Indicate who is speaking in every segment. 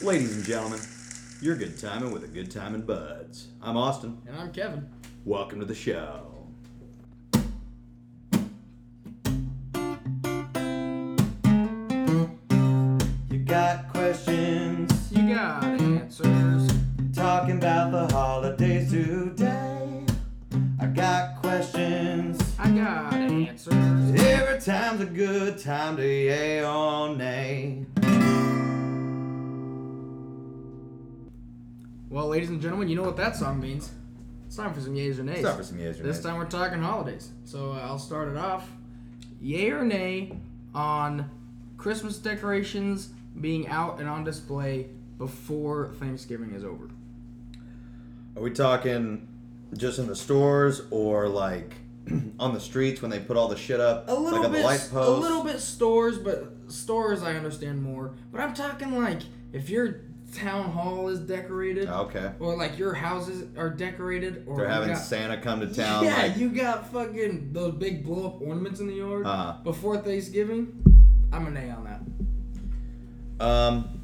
Speaker 1: Ladies and gentlemen, you're good timing with a good timing buds. I'm Austin.
Speaker 2: And I'm Kevin.
Speaker 1: Welcome to the show. You got questions?
Speaker 2: You got answers.
Speaker 1: Talking about the holidays today. I got questions.
Speaker 2: I got answers.
Speaker 1: Every time's a good time to yay or nay.
Speaker 2: Well, ladies and gentlemen, you know what that song means. It's time for some yays or nays.
Speaker 1: It's time for some yays or
Speaker 2: This
Speaker 1: nays.
Speaker 2: time we're talking holidays. So uh, I'll start it off. Yay or nay on Christmas decorations being out and on display before Thanksgiving is over.
Speaker 1: Are we talking just in the stores or like on the streets when they put all the shit up?
Speaker 2: A little
Speaker 1: like on
Speaker 2: bit,
Speaker 1: the light
Speaker 2: s-
Speaker 1: post.
Speaker 2: a little bit stores, but stores I understand more. But I'm talking like if your town hall is decorated,
Speaker 1: Okay.
Speaker 2: or like your houses are decorated, or
Speaker 1: They're
Speaker 2: you
Speaker 1: having
Speaker 2: got-
Speaker 1: Santa come to town.
Speaker 2: Yeah,
Speaker 1: like,
Speaker 2: you got fucking those big blow up ornaments in the yard
Speaker 1: Uh-huh.
Speaker 2: before Thanksgiving. I'm an A on that.
Speaker 1: um,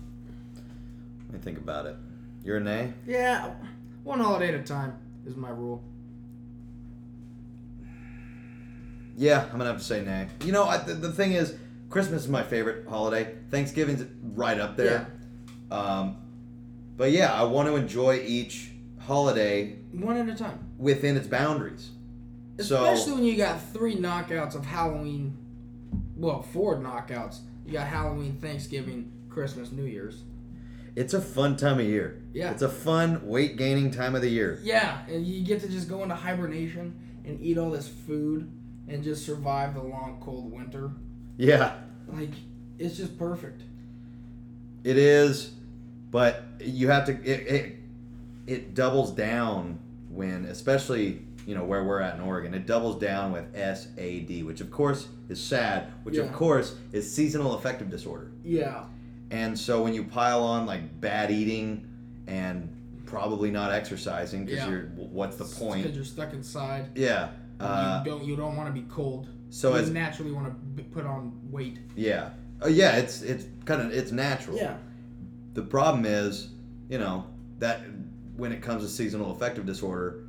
Speaker 1: let me think about it. You're a nay?
Speaker 2: Yeah, one holiday at a time is my rule.
Speaker 1: Yeah, I'm gonna have to say nay. You know, I, the, the thing is, Christmas is my favorite holiday. Thanksgiving's right up there. Um, but yeah, I want to enjoy each holiday
Speaker 2: One at a time.
Speaker 1: within its boundaries.
Speaker 2: Especially
Speaker 1: so
Speaker 2: when you got three knockouts of Halloween. Well, four knockouts. You got Halloween, Thanksgiving, Christmas, New Year's.
Speaker 1: it's a fun time of year.
Speaker 2: Yeah.
Speaker 1: It's a fun weight gaining time of the year.
Speaker 2: Yeah, and you get to just go into hibernation and eat all this food and just survive the long cold winter.
Speaker 1: Yeah,
Speaker 2: Like, it's just perfect.
Speaker 1: it is, but you have to. It it, it doubles down when, especially you know where we're at in Oregon, it doubles down with SAD, which of course is sad, which of
Speaker 2: Yeah.
Speaker 1: course is seasonal affective disorder.
Speaker 2: Yeah.
Speaker 1: And so when you pile on like bad eating and probably not exercising because
Speaker 2: Yeah.
Speaker 1: you're what's the
Speaker 2: Because
Speaker 1: point?
Speaker 2: you're stuck inside.
Speaker 1: Yeah. Uh,
Speaker 2: you don't you don't want to be cold.
Speaker 1: so
Speaker 2: you
Speaker 1: as-
Speaker 2: naturally want to b- put on weight.
Speaker 1: yeah. Oh yeah, it's it's kind of it's natural.
Speaker 2: Yeah.
Speaker 1: The problem is, you know, that when it comes to seasonal affective disorder,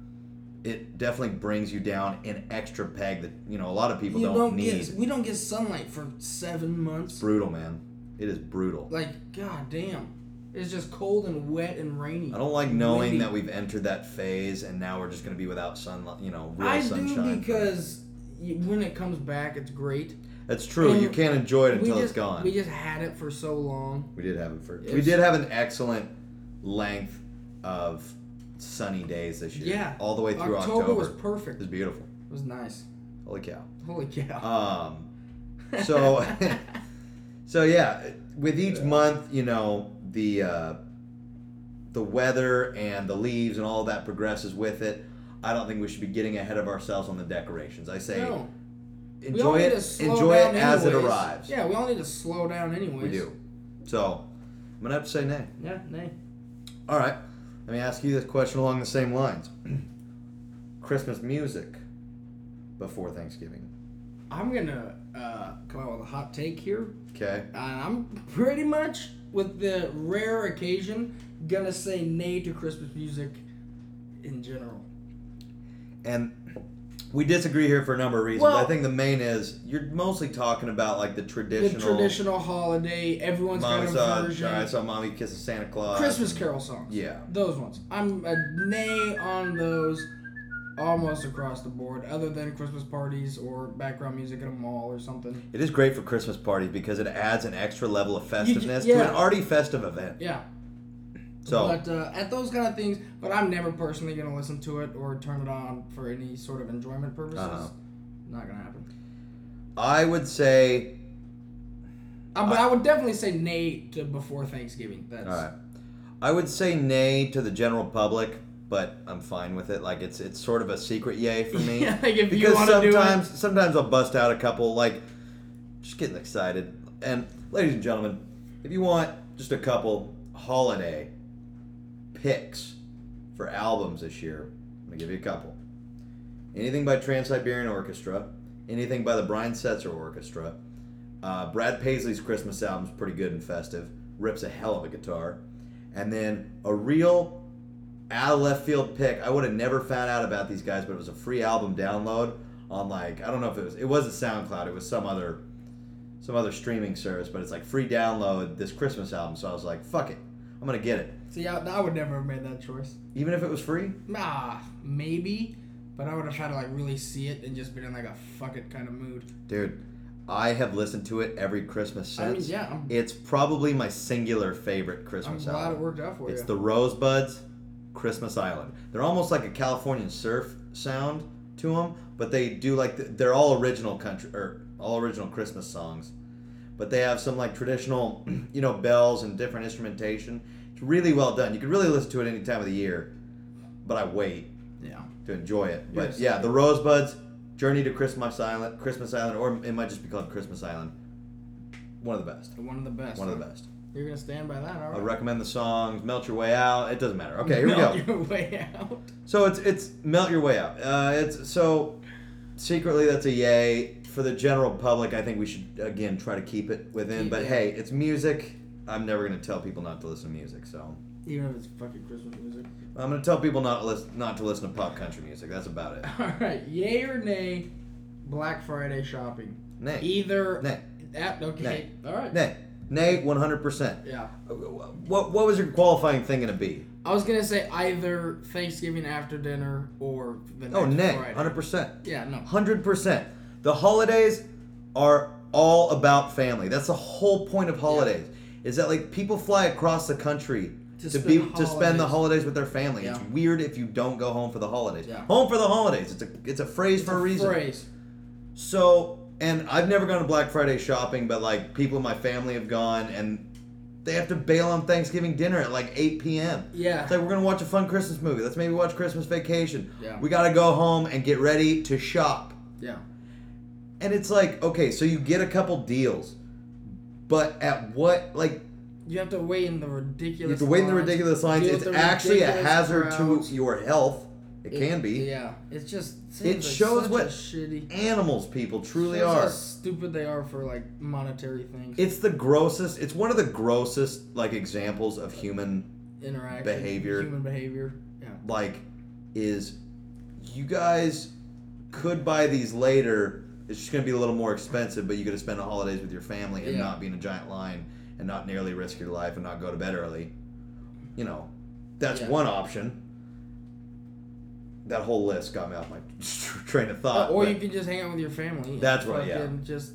Speaker 1: it definitely brings you down an extra peg that you know a lot of people
Speaker 2: you
Speaker 1: don't,
Speaker 2: don't
Speaker 1: need.
Speaker 2: get we don't get sunlight for seven months.
Speaker 1: brutal, man. It is brutal.
Speaker 2: Like god damn, it's just cold and wet and rainy.
Speaker 1: I don't like knowing
Speaker 2: windy.
Speaker 1: that we've entered that phase and now we're just gonna be without sunlight, you know, real
Speaker 2: I do
Speaker 1: sunshine.
Speaker 2: because you, when it comes back, it's great.
Speaker 1: That's true. You
Speaker 2: and
Speaker 1: can't enjoy it
Speaker 2: we
Speaker 1: until
Speaker 2: just
Speaker 1: it's gone.
Speaker 2: we
Speaker 1: We,
Speaker 2: just had it for so long.
Speaker 1: did have it for.
Speaker 2: It
Speaker 1: we
Speaker 2: was-
Speaker 1: did have an excellent length of sunny days this year.
Speaker 2: Yeah.
Speaker 1: all the way through
Speaker 2: October,
Speaker 1: October.
Speaker 2: was
Speaker 1: it
Speaker 2: perfect.
Speaker 1: was
Speaker 2: It
Speaker 1: beautiful.
Speaker 2: was nice.
Speaker 1: Holy cow.
Speaker 2: Holy cow.
Speaker 1: Um, so, so yeah, with each month, you know, the uh, the weather and the leaves and all that progresses with it. I don't think we should be getting ahead of ourselves on the decorations. I say
Speaker 2: No. We all
Speaker 1: enjoy
Speaker 2: need to
Speaker 1: it,
Speaker 2: slow
Speaker 1: enjoy it
Speaker 2: down
Speaker 1: as it
Speaker 2: anyways.
Speaker 1: arrives.
Speaker 2: Yeah, we all need to slow down anyways.
Speaker 1: we do. So, I'm gonna have to say nay.
Speaker 2: Yeah, nay.
Speaker 1: All right, let me ask you this question along the same lines: Christmas music before Thanksgiving.
Speaker 2: I'm gonna uh, come out with a hot take here.
Speaker 1: Okay.
Speaker 2: And I'm pretty much, with the rare occasion, gonna say nay to Christmas music in general.
Speaker 1: and we disagree here for a number of reasons.
Speaker 2: Well-
Speaker 1: I think the main is you're mostly talking about like the
Speaker 2: The
Speaker 1: traditional,
Speaker 2: traditional holiday, everyone's
Speaker 1: mommy
Speaker 2: got
Speaker 1: saw,
Speaker 2: a version.
Speaker 1: I saw mommy kissing Santa Claus.
Speaker 2: Christmas carol songs.
Speaker 1: uh, Yeah.
Speaker 2: Those ones. I'm a nay on those almost across the board, other than Christmas parties or background music at a mall or something.
Speaker 1: It is great for Christmas parties because it adds an extra level of
Speaker 2: ju-
Speaker 1: festiveness to
Speaker 2: yeah.
Speaker 1: an already festive event.
Speaker 2: Yeah.
Speaker 1: So
Speaker 2: But uh, at those kind of things, but I'm never personally gonna listen to it or turn it on for any sort of enjoyment purposes.
Speaker 1: Uh-huh.
Speaker 2: Not gonna happen.
Speaker 1: I would say,
Speaker 2: Uh, but I would definitely say nay to before Thanksgiving. That's
Speaker 1: all right, I would say nay to the general public, but I'm fine with it. Like it's it's sort of a secret yay for me.
Speaker 2: Yeah, like if you
Speaker 1: because
Speaker 2: wanna do it-
Speaker 1: sometimes sometimes I'll bust out a couple like just getting excited. And ladies and gentlemen, if you want just a couple holiday picks for albums this year. I'm gonna give you a couple. Anything by Trans Siberian Orchestra, anything by the Brian Setzer Orchestra. Uh, Brad Paisley's Christmas album's pretty good and festive. Rips a hell of a guitar, and then a real out of left field pick. I would have never found out about these guys, but it was a free album download on like I don't know if it was it wasn't SoundCloud, it was some other some other streaming service, but it's like free download this Christmas album. So I was like, fuck it, I'm gonna get it,
Speaker 2: See, I, I would never have made that choice.
Speaker 1: even if it was free.
Speaker 2: Nah, maybe, but I would have had to like really see it and just been in like a fuck it kind of mood.
Speaker 1: Dude, I have listened to it every Christmas
Speaker 2: I mean,
Speaker 1: since.
Speaker 2: yeah, I'm,
Speaker 1: It's probably my singular favorite
Speaker 2: I'm
Speaker 1: Christmas
Speaker 2: glad it
Speaker 1: album.
Speaker 2: worked out for
Speaker 1: It's
Speaker 2: you.
Speaker 1: the Rosebuds, Christmas Island. They're almost like a Californian surf sound to them, but they do like th- they're all original country or all original Christmas songs, but they have some like traditional, you know, bells and different instrumentation. It's really well done. You can really listen to it any time of the year, but I wait
Speaker 2: yeah,
Speaker 1: to enjoy it. But
Speaker 2: Yes.
Speaker 1: yeah, the Rosebuds, Journey to Christmas Island, Christmas Island, or it might just be called Christmas Island. One of the best.
Speaker 2: one of the best.
Speaker 1: One of the best.
Speaker 2: You're gonna stand by that, all
Speaker 1: I
Speaker 2: right?
Speaker 1: recommend the songs. Melt your way out. It doesn't matter. Okay, here we go.
Speaker 2: Melt Your way out.
Speaker 1: So it's it's melt your way out. Uh, it's so secretly that's a yay for the general public. I think we should again try to keep it within. But
Speaker 2: Yeah.
Speaker 1: hey, it's music. I'm never gonna tell people not to listen to music. So
Speaker 2: Even if it's fucking Christmas music.
Speaker 1: I'm gonna tell people not to listen not to listen to pop country music. That's about it.
Speaker 2: All right, yay or nay? Black Friday shopping.
Speaker 1: Nay,
Speaker 2: Either
Speaker 1: nay,
Speaker 2: That, okay. All right.
Speaker 1: nay, nay, 100. percent
Speaker 2: Yeah.
Speaker 1: What what was your qualifying thing gonna be?
Speaker 2: I was gonna say either Thanksgiving after dinner or the next
Speaker 1: Oh, nay,
Speaker 2: Friday.
Speaker 1: 100. percent
Speaker 2: Yeah, no.
Speaker 1: Hundred percent. The holidays are all about family. That's the whole point of holidays. Is that like people fly across the country to,
Speaker 2: To
Speaker 1: be
Speaker 2: spend
Speaker 1: to spend the
Speaker 2: holidays.
Speaker 1: holidays with their family. It's
Speaker 2: Yeah.
Speaker 1: weird if you don't go home for the holidays.
Speaker 2: Yeah.
Speaker 1: Home for the holidays. It's a it's a phrase for a reason.
Speaker 2: Phrase.
Speaker 1: So, and I've never gone to Black Friday shopping, but like people in my family have gone and they have to bail on Thanksgiving dinner at like 8 p.m.
Speaker 2: Yeah.
Speaker 1: It's like we're gonna watch a fun Christmas movie. Let's maybe watch Christmas Vacation.
Speaker 2: Yeah.
Speaker 1: We gotta go home and get ready to shop.
Speaker 2: Yeah.
Speaker 1: And it's like, okay, so you get a couple deals, but at what like
Speaker 2: You have to wait in the ridiculous.
Speaker 1: you have to wait in the
Speaker 2: lines,
Speaker 1: ridiculous lines.
Speaker 2: deal
Speaker 1: It's
Speaker 2: with the
Speaker 1: actually a
Speaker 2: ridiculous
Speaker 1: hazard
Speaker 2: crowds.
Speaker 1: to your health. It, can be.
Speaker 2: Yeah. It's just. Seems
Speaker 1: It
Speaker 2: like
Speaker 1: shows
Speaker 2: such
Speaker 1: what
Speaker 2: a shitty.
Speaker 1: Animals, people truly
Speaker 2: shows how
Speaker 1: are.
Speaker 2: stupid they are for like monetary things.
Speaker 1: It's the grossest. It's one of the grossest like examples of human
Speaker 2: Interaction.
Speaker 1: behavior.
Speaker 2: Human behavior. Yeah.
Speaker 1: like is you guys could buy these later. It's just gonna be a little more expensive, but you could have spent the holidays with your family and
Speaker 2: Yeah.
Speaker 1: not be in a giant line and not nearly risk your life and not go to bed early. You know, that's
Speaker 2: Yeah.
Speaker 1: one option. That whole list got me off my train of thought.
Speaker 2: or
Speaker 1: Uh, but-
Speaker 2: you can just hang out with your family. and
Speaker 1: That's right, yeah.
Speaker 2: fucking Just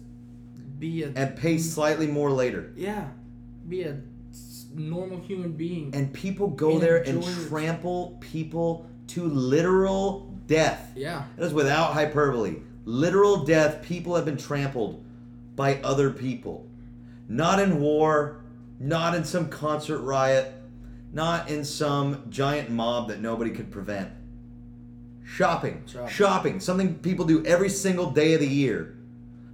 Speaker 2: be a.
Speaker 1: and pay slightly more later.
Speaker 2: yeah. Be a s- normal human being.
Speaker 1: And people go
Speaker 2: And
Speaker 1: there and
Speaker 2: enjoy it.
Speaker 1: trample people to literal death.
Speaker 2: yeah.
Speaker 1: That is without hyperbole. Literal death. People have been trampled by other people. Not in war, not in some concert riot, not in some giant mob that nobody could prevent. Shopping.
Speaker 2: Shopping.
Speaker 1: Shopping. Something people do every single day of the year.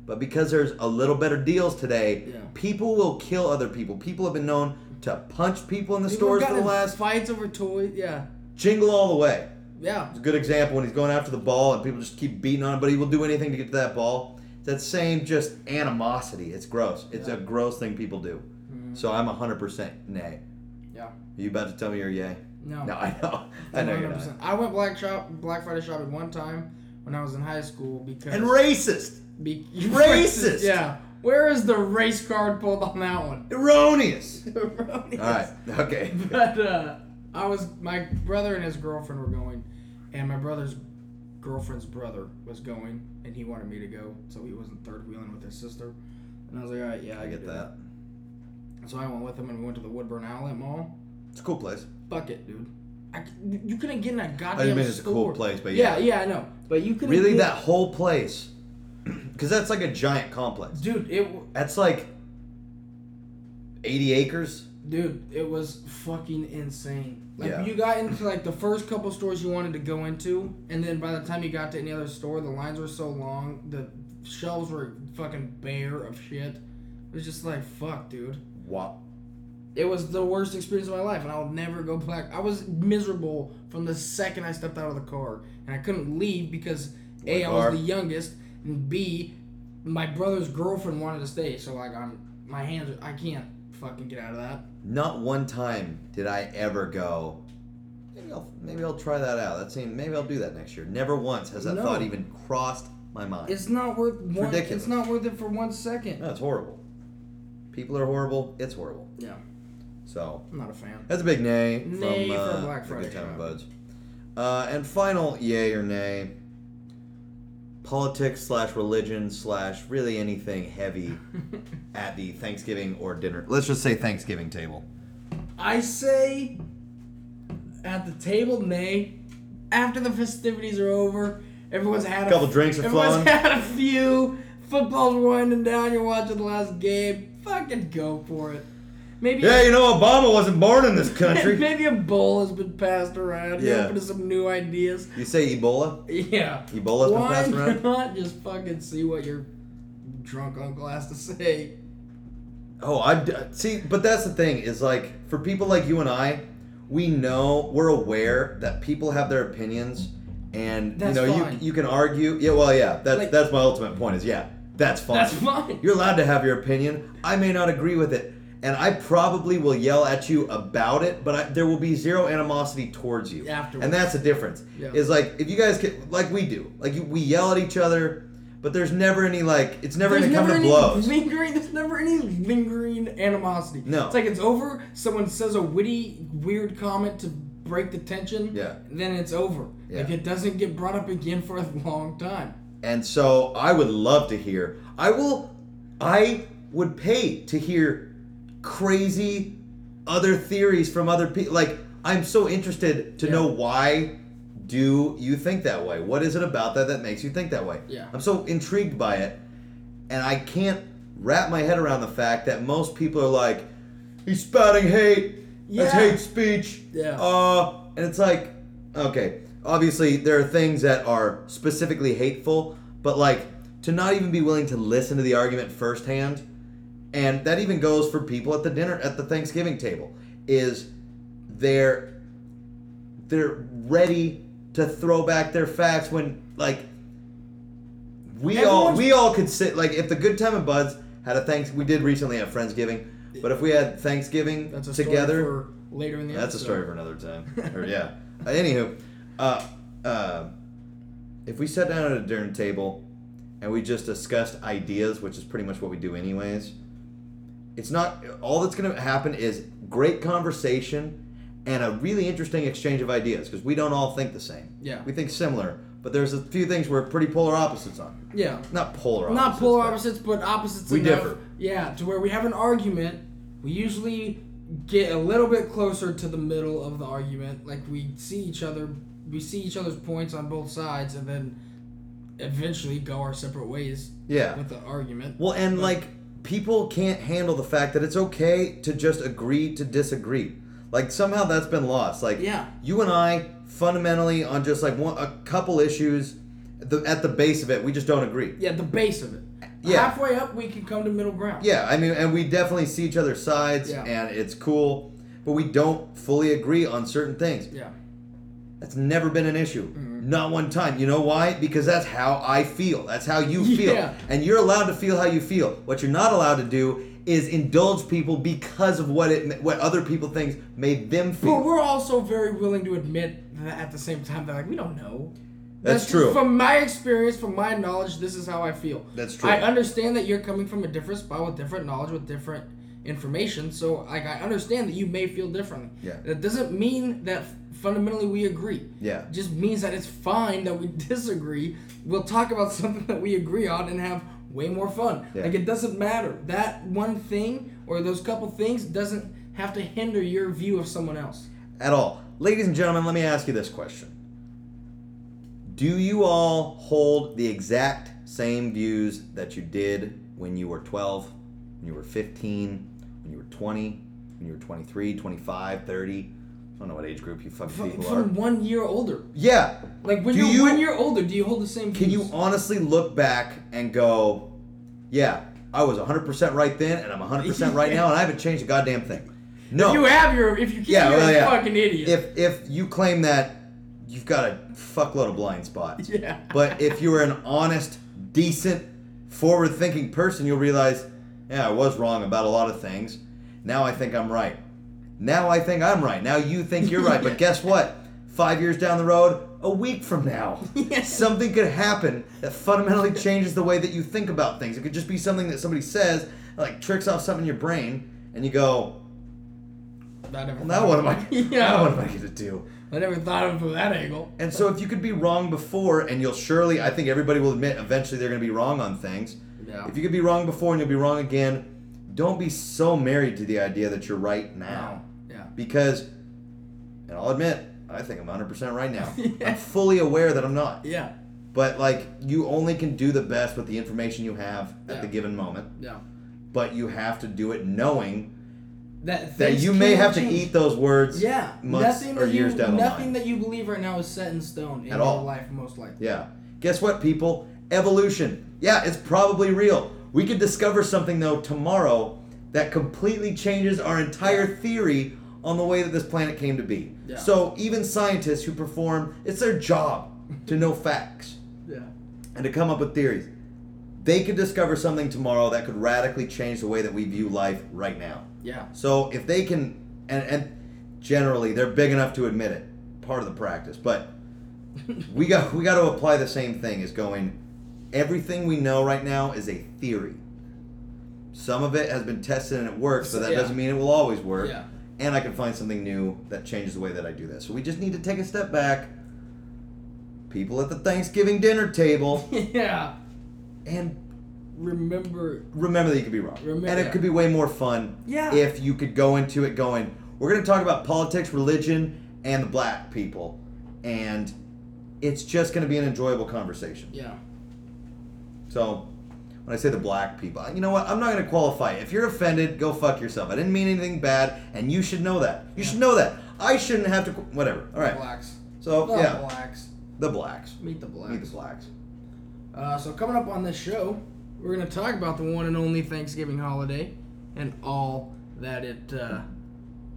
Speaker 1: But because there's a little better deals today,
Speaker 2: Yeah.
Speaker 1: people will kill other people. People have been known to punch people in the
Speaker 2: People
Speaker 1: stores
Speaker 2: got
Speaker 1: for the
Speaker 2: in
Speaker 1: last
Speaker 2: fights over toys. Yeah.
Speaker 1: jingle all the way.
Speaker 2: Yeah.
Speaker 1: It's a good example when he's going after the ball and people just keep beating on him, but he will do anything to get to that ball. It's that same just animosity. It's gross. It's a gross thing people do. So I'm 100% nay. Are
Speaker 2: Yeah.
Speaker 1: you about to tell me you're yay? No, I know. I know you're not.
Speaker 2: 100%. I went black shop Black Friday shopping one time when I was in high school because
Speaker 1: And racist.
Speaker 2: be-
Speaker 1: racist!
Speaker 2: Yeah, where is the race card pulled on that one?
Speaker 1: Erroneous.
Speaker 2: Erroneous.
Speaker 1: All right. Okay.
Speaker 2: But uh, I was my brother and his girlfriend were going, and my brother's girlfriend's brother was going, and he wanted me to go, so he wasn't third wheeling with his sister. And I was like, all right, yeah, I,
Speaker 1: I
Speaker 2: can
Speaker 1: get
Speaker 2: do
Speaker 1: that.
Speaker 2: So I went with him, and we went to the Woodburn Outlet Mall.
Speaker 1: It's a cool place.
Speaker 2: Fuck it, dude. I c you couldn't get in a goddamn
Speaker 1: I Oh, mean, it's a
Speaker 2: store.
Speaker 1: cool place, but
Speaker 2: yeah,
Speaker 1: yeah.
Speaker 2: yeah, I know. But you couldn't
Speaker 1: Really,
Speaker 2: get-
Speaker 1: that whole place. Because that's like a giant complex.
Speaker 2: dude. It w-
Speaker 1: That's like 80 acres.
Speaker 2: dude, it was fucking insane. Like
Speaker 1: Yeah.
Speaker 2: you got into like the first couple stores you wanted to go into, and then by the time you got to any other store, the lines were so long, the shelves were fucking bare of shit. It was just like fuck, dude.
Speaker 1: Wow.
Speaker 2: It was the worst experience of my life, and I'll never go back. I was miserable from the second I stepped out of the car, and I couldn't leave because a
Speaker 1: What
Speaker 2: I was
Speaker 1: car?
Speaker 2: the youngest, and b my brother's girlfriend wanted to stay. So like I'm, my hands, are- I can't fucking get out of that.
Speaker 1: Not one time did I ever go. Maybe I'll maybe I'll try that out. That seemed maybe I'll do that next year. Never once has that
Speaker 2: No.
Speaker 1: thought even crossed my mind.
Speaker 2: It's not worth one.
Speaker 1: Ridiculous.
Speaker 2: It's not worth it for one second.
Speaker 1: no, it's horrible. People are horrible. It's horrible.
Speaker 2: Yeah,
Speaker 1: So
Speaker 2: I'm not a fan.
Speaker 1: that's a big nay,
Speaker 2: Nay
Speaker 1: from
Speaker 2: for
Speaker 1: uh,
Speaker 2: Black
Speaker 1: the
Speaker 2: Friday
Speaker 1: Good Time
Speaker 2: shop.
Speaker 1: Buds. Uh, and final yay or nay. Politics slash religion slash really anything heavy at the Thanksgiving or dinner. Let's just say Thanksgiving table.
Speaker 2: I say at the table, nay. After the festivities are over, everyone's had a
Speaker 1: Couple drinks are
Speaker 2: everyone's
Speaker 1: flowing.
Speaker 2: had a few. Football's winding down. You're watching the last game. Fucking go for it. Maybe
Speaker 1: Yeah, you know Obama wasn't born in this country.
Speaker 2: maybe a bowl has been passed around. You're
Speaker 1: Yeah.
Speaker 2: open to some new ideas.
Speaker 1: you say Ebola?
Speaker 2: Yeah.
Speaker 1: Ebola's been
Speaker 2: Why
Speaker 1: passed around?
Speaker 2: not just fucking see what your drunk uncle has to say?
Speaker 1: Oh, I d- see, but that's the thing is like for people like you and I, we know we're aware that people have their opinions, and
Speaker 2: That's
Speaker 1: you know
Speaker 2: fine.
Speaker 1: you you can argue. Yeah, well, yeah, that's
Speaker 2: Like-
Speaker 1: that's my ultimate point is yeah, that's fine.
Speaker 2: That's fine.
Speaker 1: You're allowed to have your opinion. I may not agree with it, and I probably will yell at you about it, but I, there will be zero animosity towards you.
Speaker 2: Afterwards.
Speaker 1: and that's the difference.
Speaker 2: Yeah.
Speaker 1: Is like if you guys can, like we do, like you, we yell at each other, but there's never any like it's never
Speaker 2: There's
Speaker 1: gonna come
Speaker 2: never
Speaker 1: to
Speaker 2: any
Speaker 1: blows.
Speaker 2: lingering. There's never any lingering animosity.
Speaker 1: No.
Speaker 2: it's like it's over. Someone says a witty, weird comment to break the tension.
Speaker 1: Yeah.
Speaker 2: then it's over.
Speaker 1: Yeah.
Speaker 2: Like it doesn't get brought up again for a long time.
Speaker 1: And so I would love to hear. I will. I would pay to hear crazy other theories from other people. Like I'm so interested to
Speaker 2: Yeah.
Speaker 1: know why do you think that way? What is it about that that makes you think that way?
Speaker 2: Yeah.
Speaker 1: I'm so intrigued by it, and I can't wrap my head around the fact that most people are like, "He's spouting hate. That's
Speaker 2: Yeah.
Speaker 1: hate speech."
Speaker 2: Yeah.
Speaker 1: Uh, and it's like, okay, obviously there are things that are specifically hateful, but like to not even be willing to listen to the argument firsthand, and that even goes for people at the dinner at the Thanksgiving table, is they're they're ready to throw back their facts when like we all
Speaker 2: Everyone's-
Speaker 1: we all could sit like if the good time of buds had a thanks we did recently have Friendsgiving, but if we had Thanksgiving
Speaker 2: That's a
Speaker 1: together.
Speaker 2: story for later in the.
Speaker 1: That's a story
Speaker 2: episode.
Speaker 1: for another time. or yeah. Uh, anywho, uh, uh, if we sat down at a dinner table and we just discussed ideas, which is pretty much what we do anyways, it's not all that's going to happen is great conversation and a really interesting exchange of ideas because we don't all think the same.
Speaker 2: Yeah.
Speaker 1: We think similar, but there's a few things we're pretty polar opposites on.
Speaker 2: Yeah.
Speaker 1: Not polar opposites.
Speaker 2: Not polar
Speaker 1: but-
Speaker 2: opposites, but opposites.
Speaker 1: We
Speaker 2: enough,
Speaker 1: differ.
Speaker 2: Yeah, to where we have an argument, we usually get a little bit closer to the middle of the argument. Like we see each other, we see each other's points on both sides, and then eventually go our separate ways
Speaker 1: Yeah.
Speaker 2: with the argument.
Speaker 1: Well, and like people can't handle the fact that it's okay to just agree to disagree. Like somehow that's been lost. Like
Speaker 2: Yeah.
Speaker 1: you and I fundamentally on just like one a couple issues, the, at the base of it, we just don't agree.
Speaker 2: Yeah, the base of it.
Speaker 1: Yeah.
Speaker 2: Halfway up, we can come to middle ground.
Speaker 1: Yeah, I mean, and we definitely see each other's sides,
Speaker 2: Yeah.
Speaker 1: and it's cool, but we don't fully agree on certain things.
Speaker 2: Yeah.
Speaker 1: That's never been an issue.
Speaker 2: Mm-hmm.
Speaker 1: Not one time. You know why? Because that's how I feel. That's how you feel.
Speaker 2: Yeah.
Speaker 1: And you're allowed to feel how you feel. What you're not allowed to do is indulge people because of what it what other people think made them
Speaker 2: But
Speaker 1: feel.
Speaker 2: we're also very willing to admit that at the same time that like we don't know.
Speaker 1: That's
Speaker 2: just
Speaker 1: true.
Speaker 2: From my experience, from my knowledge, this is how I feel.
Speaker 1: That's true.
Speaker 2: I understand that you're coming from a different spot with different knowledge, with different information. So like I understand that you may feel differently.
Speaker 1: Yeah.
Speaker 2: That doesn't mean that fundamentally we agree.
Speaker 1: Yeah.
Speaker 2: It just means that it's fine that we disagree. We'll talk about something that we agree on and have way more fun.
Speaker 1: Yeah.
Speaker 2: Like it doesn't matter. That one thing or those couple things doesn't have to hinder your view of someone else.
Speaker 1: at all. Ladies and gentlemen, let me ask you this question. Do you all hold the exact same views that you did when you were 12, when you were 15, when you were 20, when you were 23, 25, 30? I don't know what age group you fucking
Speaker 2: From,
Speaker 1: people
Speaker 2: from
Speaker 1: are.
Speaker 2: one year older.
Speaker 1: Yeah.
Speaker 2: Like when
Speaker 1: Do
Speaker 2: you're
Speaker 1: you-
Speaker 2: one year older, do you hold the same
Speaker 1: Can
Speaker 2: views?
Speaker 1: you honestly look back and go, yeah, I was 100% right then and I'm 100% right now and I haven't changed a goddamn thing? No.
Speaker 2: If you have your, if you keep
Speaker 1: Yeah,
Speaker 2: your
Speaker 1: well, yeah.
Speaker 2: fucking idiot.
Speaker 1: If if you claim that, you've got a fuckload of blind spots.
Speaker 2: yeah.
Speaker 1: But if you were an honest, decent, forward-thinking person, you'll realize, yeah, I was wrong about a lot of things. Now I think I'm right. Now I think I'm right. Now you think you're right. But guess what? Five years down the road, a week from now, something could happen that fundamentally changes the way that you think about things. It could just be something that somebody says, like tricks off something in your brain, and you go,
Speaker 2: That never
Speaker 1: well, now what am I? Now what
Speaker 2: Yeah.
Speaker 1: am I going to do?
Speaker 2: I never thought of it from that angle.
Speaker 1: And so if you could be wrong before, and you'll surely, I think everybody will admit eventually they're going to be wrong on things.
Speaker 2: Yeah.
Speaker 1: If you could be wrong before and you'll be wrong again, don't be so married to the idea that you're right now.
Speaker 2: Yeah.
Speaker 1: Because, and I'll admit, I think I'm 100% right now.
Speaker 2: Yeah.
Speaker 1: I'm fully aware that I'm not.
Speaker 2: Yeah.
Speaker 1: But, like, you only can do the best with the information you have at
Speaker 2: Yeah.
Speaker 1: the given moment.
Speaker 2: Yeah.
Speaker 1: But you have to do it knowing
Speaker 2: That,
Speaker 1: that
Speaker 2: things
Speaker 1: you may
Speaker 2: can
Speaker 1: have to
Speaker 2: change.
Speaker 1: eat those words.
Speaker 2: Yeah.
Speaker 1: months
Speaker 2: nothing
Speaker 1: or
Speaker 2: that
Speaker 1: years
Speaker 2: you,
Speaker 1: down the
Speaker 2: Nothing
Speaker 1: line.
Speaker 2: that you believe right now is set in stone in
Speaker 1: At
Speaker 2: your
Speaker 1: all.
Speaker 2: life, most likely.
Speaker 1: Yeah. Guess what, people? Evolution. Yeah, it's probably real. We could discover something, though, tomorrow that completely changes our entire theory on the way that this planet came to be.
Speaker 2: Yeah.
Speaker 1: So, even scientists who perform, it's their job to know facts
Speaker 2: Yeah.
Speaker 1: and to come up with theories. They could discover something tomorrow that could radically change the way that we view life right now.
Speaker 2: Yeah.
Speaker 1: So if they can, and, and generally they're big enough to admit it, part of the practice. But we got we got to apply the same thing. Is going everything we know right now is a theory. Some of it has been tested and it works, but that
Speaker 2: Yeah.
Speaker 1: doesn't mean it will always work.
Speaker 2: Yeah.
Speaker 1: And I can find something new that changes the way that I do this. So we just need to take a step back. People at the Thanksgiving dinner table
Speaker 2: Yeah.
Speaker 1: and
Speaker 2: Remember.
Speaker 1: remember that you could be wrong.
Speaker 2: Remember-
Speaker 1: and it
Speaker 2: yeah.
Speaker 1: could be way more fun
Speaker 2: Yeah.
Speaker 1: if you could go into it going, we're going to talk about politics, religion, and the black people. And it's just going to be an enjoyable conversation.
Speaker 2: Yeah.
Speaker 1: So when I say the black people, you know what? I'm not going to qualify. it. If you're offended, go fuck yourself. I didn't mean anything bad, and you should know that. You should know that. I shouldn't have to. qu- Whatever. All right.
Speaker 2: Blacks.
Speaker 1: So,
Speaker 2: Love
Speaker 1: yeah,
Speaker 2: Blacks.
Speaker 1: the blacks.
Speaker 2: Meet the blacks.
Speaker 1: Meet the blacks.
Speaker 2: Uh, so coming up on this show, we're gonna talk about the one and only Thanksgiving holiday and all that it uh,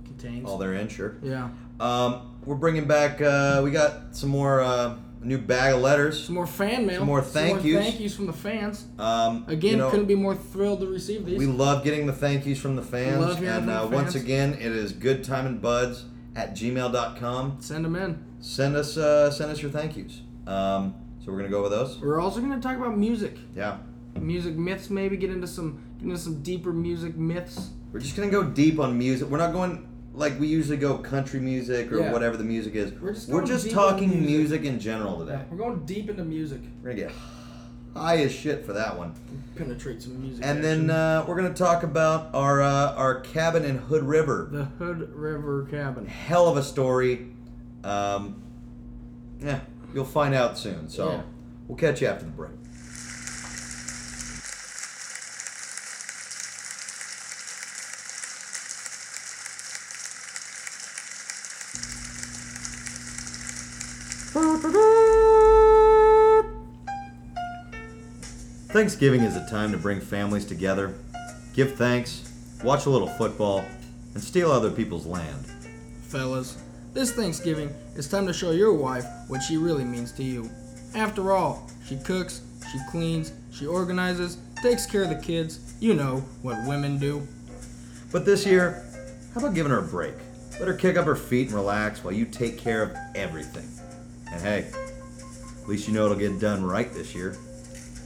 Speaker 2: contains.
Speaker 1: All their in, sure.
Speaker 2: yeah.
Speaker 1: Um, we're bringing back, uh, we got some more, uh, new bag of letters.
Speaker 2: Some more fan mail.
Speaker 1: Some more thank yous.
Speaker 2: Thank yous from the fans.
Speaker 1: Um,
Speaker 2: Again,
Speaker 1: you know,
Speaker 2: couldn't be more thrilled to receive these.
Speaker 1: we love getting the thank yous from the fans.
Speaker 2: Love hearing
Speaker 1: and
Speaker 2: from
Speaker 1: uh,
Speaker 2: the
Speaker 1: once
Speaker 2: fans.
Speaker 1: again, it is goodtimeandbuds at gmail.com.
Speaker 2: Send them in.
Speaker 1: Send us, uh, send us your thank yous. Um, so we're going to go with those.
Speaker 2: We're also gonna talk about music,
Speaker 1: Yeah.
Speaker 2: music myths. Maybe get into some get into some deeper music myths.
Speaker 1: We're just going to go deep on music. We're not going like we usually go country music or
Speaker 2: Yeah.
Speaker 1: whatever the music is.
Speaker 2: We're just
Speaker 1: we're
Speaker 2: going
Speaker 1: just
Speaker 2: deep on
Speaker 1: talking music.
Speaker 2: music.
Speaker 1: in general today.
Speaker 2: We're going deep into music.
Speaker 1: We're going to get high as shit for that one.
Speaker 2: Penetrate some music.
Speaker 1: And then
Speaker 2: action.
Speaker 1: uh, we're going to talk about our, uh, our cabin in Hood River.
Speaker 2: the Hood River Cabin.
Speaker 1: hell of a story. Um, yeah, you'll find out soon. So
Speaker 2: Yeah.
Speaker 1: we'll catch you after the break. Thanksgiving is a time to bring families together, give thanks, watch a little football, and steal other people's land.
Speaker 2: Fellas, this Thanksgiving, it's time to show your wife what she really means to you. After all, she cooks, she cleans, she organizes, takes care of the kids. You know what women do.
Speaker 1: But this year, how about giving her a break? Let her kick up her feet and relax while you take care of everything. And hey, at least you know it'll get done right this year.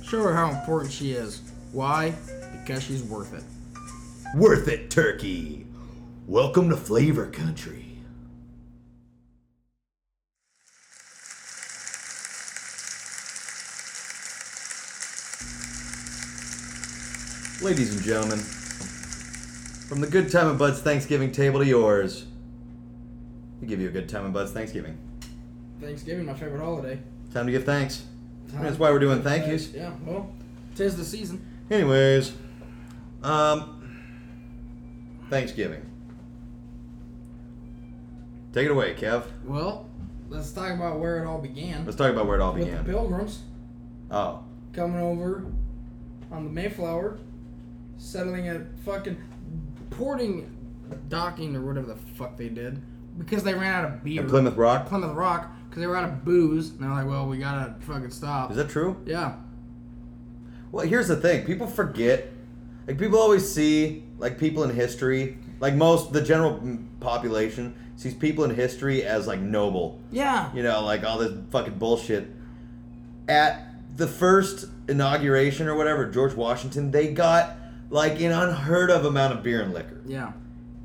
Speaker 2: Show her how important she is. Why? Because she's worth it.
Speaker 1: Worth it, turkey! Welcome to Flavor Country. Ladies and gentlemen, from the Good Time and Buds Thanksgiving table to yours, we give you a Good Time and Buds Thanksgiving.
Speaker 2: Thanksgiving, my favorite holiday.
Speaker 1: Time to give thanks. That's why we're doing thank yous.
Speaker 2: Yeah, well, tis the season.
Speaker 1: Anyways, um, Thanksgiving. Take it away, Kev.
Speaker 2: Well, let's talk about where it all began.
Speaker 1: Let's talk about where it all
Speaker 2: With the
Speaker 1: began.
Speaker 2: pilgrims
Speaker 1: Oh,
Speaker 2: coming over on the Mayflower, settling at fucking porting docking or whatever the fuck they did because they ran out of beer.
Speaker 1: At Plymouth Rock?
Speaker 2: Plymouth Rock because they were out of booze and they're like, well, we gotta fucking stop.
Speaker 1: Is that true?
Speaker 2: yeah.
Speaker 1: Well, here's the thing: people forget. Like people always see, like people in history, like most the general mm, population sees people in history as like noble.
Speaker 2: Yeah.
Speaker 1: You know, like all this fucking bullshit. At the first inauguration or whatever, George Washington, they got like an unheard of amount of beer and liquor.
Speaker 2: Yeah.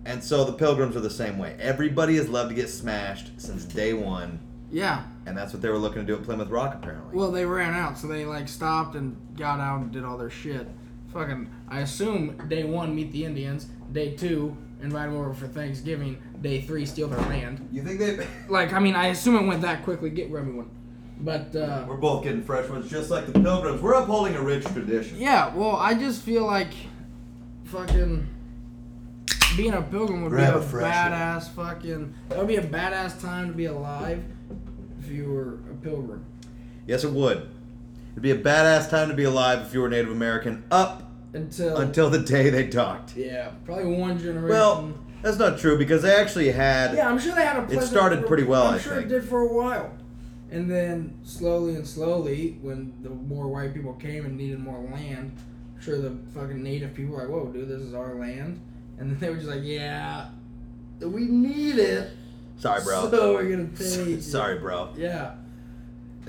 Speaker 1: And so the pilgrims are the same way. Everybody has loved to get smashed since day one,
Speaker 2: Yeah.
Speaker 1: and that's what they were looking to do at Plymouth Rock, apparently.
Speaker 2: Well, they ran out, so they like stopped and got out and did all their shit. Fucking, I assume day one meet the Indians, day two invite them over for Thanksgiving, day three steal their land.
Speaker 1: you think they?
Speaker 2: Like, I mean, I assume it went that quickly. Get everyone, but uh,
Speaker 1: We're both getting fresh ones, just like the pilgrims. We're upholding a rich tradition.
Speaker 2: yeah. Well, I just feel like fucking being a pilgrim would
Speaker 1: Grab
Speaker 2: be
Speaker 1: a
Speaker 2: a
Speaker 1: fresh
Speaker 2: badass fucking. That would be a badass time to be alive if you were a pilgrim.
Speaker 1: Yes, it would. It'd be a badass time to be alive if you were Native American, up
Speaker 2: Until,
Speaker 1: until the day they docked.
Speaker 2: yeah, probably one generation.
Speaker 1: Well, that's not true because they actually had.
Speaker 2: Yeah, I'm sure they had a. Pleasant,
Speaker 1: started pretty well,
Speaker 2: I'm
Speaker 1: I
Speaker 2: sure
Speaker 1: think.
Speaker 2: it did for a while, and then slowly and slowly, when the more white people came and needed more land, I'm sure the fucking native people were like, "Whoa, dude, this is our land," and then they were just like, "Yeah, we need it,
Speaker 1: Sorry, bro.
Speaker 2: so we're gonna pay." you."
Speaker 1: Sorry, bro.
Speaker 2: Yeah,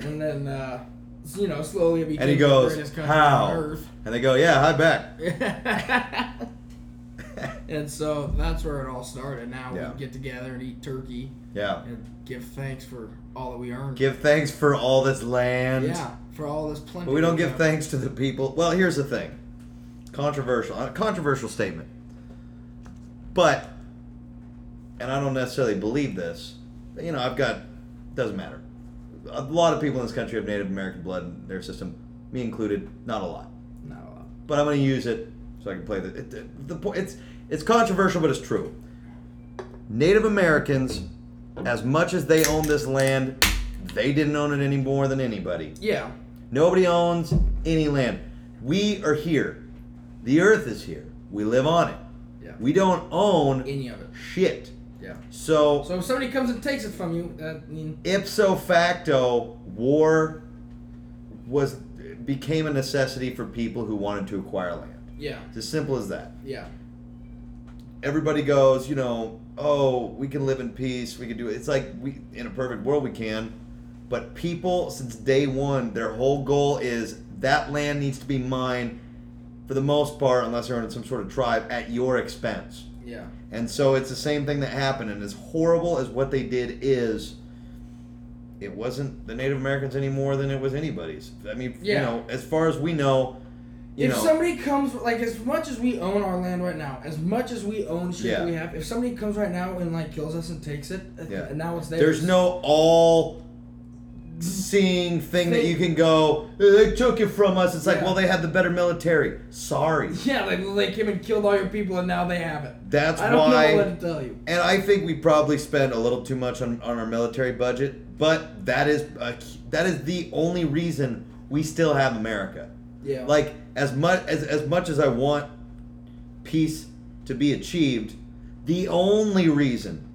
Speaker 2: and then uh, s- you know, slowly it became
Speaker 1: And he
Speaker 2: the
Speaker 1: goes,
Speaker 2: greatest country on
Speaker 1: "How?"
Speaker 2: earth.
Speaker 1: And they go, "Yeah, hi back."
Speaker 2: and so that's where it all started. Now
Speaker 1: Yeah.
Speaker 2: we get together and eat turkey.
Speaker 1: yeah.
Speaker 2: and give thanks for all that we earned.
Speaker 1: Give thanks for all this land.
Speaker 2: yeah, for all this plenty.
Speaker 1: But we don't give
Speaker 2: have.
Speaker 1: thanks to the people. Well, here's the thing. Controversial, uh, controversial statement. But, and I don't necessarily believe this. but, You know, I've got doesn't matter. A lot of people in this country have Native American blood in their system, me included. Not a lot,
Speaker 2: Not a lot.
Speaker 1: but I'm going to use it so I can play the it, it, the po- It's it's controversial, but it's true. Native Americans, as much as they own this land, they didn't own it any more than anybody.
Speaker 2: Yeah,
Speaker 1: Nobody owns any land. We are here. The earth is here. We live on it.
Speaker 2: yeah.
Speaker 1: We don't own
Speaker 2: Any of it.
Speaker 1: shit.
Speaker 2: Yeah.
Speaker 1: So,
Speaker 2: So if somebody comes and takes it from you, that mean
Speaker 1: ipso facto, war was became a necessity for people who wanted to acquire land.
Speaker 2: yeah,
Speaker 1: It's as simple as that.
Speaker 2: yeah,
Speaker 1: Everybody goes, you know, oh, we can live in peace. We can do it. It's like we in a perfect world we can. But people since day 1, their whole goal is that land needs to be mine for the most part unless they're in some sort of tribe at your expense.
Speaker 2: yeah,
Speaker 1: And so it's the same thing that happened. And as horrible as what they did is, it wasn't the Native Americans any more than it was anybody's. I mean, you
Speaker 2: Yeah.
Speaker 1: know, as far as we know, you
Speaker 2: if
Speaker 1: know,
Speaker 2: somebody comes, like as much as we own our land right now, as much as we own shit
Speaker 1: Yeah.
Speaker 2: that we have, if somebody comes right now and like kills us and takes it, uh,
Speaker 1: Yeah.
Speaker 2: and now it's theirs.
Speaker 1: there's no all seeing thing that
Speaker 2: They-
Speaker 1: you can go, they took it from us. It's like,
Speaker 2: Yeah.
Speaker 1: well, they had the better military. Sorry.
Speaker 2: Yeah, like they came and killed all your people, and now they have it.
Speaker 1: That's
Speaker 2: I don't
Speaker 1: why.
Speaker 2: know what to tell you.
Speaker 1: And I think we probably spend a little too much on, on our military budget, but that is a, that is the only reason we still have America.
Speaker 2: Yeah.
Speaker 1: Like as much as as much as I want peace to be achieved, the only reason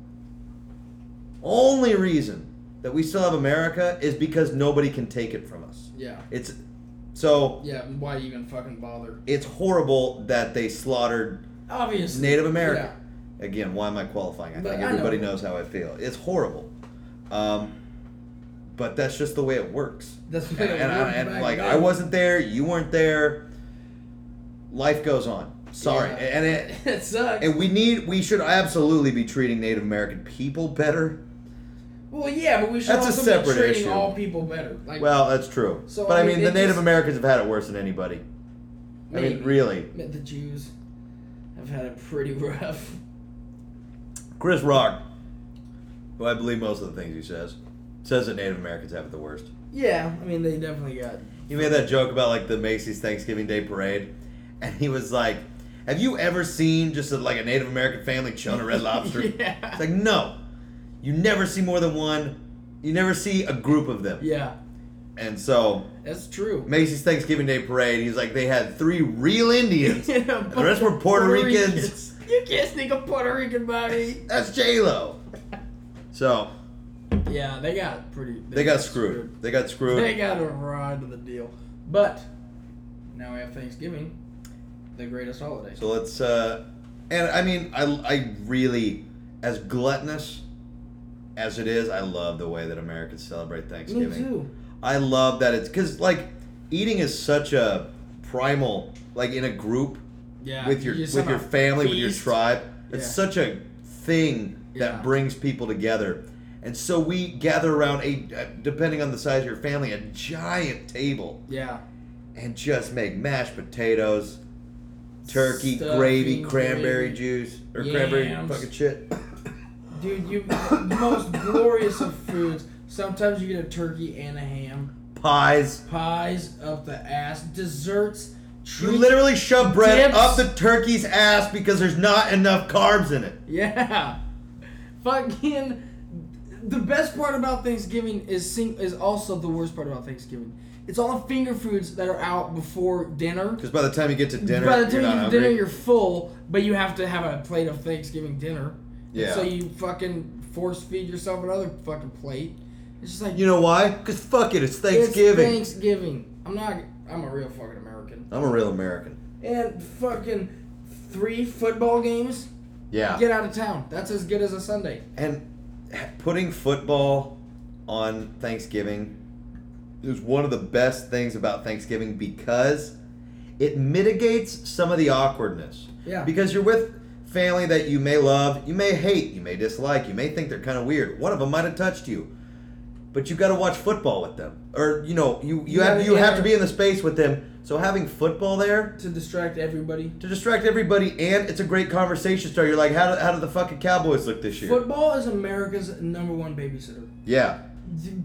Speaker 1: only reason that we still have America is because nobody can take it from us.
Speaker 2: Yeah.
Speaker 1: It's so
Speaker 2: Yeah. Why even fucking bother?
Speaker 1: it's horrible that they slaughtered
Speaker 2: Obviously.
Speaker 1: Native America. Again, why am I qualifying? I
Speaker 2: But
Speaker 1: think
Speaker 2: I know.
Speaker 1: everybody knows how I feel. It's horrible, um, but that's just the way it works.
Speaker 2: That's
Speaker 1: And, and, I- and, like I
Speaker 2: was.
Speaker 1: wasn't there, you weren't there. Life goes on. Sorry,
Speaker 2: Yeah.
Speaker 1: and it
Speaker 2: It sucks.
Speaker 1: and we need we should absolutely be treating Native American people better.
Speaker 2: well, yeah, but we should
Speaker 1: That's a
Speaker 2: also
Speaker 1: separate
Speaker 2: be treating
Speaker 1: issue.
Speaker 2: all people better. Like,
Speaker 1: Well, that's true.
Speaker 2: So,
Speaker 1: but I
Speaker 2: I
Speaker 1: mean,
Speaker 2: mean,
Speaker 1: the
Speaker 2: it
Speaker 1: Native
Speaker 2: just-
Speaker 1: Americans have had it worse than anybody. I mean,
Speaker 2: maybe.
Speaker 1: really.
Speaker 2: the Jews have had it pretty rough.
Speaker 1: Chris Rock, who I believe most of the things he says, says that Native Americans have it the worst.
Speaker 2: Yeah, I mean, they definitely got.
Speaker 1: He made that joke about like the Macy's Thanksgiving Day Parade, and he was like, "Have you ever seen just a, like a Native American family chewing a red lobster?"
Speaker 2: Yeah.
Speaker 1: It's like no, you never see more than one. You never see a group of them.
Speaker 2: Yeah,
Speaker 1: And so
Speaker 2: that's true.
Speaker 1: Macy's Thanksgiving Day Parade, he's like, they had three real Indians.
Speaker 2: the
Speaker 1: the rest were Puerto Ricans.
Speaker 2: You can't sneak a Puerto Rican body.
Speaker 1: That's J Lo. So
Speaker 2: Yeah, they got pretty.
Speaker 1: they got screwed. They got
Speaker 2: They
Speaker 1: screwed.
Speaker 2: got a ride to the deal. But now we have Thanksgiving, the greatest holiday.
Speaker 1: So let's. uh And I mean, I I really as gluttonous as it is, I love the way that Americans celebrate Thanksgiving. I love that it's because like eating is such a primal like in a group
Speaker 2: Yeah.
Speaker 1: with your
Speaker 2: you just
Speaker 1: with your
Speaker 2: somehow
Speaker 1: family with your
Speaker 2: feast.
Speaker 1: tribe. It's
Speaker 2: Yeah.
Speaker 1: such a thing that
Speaker 2: Yeah.
Speaker 1: brings people together, and so we gather around a depending on the size of your family a giant table
Speaker 2: Yeah.
Speaker 1: and just make mashed potatoes, turkey,
Speaker 2: Stuffing,
Speaker 1: gravy, cranberry
Speaker 2: gravy,
Speaker 1: juice or cranberry
Speaker 2: yams.
Speaker 1: fucking shit.
Speaker 2: Dude, you the most glorious of foods. Sometimes you get a turkey and a ham.
Speaker 1: Pies.
Speaker 2: Pies up the ass. Desserts.
Speaker 1: You
Speaker 2: Treats.
Speaker 1: literally shove bread
Speaker 2: Dips.
Speaker 1: up the turkey's ass because there's not enough carbs in it.
Speaker 2: Yeah. Fucking. The best part about Thanksgiving is sing- is also the worst part about Thanksgiving. It's all the finger foods that are out before dinner.
Speaker 1: Because by the time you get to dinner,
Speaker 2: By the time you
Speaker 1: you're not
Speaker 2: get to
Speaker 1: hungry.
Speaker 2: dinner, you're full, but you have to have a plate of Thanksgiving dinner. And
Speaker 1: Yeah.
Speaker 2: So you fucking force feed yourself another fucking plate. It's just like
Speaker 1: You know why? Because fuck it, it's
Speaker 2: it's
Speaker 1: Thanksgiving.
Speaker 2: Thanksgiving. I'm not. I'm a real fucking American.
Speaker 1: I'm a real American.
Speaker 2: And fucking three football games.
Speaker 1: Yeah.
Speaker 2: Get out of town. That's as good as a Sunday.
Speaker 1: And h- putting football on Thanksgiving is one of the best things about Thanksgiving because it mitigates some of the awkwardness.
Speaker 2: Yeah.
Speaker 1: Because you're with family that you may love, you may hate, you may dislike, you may think they're kind of weird. One of them might have touched you. But you got to watch football with them. Or you know, you you
Speaker 2: Yeah,
Speaker 1: have you have
Speaker 2: yeah.
Speaker 1: to be in the space with them. So having football there
Speaker 2: To distract everybody.
Speaker 1: to distract everybody, and it's a great conversation starter. You're like, how do, how do the fucking Cowboys look this year?
Speaker 2: Football is America's number one babysitter.
Speaker 1: yeah,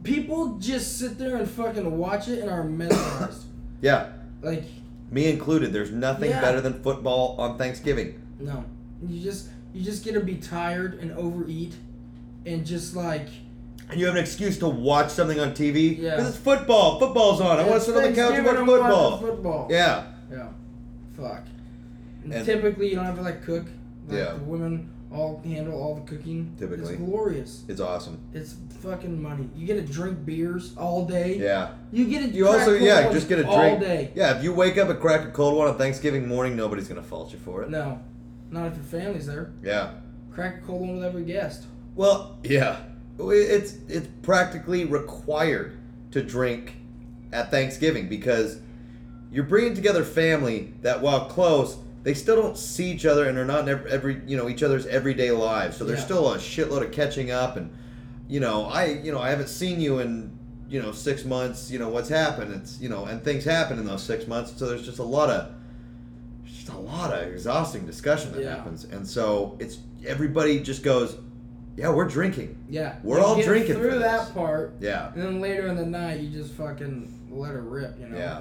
Speaker 2: People just sit there and fucking watch it and are mesmerized.
Speaker 1: yeah,
Speaker 2: like,
Speaker 1: me included. There's nothing
Speaker 2: Yeah.
Speaker 1: better than football on Thanksgiving.
Speaker 2: no, you just you just get to be tired and overeat, and just like
Speaker 1: And you have an excuse to watch something on TV because
Speaker 2: Yeah.
Speaker 1: it's football. Football's on. I want to
Speaker 2: it's
Speaker 1: sit on the couch and watch
Speaker 2: Thanksgiving, I'm watching
Speaker 1: football.
Speaker 2: Football.
Speaker 1: Yeah,
Speaker 2: Yeah. Fuck. And
Speaker 1: And-
Speaker 2: typically, you don't have to like cook. Like,
Speaker 1: Yeah.
Speaker 2: The women all handle all the cooking.
Speaker 1: Typically.
Speaker 2: It's glorious.
Speaker 1: it's awesome.
Speaker 2: It's fucking money. You get to drink beers all day.
Speaker 1: Yeah,
Speaker 2: You get to.
Speaker 1: you
Speaker 2: crack
Speaker 1: also yeah
Speaker 2: cold
Speaker 1: just get a drink.
Speaker 2: all day.
Speaker 1: Yeah, if you wake up and crack a cold one on Thanksgiving morning, nobody's gonna fault you for it.
Speaker 2: No, not if your family's there.
Speaker 1: Yeah.
Speaker 2: Crack a cold one with every guest.
Speaker 1: Well, yeah, it's it's practically required to drink at Thanksgiving because you're bringing together family that, while close, they still don't see each other and are not in ev- every you know each other's everyday lives. So there's
Speaker 2: Yeah.
Speaker 1: still a shitload of catching up, and you know I you know I haven't seen you in you know six months. You know what's happened? It's you know and things happen in those six months. So there's just a lot of just a lot of exhausting discussion that
Speaker 2: Yeah.
Speaker 1: happens, and so it's everybody just goes, yeah, we're drinking.
Speaker 2: Yeah.
Speaker 1: We're
Speaker 2: you
Speaker 1: all
Speaker 2: get
Speaker 1: drinking for
Speaker 2: through that
Speaker 1: this.
Speaker 2: part,
Speaker 1: Yeah,
Speaker 2: and then later in the night, you just fucking let her rip. You know.
Speaker 1: yeah.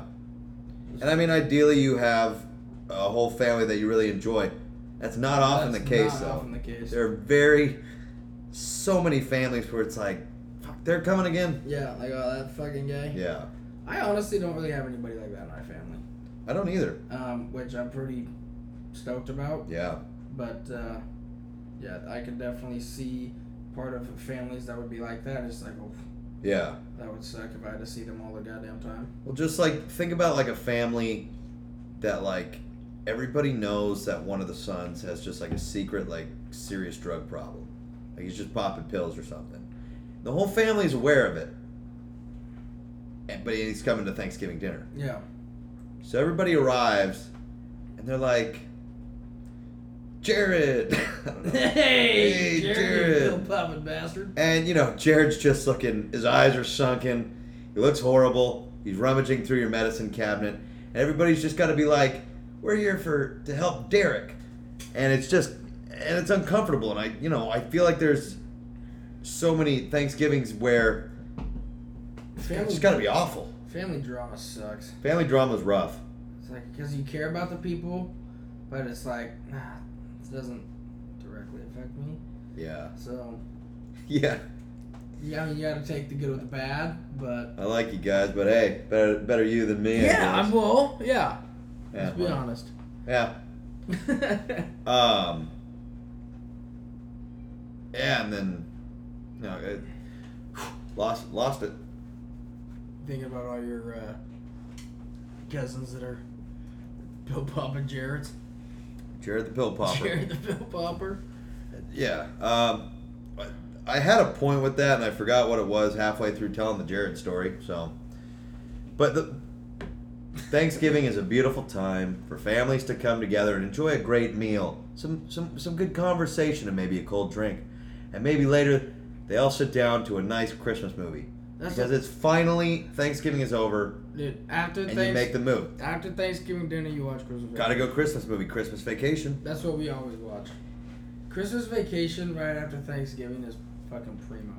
Speaker 1: And I mean, ideally, you have a whole family that you really enjoy. That's not often
Speaker 2: That's
Speaker 1: the case,
Speaker 2: not
Speaker 1: though.
Speaker 2: Often the case.
Speaker 1: There are very so many families where it's like, fuck, they're coming again.
Speaker 2: Yeah, like oh that fucking guy.
Speaker 1: Yeah,
Speaker 2: I honestly don't really have anybody like that in my family,
Speaker 1: I don't either.
Speaker 2: um, which I'm pretty stoked about.
Speaker 1: Yeah,
Speaker 2: But uh, yeah, I can definitely see part of families that would be like that. It's like, oh,
Speaker 1: yeah.
Speaker 2: that would suck if I had to see them all the goddamn time.
Speaker 1: Well, just like think about like a family that like everybody knows that one of the sons has just like a secret like serious drug problem. Like he's just popping pills or something. The whole family's aware of it. And, but he's coming to Thanksgiving dinner.
Speaker 2: Yeah.
Speaker 1: So everybody arrives and they're like Jared. I don't know. Hey, Jared.
Speaker 2: you little puppet bastard.
Speaker 1: And you know, Jared's just looking. His eyes are sunken. He looks horrible. He's rummaging through your medicine cabinet, and everybody's just got to be like, "We're here for to help Derek," and it's just, and it's uncomfortable. And I, you know, I feel like there's so many Thanksgivings where it's
Speaker 2: Family,
Speaker 1: just got to be awful.
Speaker 2: family drama sucks.
Speaker 1: Family drama's rough.
Speaker 2: It's like because you care about the people, but it's like, nah, it doesn't directly affect me.
Speaker 1: Yeah,
Speaker 2: So
Speaker 1: yeah.
Speaker 2: yeah, I mean, you got to take the good with the bad, but.
Speaker 1: I like you guys, but hey, better better you than me. I
Speaker 2: Yeah,
Speaker 1: guess.
Speaker 2: I'm well. Yeah,
Speaker 1: yeah,
Speaker 2: let's be honest.
Speaker 1: yeah. Um, yeah, and then no, it, lost lost it.
Speaker 2: Thinking about all your uh, cousins that are Bill Pop and Jared's.
Speaker 1: Jared the pill popper.
Speaker 2: Jared the Bill Popper.
Speaker 1: Yeah. Um, I- I had a point with that, and I forgot what it was halfway through telling the Jared story. So, but the Thanksgiving is a beautiful time for families to come together and enjoy a great meal, some some some good conversation, and maybe a cold drink, and maybe later they all sit down to a nice Christmas movie
Speaker 2: That's
Speaker 1: because
Speaker 2: a-
Speaker 1: it's finally Thanksgiving is over
Speaker 2: Dude, after
Speaker 1: and
Speaker 2: Thanks-
Speaker 1: you make the move.
Speaker 2: after Thanksgiving dinner, you watch Christmas.
Speaker 1: Gotta go Christmas movie, Christmas vacation.
Speaker 2: That's what we always watch. Christmas Vacation right after Thanksgiving is fucking primo.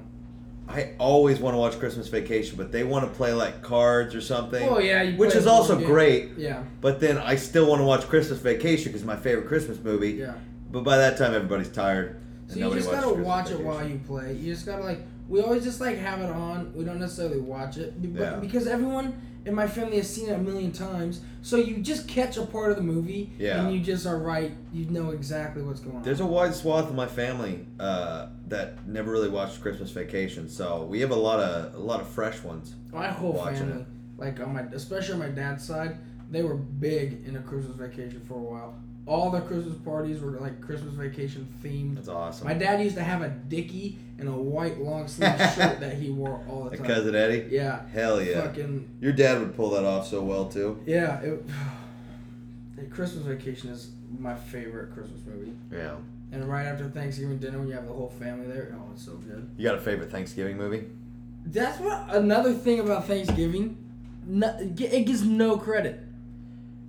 Speaker 1: I always want to watch Christmas Vacation, but they want to play like cards or something.
Speaker 2: Oh yeah, you
Speaker 1: which
Speaker 2: play
Speaker 1: is
Speaker 2: board
Speaker 1: also
Speaker 2: game.
Speaker 1: great.
Speaker 2: Yeah,
Speaker 1: But then I still want to watch Christmas Vacation because my favorite Christmas movie.
Speaker 2: yeah.
Speaker 1: But by that time, everybody's tired.
Speaker 2: So you just gotta watch it while you play. You just gotta like we always just like have it on. We don't necessarily watch it, be- but
Speaker 1: Yeah.
Speaker 2: because everyone in my family has seen it a million times, so you just catch a part of the movie,
Speaker 1: Yeah.
Speaker 2: and you just are right. You know exactly what's going on.
Speaker 1: There's a wide swath of my family uh, that never really watched Christmas Vacation, so we have a lot of a lot of fresh ones.
Speaker 2: my whole
Speaker 1: watching
Speaker 2: family, like on my especially on my dad's side, they were big into Christmas Vacation for a while. All their Christmas parties were like Christmas Vacation themed.
Speaker 1: That's awesome.
Speaker 2: My dad used to have a dickie and a white long sleeve shirt that he wore all the
Speaker 1: Like
Speaker 2: time.
Speaker 1: cousin Eddie.
Speaker 2: yeah,
Speaker 1: Hell yeah.
Speaker 2: fucking
Speaker 1: Your dad would pull that off so well too.
Speaker 2: yeah. It, The Christmas Vacation is my favorite Christmas movie.
Speaker 1: Yeah.
Speaker 2: And right after Thanksgiving dinner, when you have the whole family there, oh, it's so good.
Speaker 1: You got a favorite Thanksgiving movie?
Speaker 2: That's what another thing about Thanksgiving. No, it gives no credit.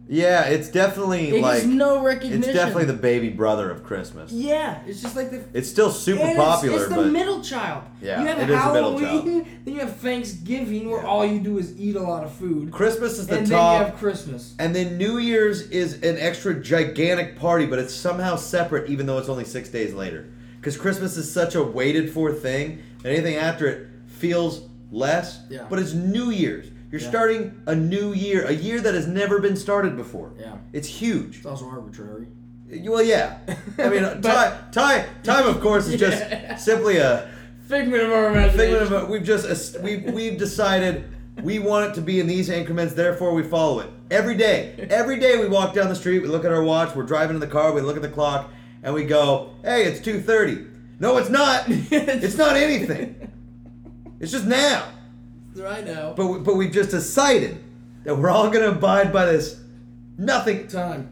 Speaker 1: Yeah, it's definitely
Speaker 2: It
Speaker 1: like
Speaker 2: gives no recognition.
Speaker 1: it's definitely the baby brother of Christmas.
Speaker 2: yeah. It's just like the
Speaker 1: It's still super
Speaker 2: And it's-
Speaker 1: popular,
Speaker 2: It's, the
Speaker 1: but
Speaker 2: middle child.
Speaker 1: Yeah,
Speaker 2: you have
Speaker 1: it is the middle
Speaker 2: Halloween, then you have Thanksgiving, where
Speaker 1: Yeah.
Speaker 2: all you do is eat a lot of food,
Speaker 1: Christmas is the
Speaker 2: and
Speaker 1: top.
Speaker 2: then you have Christmas.
Speaker 1: And then New Year's is an extra gigantic party, but it's somehow separate, even though it's only six days later. Because Christmas is such a waited for thing, and anything after it feels less.
Speaker 2: Yeah.
Speaker 1: But it's New Year's. You're
Speaker 2: Yeah.
Speaker 1: starting a new year, a year that has never been started before.
Speaker 2: Yeah,
Speaker 1: It's huge.
Speaker 2: it's also arbitrary.
Speaker 1: Well, yeah. I mean,
Speaker 2: But-
Speaker 1: time, time, time, of course, is just
Speaker 2: Yeah.
Speaker 1: simply a
Speaker 2: Figment of our imagination.
Speaker 1: figment of a, we've just we've, we've decided we want it to be in these increments therefore we follow it every day every day we walk down the street we look at our watch we're driving in the car we look at the clock and we go hey it's 2.30 no it's not it's not anything it's just now
Speaker 2: right now.
Speaker 1: but, we, but we've just decided that we're all going to abide by this nothing
Speaker 2: time.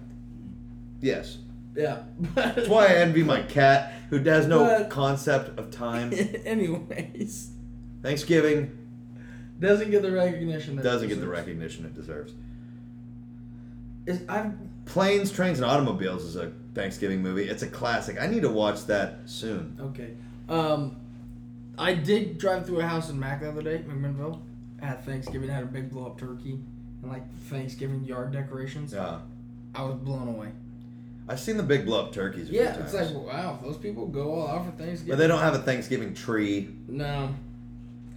Speaker 1: yes
Speaker 2: Yeah.
Speaker 1: that's why i envy my cat who has no
Speaker 2: But-
Speaker 1: concept of time
Speaker 2: Anyways,
Speaker 1: thanksgiving
Speaker 2: doesn't get the recognition. That it
Speaker 1: doesn't get the
Speaker 2: deserves.
Speaker 1: recognition it deserves
Speaker 2: It's- I've
Speaker 1: Planes, Trains, and Automobiles is a Thanksgiving movie. It's a classic. I need to watch that soon.
Speaker 2: Okay. Um, I did drive through a house in Mac the other day, McMinnville. At Thanksgiving, I had a big blow up turkey and like Thanksgiving yard decorations.
Speaker 1: Yeah.
Speaker 2: I was blown away.
Speaker 1: I've seen the big blow up turkeys. A
Speaker 2: Yeah,
Speaker 1: few
Speaker 2: it's
Speaker 1: times.
Speaker 2: like wow, those people go all out for Thanksgiving.
Speaker 1: But they don't have a Thanksgiving tree.
Speaker 2: no,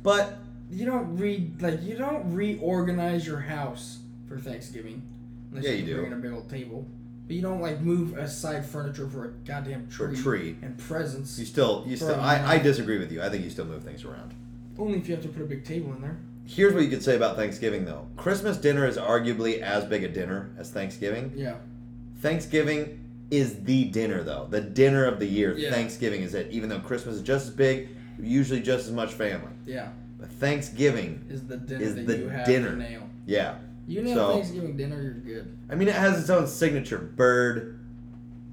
Speaker 1: But
Speaker 2: you don't re like you don't reorganize your house for Thanksgiving. Unless
Speaker 1: Yeah, you do.
Speaker 2: Bring in a big old table, but you don't like move aside furniture for a goddamn
Speaker 1: For a
Speaker 2: tree,
Speaker 1: tree.
Speaker 2: and presents.
Speaker 1: you still, you
Speaker 2: For
Speaker 1: still.
Speaker 2: a
Speaker 1: I, I
Speaker 2: month.
Speaker 1: disagree with you. I think you still move things around.
Speaker 2: Only if you have to put a big table in there.
Speaker 1: Here's what you could say about Thanksgiving though. Christmas dinner is arguably as big a dinner as Thanksgiving.
Speaker 2: Yeah.
Speaker 1: Thanksgiving is the dinner though. The dinner of the year.
Speaker 2: Yeah.
Speaker 1: Thanksgiving is it. Even though Christmas is just as big, usually just as much family.
Speaker 2: Yeah,
Speaker 1: But Thanksgiving,
Speaker 2: is the dinner
Speaker 1: Is
Speaker 2: that
Speaker 1: the
Speaker 2: you have
Speaker 1: dinner.
Speaker 2: to nail.
Speaker 1: yeah.
Speaker 2: You nail
Speaker 1: So-
Speaker 2: Thanksgiving dinner, you're good.
Speaker 1: I mean, it has its own signature bird,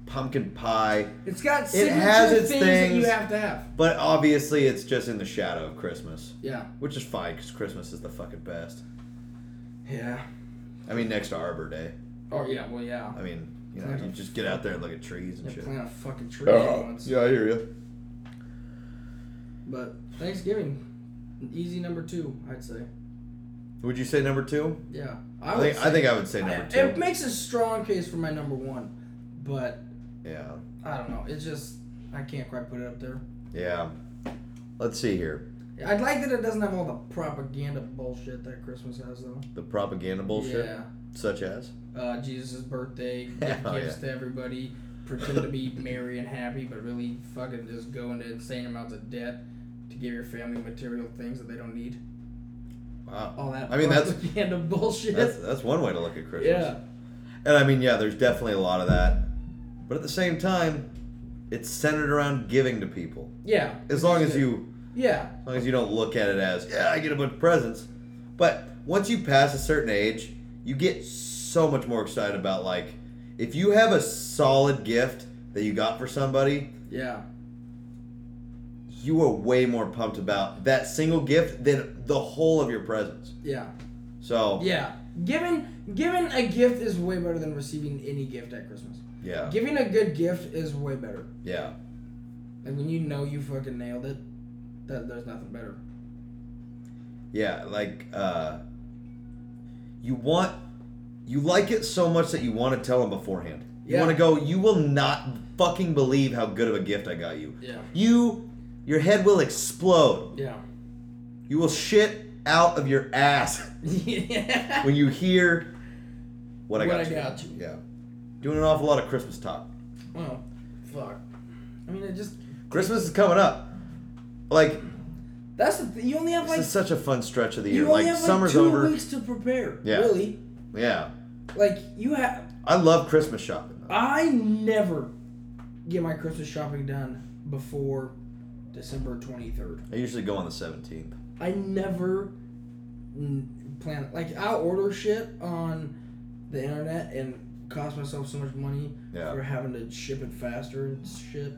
Speaker 1: pumpkin pie,
Speaker 2: It's got
Speaker 1: It
Speaker 2: signature
Speaker 1: has its
Speaker 2: things, that
Speaker 1: things.
Speaker 2: you have to have.
Speaker 1: but obviously it's just in the shadow of Christmas,
Speaker 2: Yeah.
Speaker 1: which is fine because Christmas is the fucking best.
Speaker 2: Yeah.
Speaker 1: I mean, next to Arbor Day.
Speaker 2: Oh yeah. Well yeah.
Speaker 1: I mean, you know, you just get out there and look at trees and
Speaker 2: They
Speaker 1: shit.
Speaker 2: plant a fucking tree for
Speaker 1: Oh,
Speaker 2: once.
Speaker 1: yeah, I hear you.
Speaker 2: But Thanksgiving, easy number two, I'd say.
Speaker 1: Would you say number two?
Speaker 2: Yeah.
Speaker 1: I,
Speaker 2: would
Speaker 1: think
Speaker 2: say,
Speaker 1: I think I would say number
Speaker 2: I-
Speaker 1: two.
Speaker 2: It makes a strong case for my number one, but
Speaker 1: yeah,
Speaker 2: I don't know. It's just I can't quite put it up there.
Speaker 1: yeah. Let's see here.
Speaker 2: I'd like that it doesn't have all the propaganda bullshit that Christmas has though.
Speaker 1: The propaganda bullshit.
Speaker 2: Yeah.
Speaker 1: Such as?
Speaker 2: uh, Jesus' birthday, give
Speaker 1: Hell
Speaker 2: gifts to everybody, pretend to be merry and happy, but really fucking just go into insane amounts of debt to give your family material things that they don't need.
Speaker 1: Wow.
Speaker 2: All that
Speaker 1: I mean, that's-
Speaker 2: propaganda bullshit.
Speaker 1: That's, that's one way to look at Christmas.
Speaker 2: yeah.
Speaker 1: And I mean, yeah, there's definitely a lot of that. But at the same time, it's centered around giving to people.
Speaker 2: Yeah.
Speaker 1: As long as you
Speaker 2: Yeah.
Speaker 1: as long as you don't look at it as, yeah, I get a bunch of presents. But once you pass a certain age, you get so much more excited about like if you have a solid gift that you got for somebody,
Speaker 2: Yeah.
Speaker 1: you are way more pumped about that single gift than the whole of your presents.
Speaker 2: Yeah.
Speaker 1: So,
Speaker 2: Yeah. Giving giving a gift is way better than receiving any gift at Christmas.
Speaker 1: yeah.
Speaker 2: Giving a good gift is way better.
Speaker 1: Yeah.
Speaker 2: Like when you know you fucking nailed it, that there's nothing better.
Speaker 1: Yeah, like uh you want you like it so much that you want to tell them beforehand. You
Speaker 2: Yeah.
Speaker 1: want to go, you will not fucking believe how good of a gift I got you.
Speaker 2: Yeah.
Speaker 1: You your head will explode.
Speaker 2: Yeah.
Speaker 1: You will shit out of your ass
Speaker 2: yeah.
Speaker 1: when you hear what I
Speaker 2: What
Speaker 1: got,
Speaker 2: I
Speaker 1: you.
Speaker 2: got you.
Speaker 1: Yeah. Doing an awful lot of Christmas talk.
Speaker 2: Well, fuck. I mean, it just
Speaker 1: Christmas is coming up. Like
Speaker 2: that's the th- you only have
Speaker 1: this
Speaker 2: like
Speaker 1: is such a fun stretch of the year.
Speaker 2: you only
Speaker 1: Like
Speaker 2: have
Speaker 1: summer's
Speaker 2: like two
Speaker 1: over.
Speaker 2: weeks to prepare.
Speaker 1: Yeah.
Speaker 2: Really,
Speaker 1: Yeah.
Speaker 2: like you have.
Speaker 1: I love Christmas shopping. though.
Speaker 2: I never get my Christmas shopping done before December twenty third.
Speaker 1: I usually go on the 17th.
Speaker 2: I never mm, plan like I'll order shit on the internet and cost myself so much money
Speaker 1: Yeah.
Speaker 2: for having to ship it faster and shit.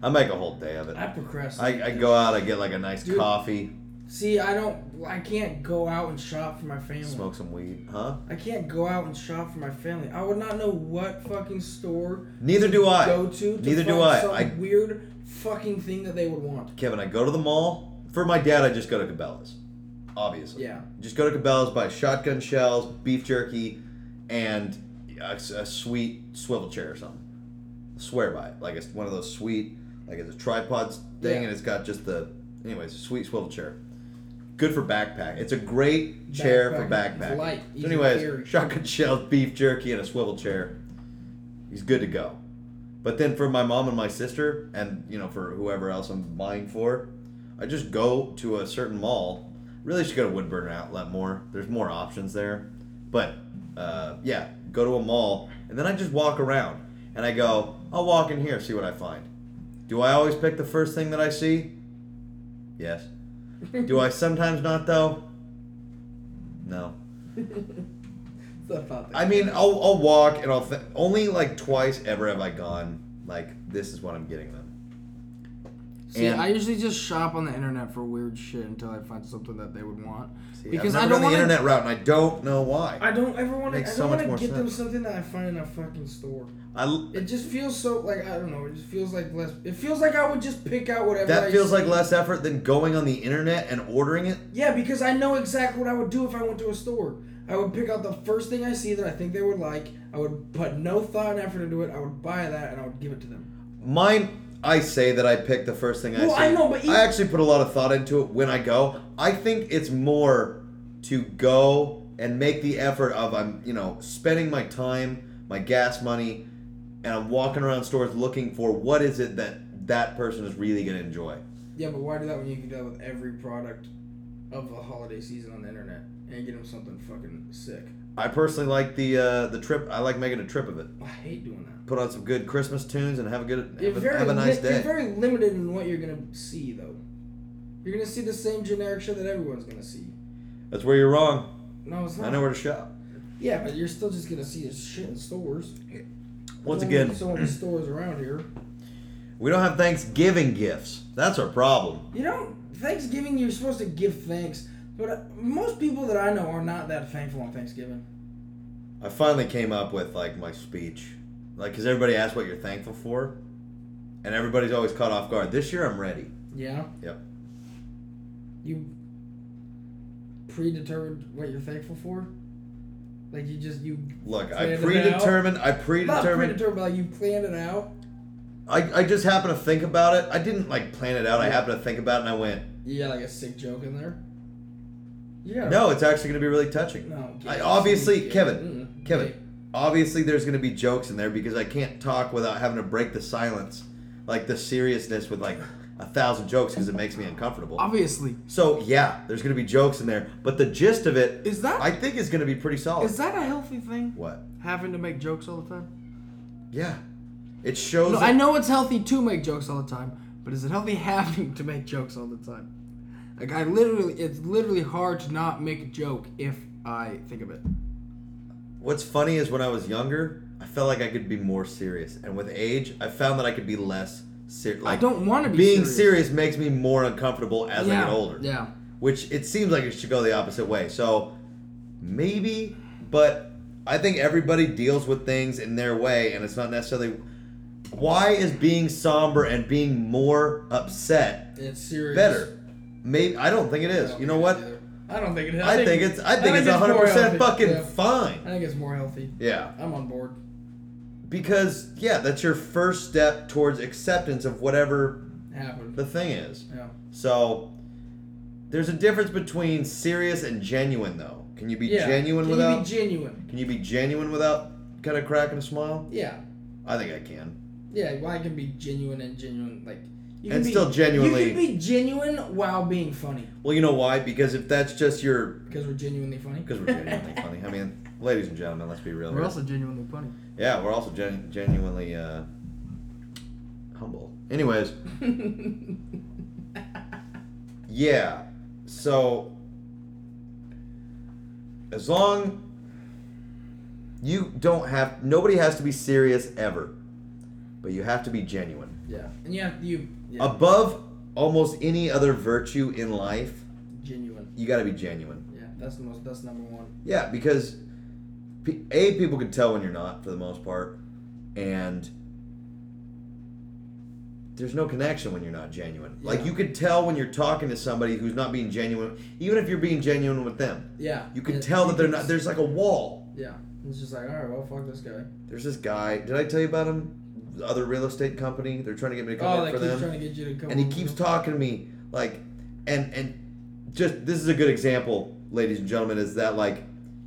Speaker 1: I make a whole day of it.
Speaker 2: I procrastinate.
Speaker 1: I, I go out, I get like a nice
Speaker 2: Dude.
Speaker 1: coffee,
Speaker 2: See, I don't. I can't go out and shop for my family.
Speaker 1: smoke some weed, huh?
Speaker 2: I can't go out and shop for my family. I would not know what fucking store
Speaker 1: Neither do I.
Speaker 2: go to. to
Speaker 1: Neither do
Speaker 2: find
Speaker 1: I.
Speaker 2: Some
Speaker 1: I-
Speaker 2: weird fucking thing that they would want.
Speaker 1: Kevin, I go to the mall. For my dad, I just go to Cabela's. Obviously.
Speaker 2: Yeah.
Speaker 1: Just go to Cabela's, buy shotgun shells, beef jerky, and a, a sweet swivel chair or something. I swear by it. Like it's one of those sweet, like it's a tripod
Speaker 2: Yeah.
Speaker 1: thing and it's got just the, anyways, a sweet swivel chair. Good for backpack. It's a great chair
Speaker 2: Backpacking.
Speaker 1: for
Speaker 2: It's
Speaker 1: backpack.
Speaker 2: light, easy
Speaker 1: so
Speaker 2: to carry.
Speaker 1: anyways, shotgun shells, beef jerky, and a swivel chair. He's good to go. But then for my mom and my sister, and you know for whoever else I'm buying for, I just go to a certain mall. Really should go to Woodburn Outlet more. There's more options there. But uh, yeah, go to a mall, and then I just walk around, and I go, I'll walk in here, see what I find. Do I always pick the first thing that I see? Yes. Do I sometimes not though? No.
Speaker 2: Stuff out there.
Speaker 1: I mean, I'll, I'll walk and I'll th- only like twice ever have I gone like this is what I'm getting them.
Speaker 2: See,
Speaker 1: and-
Speaker 2: I usually just shop on the internet for weird shit until I find something that they would want.
Speaker 1: See,
Speaker 2: because
Speaker 1: I've
Speaker 2: I
Speaker 1: never
Speaker 2: don't
Speaker 1: gone
Speaker 2: want
Speaker 1: the internet route and I don't know why.
Speaker 2: I don't ever want to. I don't
Speaker 1: Makes so
Speaker 2: want
Speaker 1: much
Speaker 2: to
Speaker 1: more
Speaker 2: get them
Speaker 1: sense.
Speaker 2: something that I find in a fucking store.
Speaker 1: I, l-
Speaker 2: It just feels so like I don't know. It just feels like less. It feels like I would just pick out whatever. I
Speaker 1: that feels like
Speaker 2: see.
Speaker 1: less effort than going on the internet and ordering it.
Speaker 2: Yeah, because I know exactly what I would do if I went to a store. I would pick out the first thing I see that I think they would like. I would put no thought and effort into it. I would buy that and I would give it to them.
Speaker 1: Mine, I say that I pick the first thing I
Speaker 2: Well,
Speaker 1: see.
Speaker 2: I know, but even-
Speaker 1: I actually put a lot of thought into it when I go. I think it's more to go and make the effort of I'm, you know, spending my time, my gas money, and I'm walking around stores looking for what is it that that person is really gonna enjoy.
Speaker 2: Yeah, but why do that when you can do that with every product of the holiday season on the internet and get them something fucking sick?
Speaker 1: I personally like the uh, the trip. I like making a trip of it.
Speaker 2: I hate doing that.
Speaker 1: Put on some good Christmas tunes and have a good
Speaker 2: You're
Speaker 1: have a,
Speaker 2: very
Speaker 1: have a nice
Speaker 2: li-
Speaker 1: day.
Speaker 2: You're very limited in what you're gonna see though. You're gonna see the same generic shit that everyone's gonna see.
Speaker 1: That's where you're wrong.
Speaker 2: No, it's not.
Speaker 1: I know where to shop.
Speaker 2: Yeah, but you're still just gonna see this shit in stores.
Speaker 1: Once
Speaker 2: There's only
Speaker 1: again,
Speaker 2: so many stores around here.
Speaker 1: we don't have Thanksgiving gifts. That's our problem.
Speaker 2: You know, Thanksgiving you're supposed to give thanks, but uh, most people that I know are not that thankful on Thanksgiving.
Speaker 1: I finally came up with like my speech, like because everybody asks what you're thankful for, and everybody's always caught off guard. This year I'm ready.
Speaker 2: Yeah.
Speaker 1: Yep.
Speaker 2: You predetermined what you're thankful for. Like you just you
Speaker 1: Look, I
Speaker 2: Planned it
Speaker 1: predetermined. I
Speaker 2: not
Speaker 1: predetermined.
Speaker 2: predetermined, but you planned it out.
Speaker 1: I, I just happened to think about it. I didn't like plan it out. I
Speaker 2: Yeah.
Speaker 1: happened to think about it, and I went,
Speaker 2: You got like a sick joke in there. Yeah.
Speaker 1: No, it's actually going to be really touching.
Speaker 2: No.
Speaker 1: I, obviously,
Speaker 2: Yeah.
Speaker 1: Kevin,
Speaker 2: Mm-mm.
Speaker 1: Kevin,
Speaker 2: Hey,
Speaker 1: obviously there's going to be jokes in there because I can't talk without having to break the silence, like the seriousness with like a thousand jokes because it makes me uncomfortable.
Speaker 2: Obviously.
Speaker 1: So yeah, there's going to be jokes in there, but the gist of it,
Speaker 2: Is that is
Speaker 1: I think, is going to be pretty solid.
Speaker 2: that a healthy thing?
Speaker 1: what?
Speaker 2: Having to make jokes all the time?
Speaker 1: Yeah, it shows.
Speaker 2: No,
Speaker 1: that-
Speaker 2: I know it's healthy to make jokes all the time, but is it healthy having to make jokes all the time? Like I literally it's literally hard to not make a joke if I think of it.
Speaker 1: What's funny is when I was younger, I felt like I could be more serious, and with age, I found that I could be less serious. Like,
Speaker 2: I don't want to be
Speaker 1: being
Speaker 2: serious.
Speaker 1: serious. makes me more uncomfortable as I
Speaker 2: yeah.
Speaker 1: get older.
Speaker 2: Yeah.
Speaker 1: Which it seems like it should go the opposite way. So maybe, but I think everybody deals with things in their way, and it's not necessarily. Why is being somber and being more upset
Speaker 2: It's serious.
Speaker 1: better? Maybe I don't think it is. You know what?
Speaker 2: I don't think it is.
Speaker 1: I think it's I think it's
Speaker 2: more
Speaker 1: 100 percent
Speaker 2: healthy.
Speaker 1: fucking
Speaker 2: Yeah. I
Speaker 1: fine.
Speaker 2: think it's more healthy.
Speaker 1: Yeah.
Speaker 2: I'm on board.
Speaker 1: because yeah that's your first step towards acceptance of whatever
Speaker 2: Happened.
Speaker 1: the thing is
Speaker 2: Yeah.
Speaker 1: so there's a difference between serious and genuine though can you be
Speaker 2: yeah.
Speaker 1: genuine
Speaker 2: Can you
Speaker 1: without
Speaker 2: be genuine.
Speaker 1: can you be genuine without kind of cracking a smile
Speaker 2: Yeah.
Speaker 1: i think i can
Speaker 2: Yeah, well, I can be genuine and genuine, like you
Speaker 1: And
Speaker 2: can
Speaker 1: still
Speaker 2: be,
Speaker 1: genuinely-
Speaker 2: You can be genuine while being funny
Speaker 1: well you know why because if that's just your
Speaker 2: because we're genuinely funny.
Speaker 1: because we're genuinely funny i mean ladies and gentlemen let's be real
Speaker 2: we're
Speaker 1: here.
Speaker 2: also genuinely funny.
Speaker 1: yeah we're also gen- genuinely uh, humble anyways Yeah. So as long you don't have nobody has to be serious ever, but you have to be genuine.
Speaker 2: yeah, and you have you yeah,
Speaker 1: Above almost any other virtue in life,
Speaker 2: genuine.
Speaker 1: you got to be genuine.
Speaker 2: Yeah, that's the most. That's number one.
Speaker 1: Yeah, because p- a people can tell when you're not for the most part, and there's no connection when you're not genuine. Like
Speaker 2: Yeah.
Speaker 1: you could tell when you're talking to somebody who's not being genuine, even if you're being genuine with them.
Speaker 2: Yeah,
Speaker 1: You can
Speaker 2: it-
Speaker 1: tell that they're not.
Speaker 2: it's-
Speaker 1: There's like a wall.
Speaker 2: Yeah, it's just like all right, well, fuck this guy.
Speaker 1: There's this guy. Did I tell you about him? The other real estate company. They're trying to get me to come
Speaker 2: Oh,
Speaker 1: work
Speaker 2: that
Speaker 1: for
Speaker 2: keeps
Speaker 1: them,
Speaker 2: trying to get you to come.
Speaker 1: and he
Speaker 2: over.
Speaker 1: keeps talking to me like, and and just this is a good example, ladies and gentlemen, is that like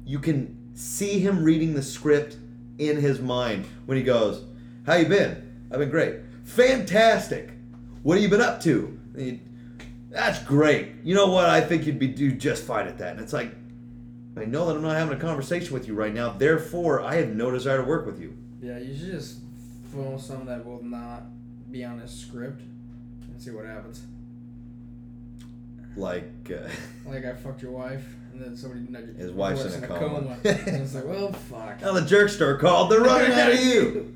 Speaker 1: you can see him reading the script in his mind when he goes, "How you been? I've been great. Fantastic. What have you been up to?" And you, That's great. You know what? I think you'd be do just fine at that. And it's like, I know that I'm not having a conversation with you right now. Therefore, I have no desire to work with you.
Speaker 2: Yeah, you should just film some that will not be on a script and see what happens.
Speaker 1: Like, uh,
Speaker 2: Like I fucked your wife, and then somebody nudged
Speaker 1: His wife's in a coma.
Speaker 2: and it's like, well, fuck.
Speaker 1: now the jerk store called. They're running out of you.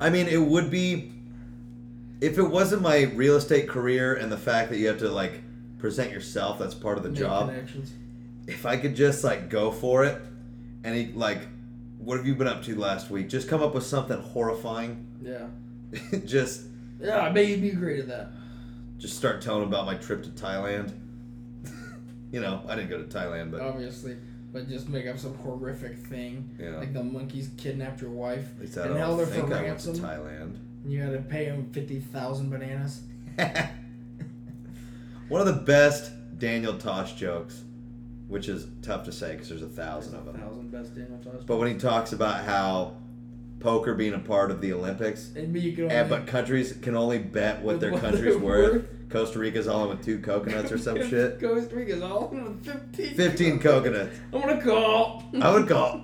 Speaker 1: I mean, it would be if it wasn't my real estate career and the fact that you have to like present yourself. That's part of the
Speaker 2: Make
Speaker 1: job.
Speaker 2: connections.
Speaker 1: if I could just like go for it, and he like, what have you been up to last week? Just come up with something horrifying.
Speaker 2: Yeah.
Speaker 1: just
Speaker 2: Yeah, I bet you'd be great at that.
Speaker 1: just start telling him about my trip to Thailand. you know, I didn't go to Thailand,
Speaker 2: Oh.
Speaker 1: but
Speaker 2: Obviously. But just make up some horrific thing.
Speaker 1: Yeah.
Speaker 2: Like the monkeys kidnapped your wife.
Speaker 1: at least I
Speaker 2: and held her
Speaker 1: don't
Speaker 2: for
Speaker 1: think I went to
Speaker 2: ransom.
Speaker 1: Thailand.
Speaker 2: And you had to pay them 50,000 bananas.
Speaker 1: One of the best Daniel Tosh jokes, which is tough to say because there's a thousand of them.
Speaker 2: Thousand best Daniel Tosh.
Speaker 1: But when he talks about how poker being a part of the Olympics
Speaker 2: and me, you could only.
Speaker 1: And, Eh, but countries can only bet what their
Speaker 2: What
Speaker 1: country's
Speaker 2: they're
Speaker 1: worth. Costa Rica's all in with two coconuts or some shit.
Speaker 2: Costa Rica's all in with 15.
Speaker 1: 15 coconuts.
Speaker 2: I'm gonna call.
Speaker 1: I would call.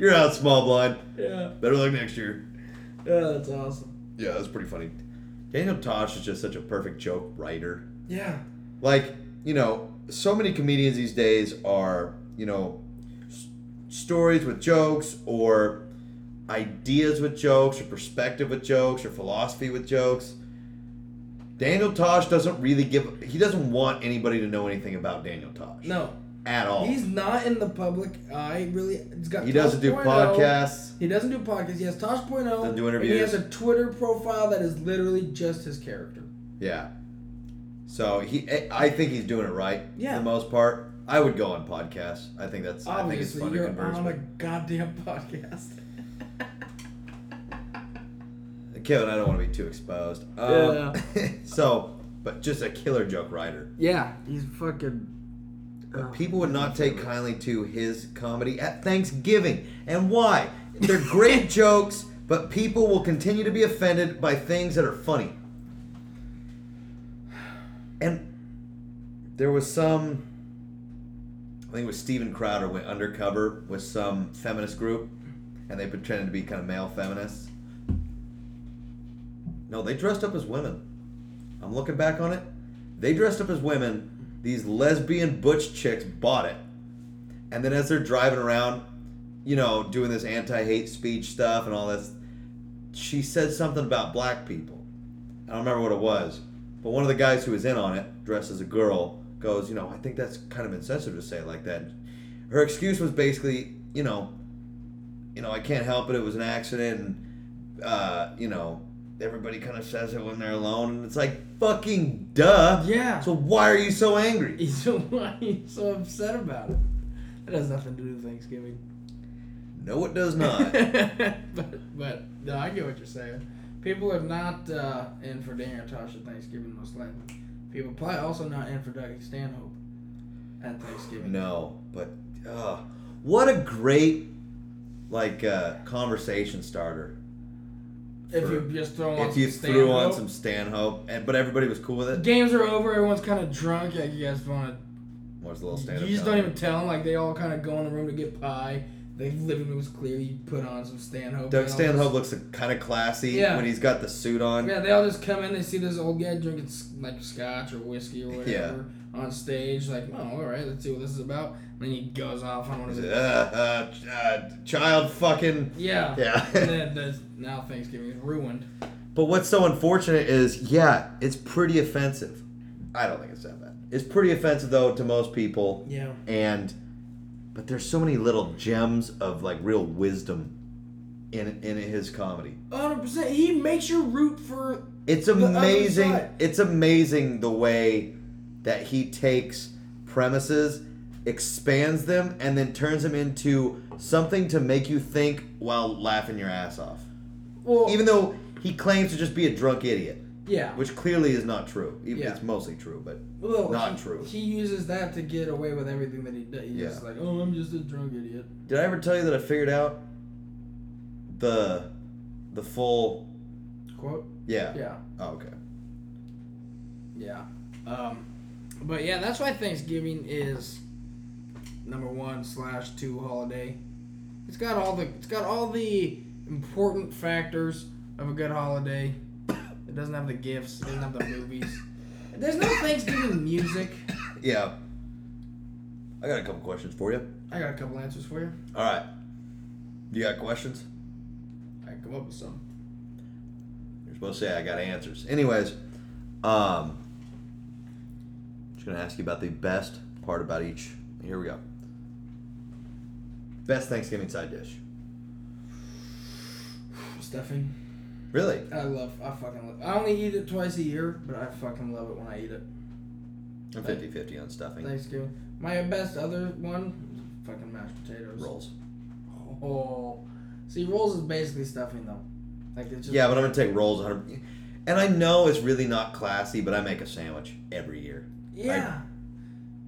Speaker 1: You're out, small blind.
Speaker 2: yeah.
Speaker 1: Better luck next year.
Speaker 2: Yeah, that's awesome.
Speaker 1: Yeah, that's pretty funny. Daniel Tosh is just such a perfect joke writer.
Speaker 2: Yeah.
Speaker 1: Like, you know, so many comedians these days are, you know, s- stories with jokes or ideas with jokes or perspective with jokes or philosophy with jokes. Daniel Tosh doesn't really give he doesn't want anybody to know anything about Daniel Tosh.
Speaker 2: No.
Speaker 1: At all.
Speaker 2: He's not in the public eye, really. He's got
Speaker 1: he doesn't do
Speaker 2: 12.0.
Speaker 1: podcasts.
Speaker 2: He doesn't do podcasts. He has Tosh.0.
Speaker 1: Doesn't do
Speaker 2: And he
Speaker 1: interviews.
Speaker 2: has a Twitter profile that is literally just his character.
Speaker 1: Yeah. So he I- I think he's doing it right
Speaker 2: Yeah.
Speaker 1: for the most part. I would go on podcasts. I think that's I think it's
Speaker 2: Obviously,
Speaker 1: fun to
Speaker 2: you're
Speaker 1: converse
Speaker 2: on a
Speaker 1: with.
Speaker 2: goddamn podcast.
Speaker 1: Kevin, I don't want to be too exposed. Um, so, but just a killer joke writer.
Speaker 2: Yeah, he's fucking.
Speaker 1: But
Speaker 2: Oh,
Speaker 1: Uh, people would not take kindly to his comedy at Thanksgiving. And why? They're great jokes, but people will continue to be offended by things that are funny. And there was some, I think it was Steven Crowder went undercover with some feminist group, and they pretended to be kind of male feminists. No, they dressed up as women. I'm looking back on it. They dressed up as women. These lesbian butch chicks bought it. And then as they're driving around, you know, doing this anti hate speech stuff and all this, she said something about black people. I don't remember what it was. But one of the guys who was in on it, dressed as a girl, goes, you know, I think that's kind of insensitive to say it like that. Her excuse was basically, you know, you know, I can't help it. It was an accident, and uh, you know, everybody kind of says it when they're alone, and it's like fucking duh.
Speaker 2: Yeah.
Speaker 1: So why are you so angry?
Speaker 2: He's so why he's so upset about it. That has nothing to do with Thanksgiving.
Speaker 1: No, it does not.
Speaker 2: but but no, I get what you're saying. People are not uh, in for Daniel Tosh at Thanksgiving most likely. People probably also not in for Dougie Stanhope at Thanksgiving.
Speaker 1: no, but uh, what a great like uh, conversation starter.
Speaker 2: if
Speaker 1: For-
Speaker 2: you just throw on
Speaker 1: If you
Speaker 2: some
Speaker 1: threw on
Speaker 2: Stanhope.
Speaker 1: some Stanhope, and but everybody was cool with it.
Speaker 2: games are over, everyone's kind of drunk. Like you guys want
Speaker 1: Was a little
Speaker 2: to,
Speaker 1: Stanhope.
Speaker 2: you just don't
Speaker 1: comedy.
Speaker 2: even tell them. Like they all kind of go in the room to get pie. The living room was clear. You put on some Stanhope.
Speaker 1: Doug
Speaker 2: and all
Speaker 1: Stanhope looks kind of classy
Speaker 2: Yeah.
Speaker 1: when he's got the suit on.
Speaker 2: Yeah, they all just come in. They see this old guy drinking s- like scotch or whiskey or whatever on stage. Like, oh, all right, let's see what this is about. And then he goes off on one of
Speaker 1: He's,
Speaker 2: his.
Speaker 1: uh, uh, ch- uh, child fucking.
Speaker 2: Yeah. and
Speaker 1: Yeah.
Speaker 2: then there's- now Thanksgiving is ruined.
Speaker 1: but what's so unfortunate is, yeah, it's pretty offensive. I don't think it's that bad. It's pretty offensive though to most people,
Speaker 2: Yeah.
Speaker 1: and but there's so many little gems of like real wisdom in in his comedy.
Speaker 2: 100%. He makes you root for.
Speaker 1: It's
Speaker 2: other
Speaker 1: amazing.
Speaker 2: side.
Speaker 1: It's amazing the way that he takes premises, expands them, and then turns them into something to make you think while laughing your ass off.
Speaker 2: Well,
Speaker 1: Even though he claims to just be a drunk idiot,
Speaker 2: yeah.
Speaker 1: which clearly is not true. Even
Speaker 2: Yeah.
Speaker 1: it's mostly true, but
Speaker 2: Well,
Speaker 1: not
Speaker 2: he-
Speaker 1: true.
Speaker 2: He uses that to get away with everything that he does. He's
Speaker 1: Yeah.
Speaker 2: just like, oh, I'm just a drunk idiot.
Speaker 1: did I ever tell you that I figured out the the full
Speaker 2: Quote?
Speaker 1: yeah.
Speaker 2: Yeah.
Speaker 1: Oh, okay.
Speaker 2: Yeah. Um, but yeah, that's why Thanksgiving is number one slash two holiday. It's got all the it's got all the important factors of a good holiday. It doesn't have the gifts. It doesn't have the movies. There's no Thanksgiving music.
Speaker 1: Yeah. I got a couple questions for you.
Speaker 2: I got a couple answers for you.
Speaker 1: All right. You got questions?
Speaker 2: I can come up with some.
Speaker 1: You're supposed to say I got answers. Anyways, um, just gonna ask you about the best part about each. Here we go. Best Thanksgiving side dish.
Speaker 2: Stuffing.
Speaker 1: Really?
Speaker 2: I love. I fucking love. I only eat it twice a year, but I fucking love it when I eat it.
Speaker 1: I'm 50 50 on stuffing.
Speaker 2: Thanksgiving. My best other one, fucking mashed potatoes.
Speaker 1: Rolls.
Speaker 2: Oh, see, rolls is basically stuffing though. Like it's just
Speaker 1: Yeah, but I'm gonna take rolls 100. And I know it's really not classy, but I make a sandwich every year.
Speaker 2: yeah,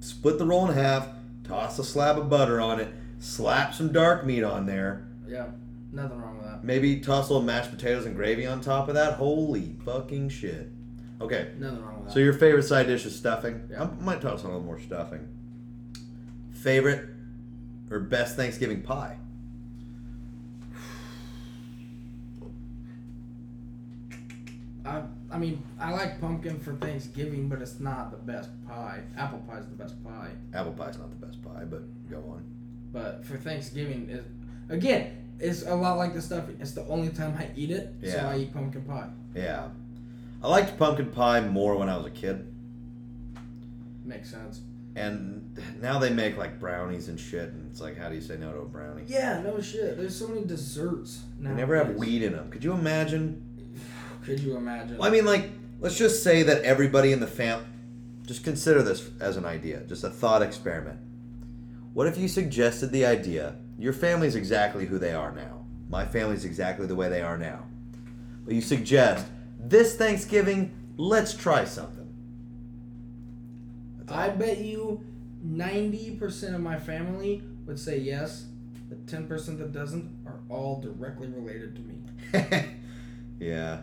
Speaker 1: Split the roll in half, toss a slab of butter on it, slap some dark meat on there,
Speaker 2: yeah. Nothing wrong with that.
Speaker 1: maybe toss a little mashed potatoes and gravy on top of that. Holy fucking shit. Okay,
Speaker 2: Nothing wrong with
Speaker 1: So
Speaker 2: that.
Speaker 1: your favorite side dish is stuffing.
Speaker 2: Yeah.
Speaker 1: I might toss on a little more stuffing. Favorite or best Thanksgiving pie?
Speaker 2: I I mean I like pumpkin for Thanksgiving, but it's not the best pie. Apple pie is the best pie,
Speaker 1: Apple pie's not the best pie, but go on.
Speaker 2: but for Thanksgiving is again it's a lot like the stuffing. It's the only time I eat it, so
Speaker 1: Yeah.
Speaker 2: I eat pumpkin pie.
Speaker 1: Yeah, I liked pumpkin pie more when I was a kid,
Speaker 2: Makes sense.
Speaker 1: and now they make like brownies and shit, and it's like, how do you say no to a brownie?
Speaker 2: Yeah, no shit. There's so many desserts now.
Speaker 1: They never have weed in them. Could you imagine?
Speaker 2: Could you imagine?
Speaker 1: Well, I mean, like, let's just say that everybody in the fam. Just consider this as an idea, just a thought experiment. What if you suggested the idea? Your family's exactly who they are now. My family's exactly the way they are now. But you suggest this Thanksgiving, let's try something. That's
Speaker 2: I
Speaker 1: all.
Speaker 2: bet you 90% of my family would say yes. The 10% that doesn't are all directly related to me.
Speaker 1: yeah.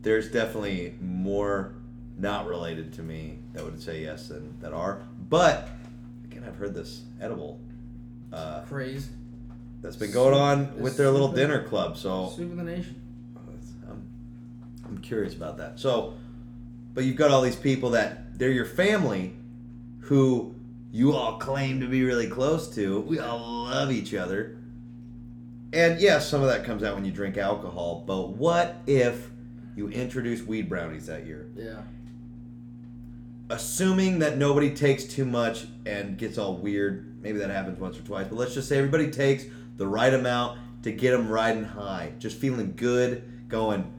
Speaker 1: There's definitely more not related to me that would say yes than that are. But again, I've heard this edible uh,
Speaker 2: Craze.
Speaker 1: that's been going on with their little
Speaker 2: Something.
Speaker 1: dinner club. So
Speaker 2: Soup of the nation.
Speaker 1: I'm, I'm curious about that. So, but you've got all these people that they're your family who you all claim to be really close to. We all love each other. And yes, some of that comes out when you drink alcohol, but what if you introduce weed brownies that year?
Speaker 2: Yeah.
Speaker 1: Assuming that nobody takes too much and gets all weird, maybe that happens once or twice, but let's just say everybody takes the right amount to get them riding high, just feeling good, going,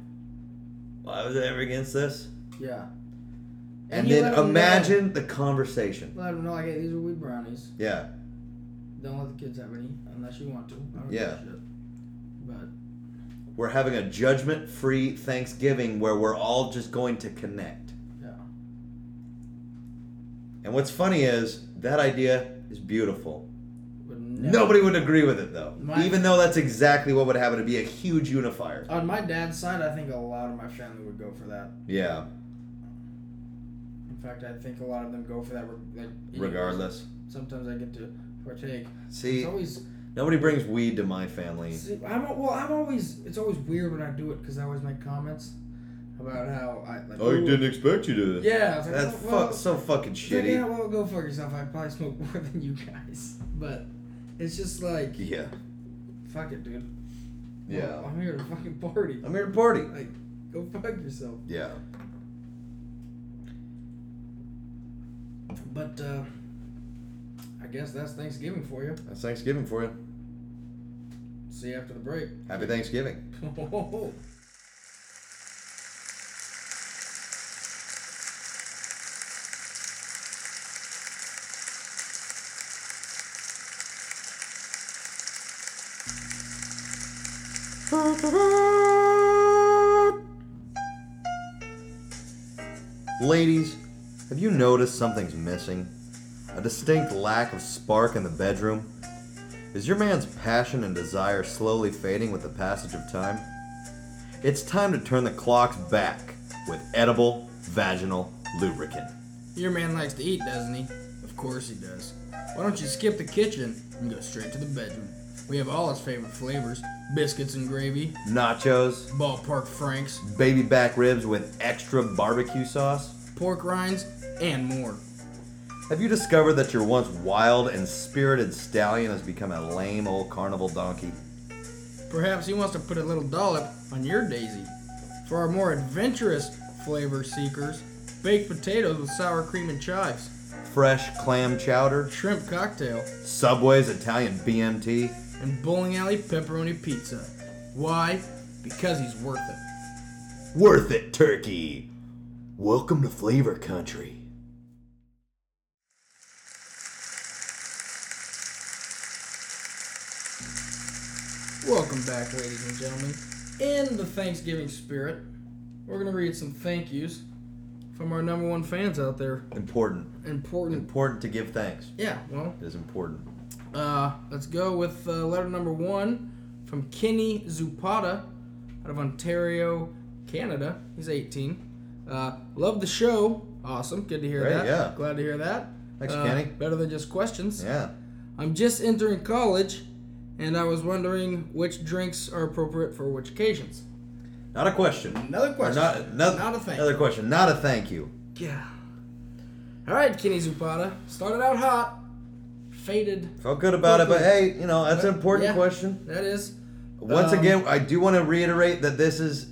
Speaker 1: well, I was ever against this.
Speaker 2: Yeah.
Speaker 1: And,
Speaker 2: you
Speaker 1: then
Speaker 2: let 'em know.
Speaker 1: imagine the conversation.
Speaker 2: Let them know, like, hey, these are weed brownies.
Speaker 1: Yeah,
Speaker 2: Don't let the kids have any unless you want to. I don't
Speaker 1: Yeah.
Speaker 2: Give a shit. But
Speaker 1: we're having a judgment free Thanksgiving where we're all just going to connect.
Speaker 2: yeah,
Speaker 1: And what's funny is that idea is beautiful.
Speaker 2: would never-
Speaker 1: Nobody would agree with it though,
Speaker 2: My-
Speaker 1: even though that's exactly what would happen to be a huge unifier.
Speaker 2: On my dad's side, I think a lot of my family would go for that.
Speaker 1: Yeah,
Speaker 2: In fact, I think a lot of them go for that. reg- Like, anyways.
Speaker 1: regardless.
Speaker 2: sometimes I get to partake. It's
Speaker 1: See,
Speaker 2: always
Speaker 1: nobody brings weed to my family.
Speaker 2: see, I'm al- well. I'm always. It's always weird when I do it because I always make comments about how I. Like, "Ooh."
Speaker 1: expect Oh, you to.
Speaker 2: Yeah. I was like,
Speaker 1: That's
Speaker 2: oh, well,
Speaker 1: fuck, so fucking
Speaker 2: it's like, yeah,
Speaker 1: shitty.
Speaker 2: well, go fuck yourself. I probably smoke more than you guys, but it's just like,
Speaker 1: Yeah,
Speaker 2: fuck it, dude.
Speaker 1: yeah.
Speaker 2: Well, I'm here to fucking party.
Speaker 1: I'm here to party.
Speaker 2: Like, go fuck yourself.
Speaker 1: Yeah.
Speaker 2: But uh, I guess that's Thanksgiving for you.
Speaker 1: That's Thanksgiving for you.
Speaker 2: See you after the break. Oh,
Speaker 1: Happy Thanksgiving. Ladies, have you noticed something's missing? A distinct lack of spark in the bedroom? Is your man's passion and desire slowly fading with the passage of time? It's time to turn the clocks back with edible vaginal lubricant.
Speaker 2: Your man likes to eat, doesn't he? Of course he does. Why don't you skip the kitchen and go straight to the bedroom? We have all his favorite flavors biscuits and gravy,
Speaker 1: Nachos,
Speaker 2: ballpark franks,
Speaker 1: baby back ribs with extra barbecue sauce.
Speaker 2: pork rinds, and more.
Speaker 1: Have you discovered that your once wild and spirited stallion has become a lame old carnival donkey?
Speaker 2: Perhaps he wants to put a little dollop on your daisy. For our more adventurous flavor seekers, baked potatoes with sour cream and chives,
Speaker 1: Fresh clam chowder,
Speaker 2: shrimp cocktail,
Speaker 1: Subway's Italian BMT,
Speaker 2: and bowling alley pepperoni pizza. Why? Because he's worth it.
Speaker 1: worth it turkey. Welcome to flavor country.
Speaker 2: Welcome back, ladies and gentlemen. In the Thanksgiving spirit, we're gonna read some thank yous from our number one fans out there.
Speaker 1: Important.
Speaker 2: Important.
Speaker 1: Important to give thanks.
Speaker 2: Yeah. Well,
Speaker 1: It is important.
Speaker 2: uh, let's go with uh, letter number one from Kenny Zupata out of Ontario, Canada. He's 18. Uh, love the show. Awesome. Good to hear
Speaker 1: Great,
Speaker 2: that.
Speaker 1: yeah.
Speaker 2: Glad to hear that.
Speaker 1: Thanks,
Speaker 2: Uh,
Speaker 1: Kenny.
Speaker 2: Better than just questions.
Speaker 1: Yeah.
Speaker 2: I'm just entering college, and I was wondering which drinks are appropriate for which occasions.
Speaker 1: Not a question.
Speaker 2: Another
Speaker 1: Or
Speaker 2: question.
Speaker 1: Not, another,
Speaker 2: Not a thank
Speaker 1: Another question. Not a thank you.
Speaker 2: Yeah. All right, Kenny Zupata. Started out hot, faded.
Speaker 1: Felt good about it, but
Speaker 2: Felt
Speaker 1: hey, you know, that's an important
Speaker 2: Yeah,
Speaker 1: question.
Speaker 2: That is.
Speaker 1: Once
Speaker 2: Um,
Speaker 1: again, I do want to reiterate that this is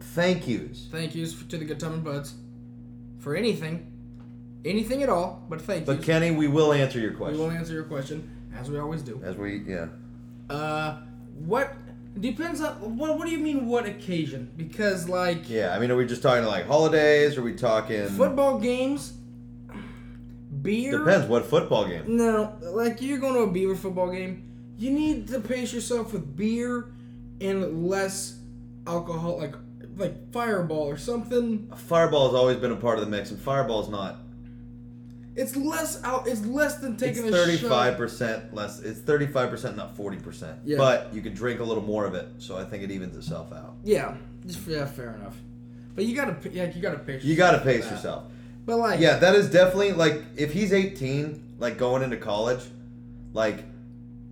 Speaker 1: thank yous.
Speaker 2: Thank yous to the Good Time and Buds for anything, anything at all. But thank
Speaker 1: But
Speaker 2: yous.
Speaker 1: Kenny, we will answer your
Speaker 2: we
Speaker 1: question.
Speaker 2: will answer your question as we always do.
Speaker 1: As we, yeah.
Speaker 2: Uh, what depends on what? What do you mean? What occasion? Because like.
Speaker 1: Yeah, I mean, are we just talking like holidays? Are we talking.
Speaker 2: football games, beer.
Speaker 1: Depends what football game.
Speaker 2: No, like you're going to a Beaver football game, you need to pace yourself with beer and less alcohol, like like Fireball or something.
Speaker 1: Fireball has always been a part of the mix, and Fireball's not.
Speaker 2: It's less out. It's less than
Speaker 1: It's
Speaker 2: taking a
Speaker 1: thirty-five
Speaker 2: shot.
Speaker 1: percent less. It's thirty-five percent, not forty percent.
Speaker 2: Yeah.
Speaker 1: But you can drink a little more of it, so I think it evens itself out.
Speaker 2: Yeah, just- yeah, fair enough. But you gotta, p- yeah, you gotta pace.
Speaker 1: You got to
Speaker 2: yourself for
Speaker 1: pace
Speaker 2: that.
Speaker 1: yourself.
Speaker 2: But like,
Speaker 1: Yeah, that is definitely like if he's eighteen, like going into college, like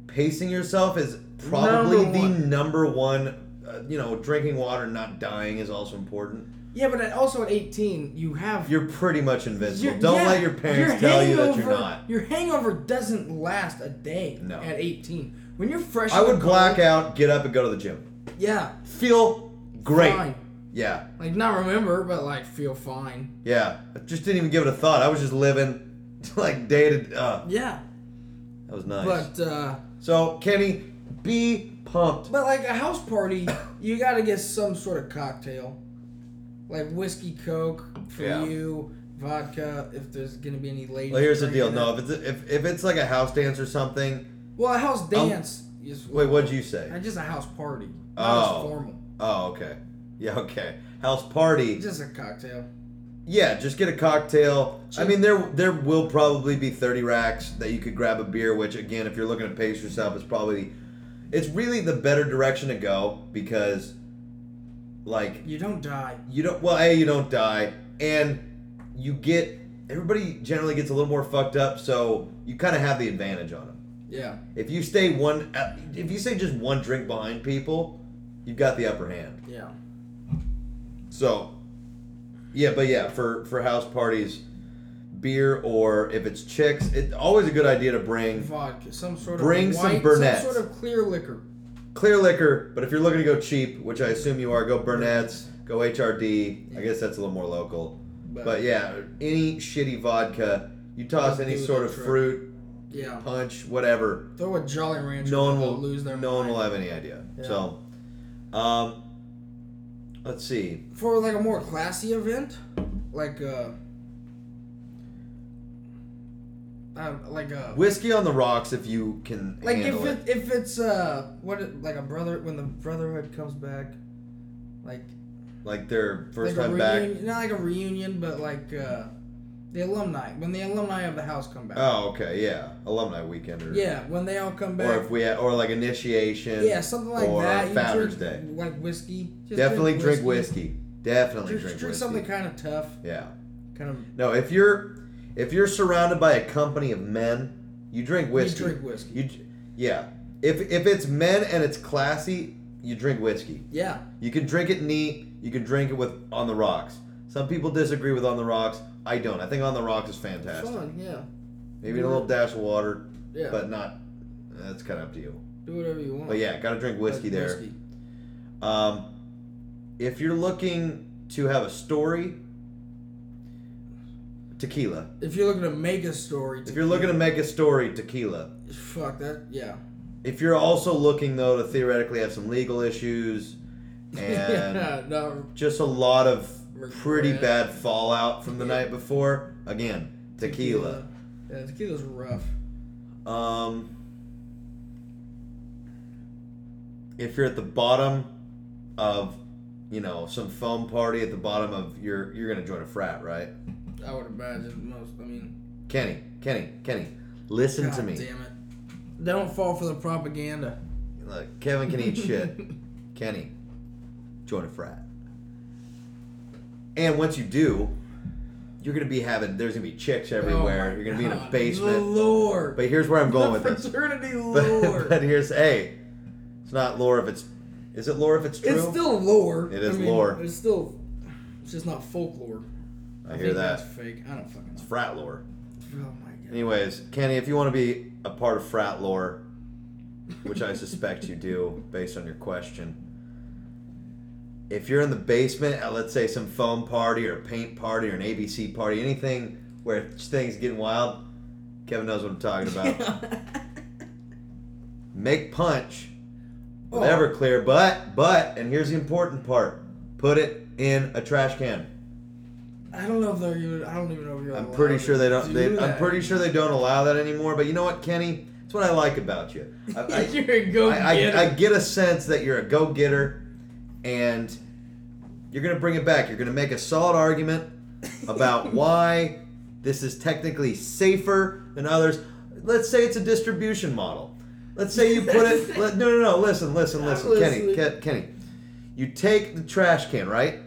Speaker 1: pacing yourself is probably
Speaker 2: Number
Speaker 1: the
Speaker 2: one.
Speaker 1: number one. Uh, you know, drinking water and not dying is also important.
Speaker 2: yeah, but at, also at eighteen, you have
Speaker 1: You're pretty much invincible.
Speaker 2: Your-
Speaker 1: Don't
Speaker 2: yeah,
Speaker 1: let your parents tell you that you're
Speaker 2: hangover-
Speaker 1: not.
Speaker 2: Your hangover doesn't last a day.
Speaker 1: No.
Speaker 2: At 18, when you're fresh,
Speaker 1: I would black
Speaker 2: blackout.
Speaker 1: out, get up, and go to the gym.
Speaker 2: Yeah.
Speaker 1: Feel great.
Speaker 2: Fine.
Speaker 1: Yeah,
Speaker 2: Like not remember, but like feel fine.
Speaker 1: yeah. I just didn't even give it a thought. I was just living, like day to. Uh,
Speaker 2: Yeah.
Speaker 1: that was nice.
Speaker 2: But uh,
Speaker 1: so Kenny, be pumped.
Speaker 2: but like a house party, you gotta get some sort of cocktail, like whiskey, coke for
Speaker 1: Yeah.
Speaker 2: you, vodka. If there's gonna be any ladies.
Speaker 1: Well, here's the deal.
Speaker 2: drinking
Speaker 1: No,
Speaker 2: it.
Speaker 1: if it's if, if it's like a house dance or something.
Speaker 2: Well, a
Speaker 1: Oh.
Speaker 2: house dance is
Speaker 1: Wait, what'd you say?
Speaker 2: uh, just a house party. Not
Speaker 1: Oh.
Speaker 2: as formal.
Speaker 1: Oh, okay. Yeah, okay. House party.
Speaker 2: Just a cocktail.
Speaker 1: Yeah, just get a cocktail. I
Speaker 2: Sure.
Speaker 1: mean, there there will probably be thirty racks that you could grab a beer. Which again, if you're looking to pace yourself, it's probably it's really the better direction to go because, like,
Speaker 2: You don't die.
Speaker 1: you don't. Well, a you don't die, and you get everybody generally gets a little more fucked up, so you kind of have the advantage on them.
Speaker 2: Yeah.
Speaker 1: If you stay one, if you stay just one drink behind people, you've got the upper hand.
Speaker 2: Yeah.
Speaker 1: So, yeah, but yeah, for for house parties, beer or if it's chicks, it's always a good idea to bring
Speaker 2: vodka, some sort
Speaker 1: Bring
Speaker 2: of
Speaker 1: some
Speaker 2: white,
Speaker 1: Burnett's.
Speaker 2: some sort of clear liquor.
Speaker 1: clear liquor. But if you're looking to go cheap, which I assume you are, go Burnett's, go HRD. I guess that's a little more local.
Speaker 2: But,
Speaker 1: But yeah, any shitty vodka, you toss any
Speaker 2: Do
Speaker 1: sort
Speaker 2: the
Speaker 1: of
Speaker 2: trick.
Speaker 1: fruit,
Speaker 2: yeah,
Speaker 1: punch, whatever.
Speaker 2: throw a Jolly Rancher.
Speaker 1: no one
Speaker 2: they'll
Speaker 1: will
Speaker 2: lose their
Speaker 1: no one
Speaker 2: mind.
Speaker 1: will have any idea.
Speaker 2: Yeah.
Speaker 1: So, um, let's see.
Speaker 2: For like a more classy event, like uh, uh like a
Speaker 1: Whiskey on the rocks, if you can
Speaker 2: like if
Speaker 1: handle it.
Speaker 2: it, if it's uh what it- like a brother when the brotherhood comes back, like
Speaker 1: Like their first
Speaker 2: like
Speaker 1: time
Speaker 2: a
Speaker 1: back.
Speaker 2: reunion, not like a reunion, but like uh the alumni when the alumni of the house come back.
Speaker 1: Oh, okay, yeah, alumni weekend or
Speaker 2: yeah, when they all come back.
Speaker 1: or if we had, or like initiation.
Speaker 2: Yeah, something like
Speaker 1: or
Speaker 2: that. You
Speaker 1: Founder's
Speaker 2: drink,
Speaker 1: Day.
Speaker 2: Like whiskey. Just
Speaker 1: Definitely drink whiskey. Definitely
Speaker 2: Drink,
Speaker 1: drink,
Speaker 2: drink
Speaker 1: whiskey.
Speaker 2: something kind of tough.
Speaker 1: Yeah.
Speaker 2: Kind of.
Speaker 1: No, if you're if you're surrounded by a company of men, you drink whiskey.
Speaker 2: drink whiskey.
Speaker 1: You d- yeah. If if it's men and it's classy, you drink whiskey.
Speaker 2: Yeah.
Speaker 1: You can drink it neat. You can drink it with on the rocks. Some people disagree with on the rocks. I don't. I think on the rocks is fantastic.
Speaker 2: Fun. Yeah.
Speaker 1: Maybe a little dash of water,
Speaker 2: Yeah.
Speaker 1: but not. That's kind of up to you.
Speaker 2: Do whatever you want.
Speaker 1: But yeah, gotta drink whiskey
Speaker 2: Like
Speaker 1: there.
Speaker 2: Whiskey.
Speaker 1: Um, if you're looking to have a story, tequila.
Speaker 2: If you're looking to make a story,
Speaker 1: If you're looking to make a story, tequila.
Speaker 2: fuck that. Yeah.
Speaker 1: If you're also looking though to theoretically have some legal issues and
Speaker 2: yeah. No.
Speaker 1: just a lot of
Speaker 2: Regret.
Speaker 1: pretty bad fallout from the
Speaker 2: Yeah.
Speaker 1: night before. Again, tequila.
Speaker 2: Yeah, tequila's rough.
Speaker 1: Um, if you're at the bottom of, you know, some foam party at the bottom of your, you're gonna join a frat, right?
Speaker 2: I would imagine most. I mean.
Speaker 1: Kenny, Kenny, Kenny, listen
Speaker 2: God
Speaker 1: to me.
Speaker 2: Damn it. Don't fall for the propaganda.
Speaker 1: Look, Kevin can eat shit. Kenny, join a frat. And once you do, you're gonna be having. There's gonna be chicks everywhere.
Speaker 2: Oh my
Speaker 1: you're gonna be in a
Speaker 2: God. The
Speaker 1: basement.
Speaker 2: lore.
Speaker 1: But here's where I'm going
Speaker 2: the
Speaker 1: with this.
Speaker 2: fraternity lore.
Speaker 1: But, but here's hey, it's not lore if it's, is it lore if it's true?
Speaker 2: It's still lore.
Speaker 1: It is lore.
Speaker 2: It's still, it's just not folklore.
Speaker 1: I hear
Speaker 2: think
Speaker 1: that.
Speaker 2: That's fake. I don't fucking know.
Speaker 1: It's frat lore.
Speaker 2: Oh my god.
Speaker 1: Anyways, Kenny, if you want to be a part of frat lore, which I suspect you do based on your question, if you're in the basement at let's say some foam party or a paint party or an ABC party, anything where things getting wild, Kevin knows what I'm talking about. Make punch
Speaker 2: Oh.
Speaker 1: with Everclear, but but and here's the important part: put it in a trash can.
Speaker 2: I don't know if they're even. I don't even know if you're.
Speaker 1: I'm
Speaker 2: allowed
Speaker 1: pretty sure they
Speaker 2: to
Speaker 1: don't. They,
Speaker 2: do
Speaker 1: I'm
Speaker 2: that.
Speaker 1: pretty sure they don't allow that anymore. But you know what, Kenny? That's what I like about you. I, I,
Speaker 2: you're a go
Speaker 1: I, I, I get a sense that you're a go-getter, and you're gonna bring it back. You're gonna make a solid argument about why This is technically safer than others. Let's say it's a distribution model. Let's say you put it. Let, no, no, no. Listen, listen,
Speaker 2: I'm
Speaker 1: listen, Kenny,
Speaker 2: listening.
Speaker 1: Ken, Kenny. You take the trash can, right?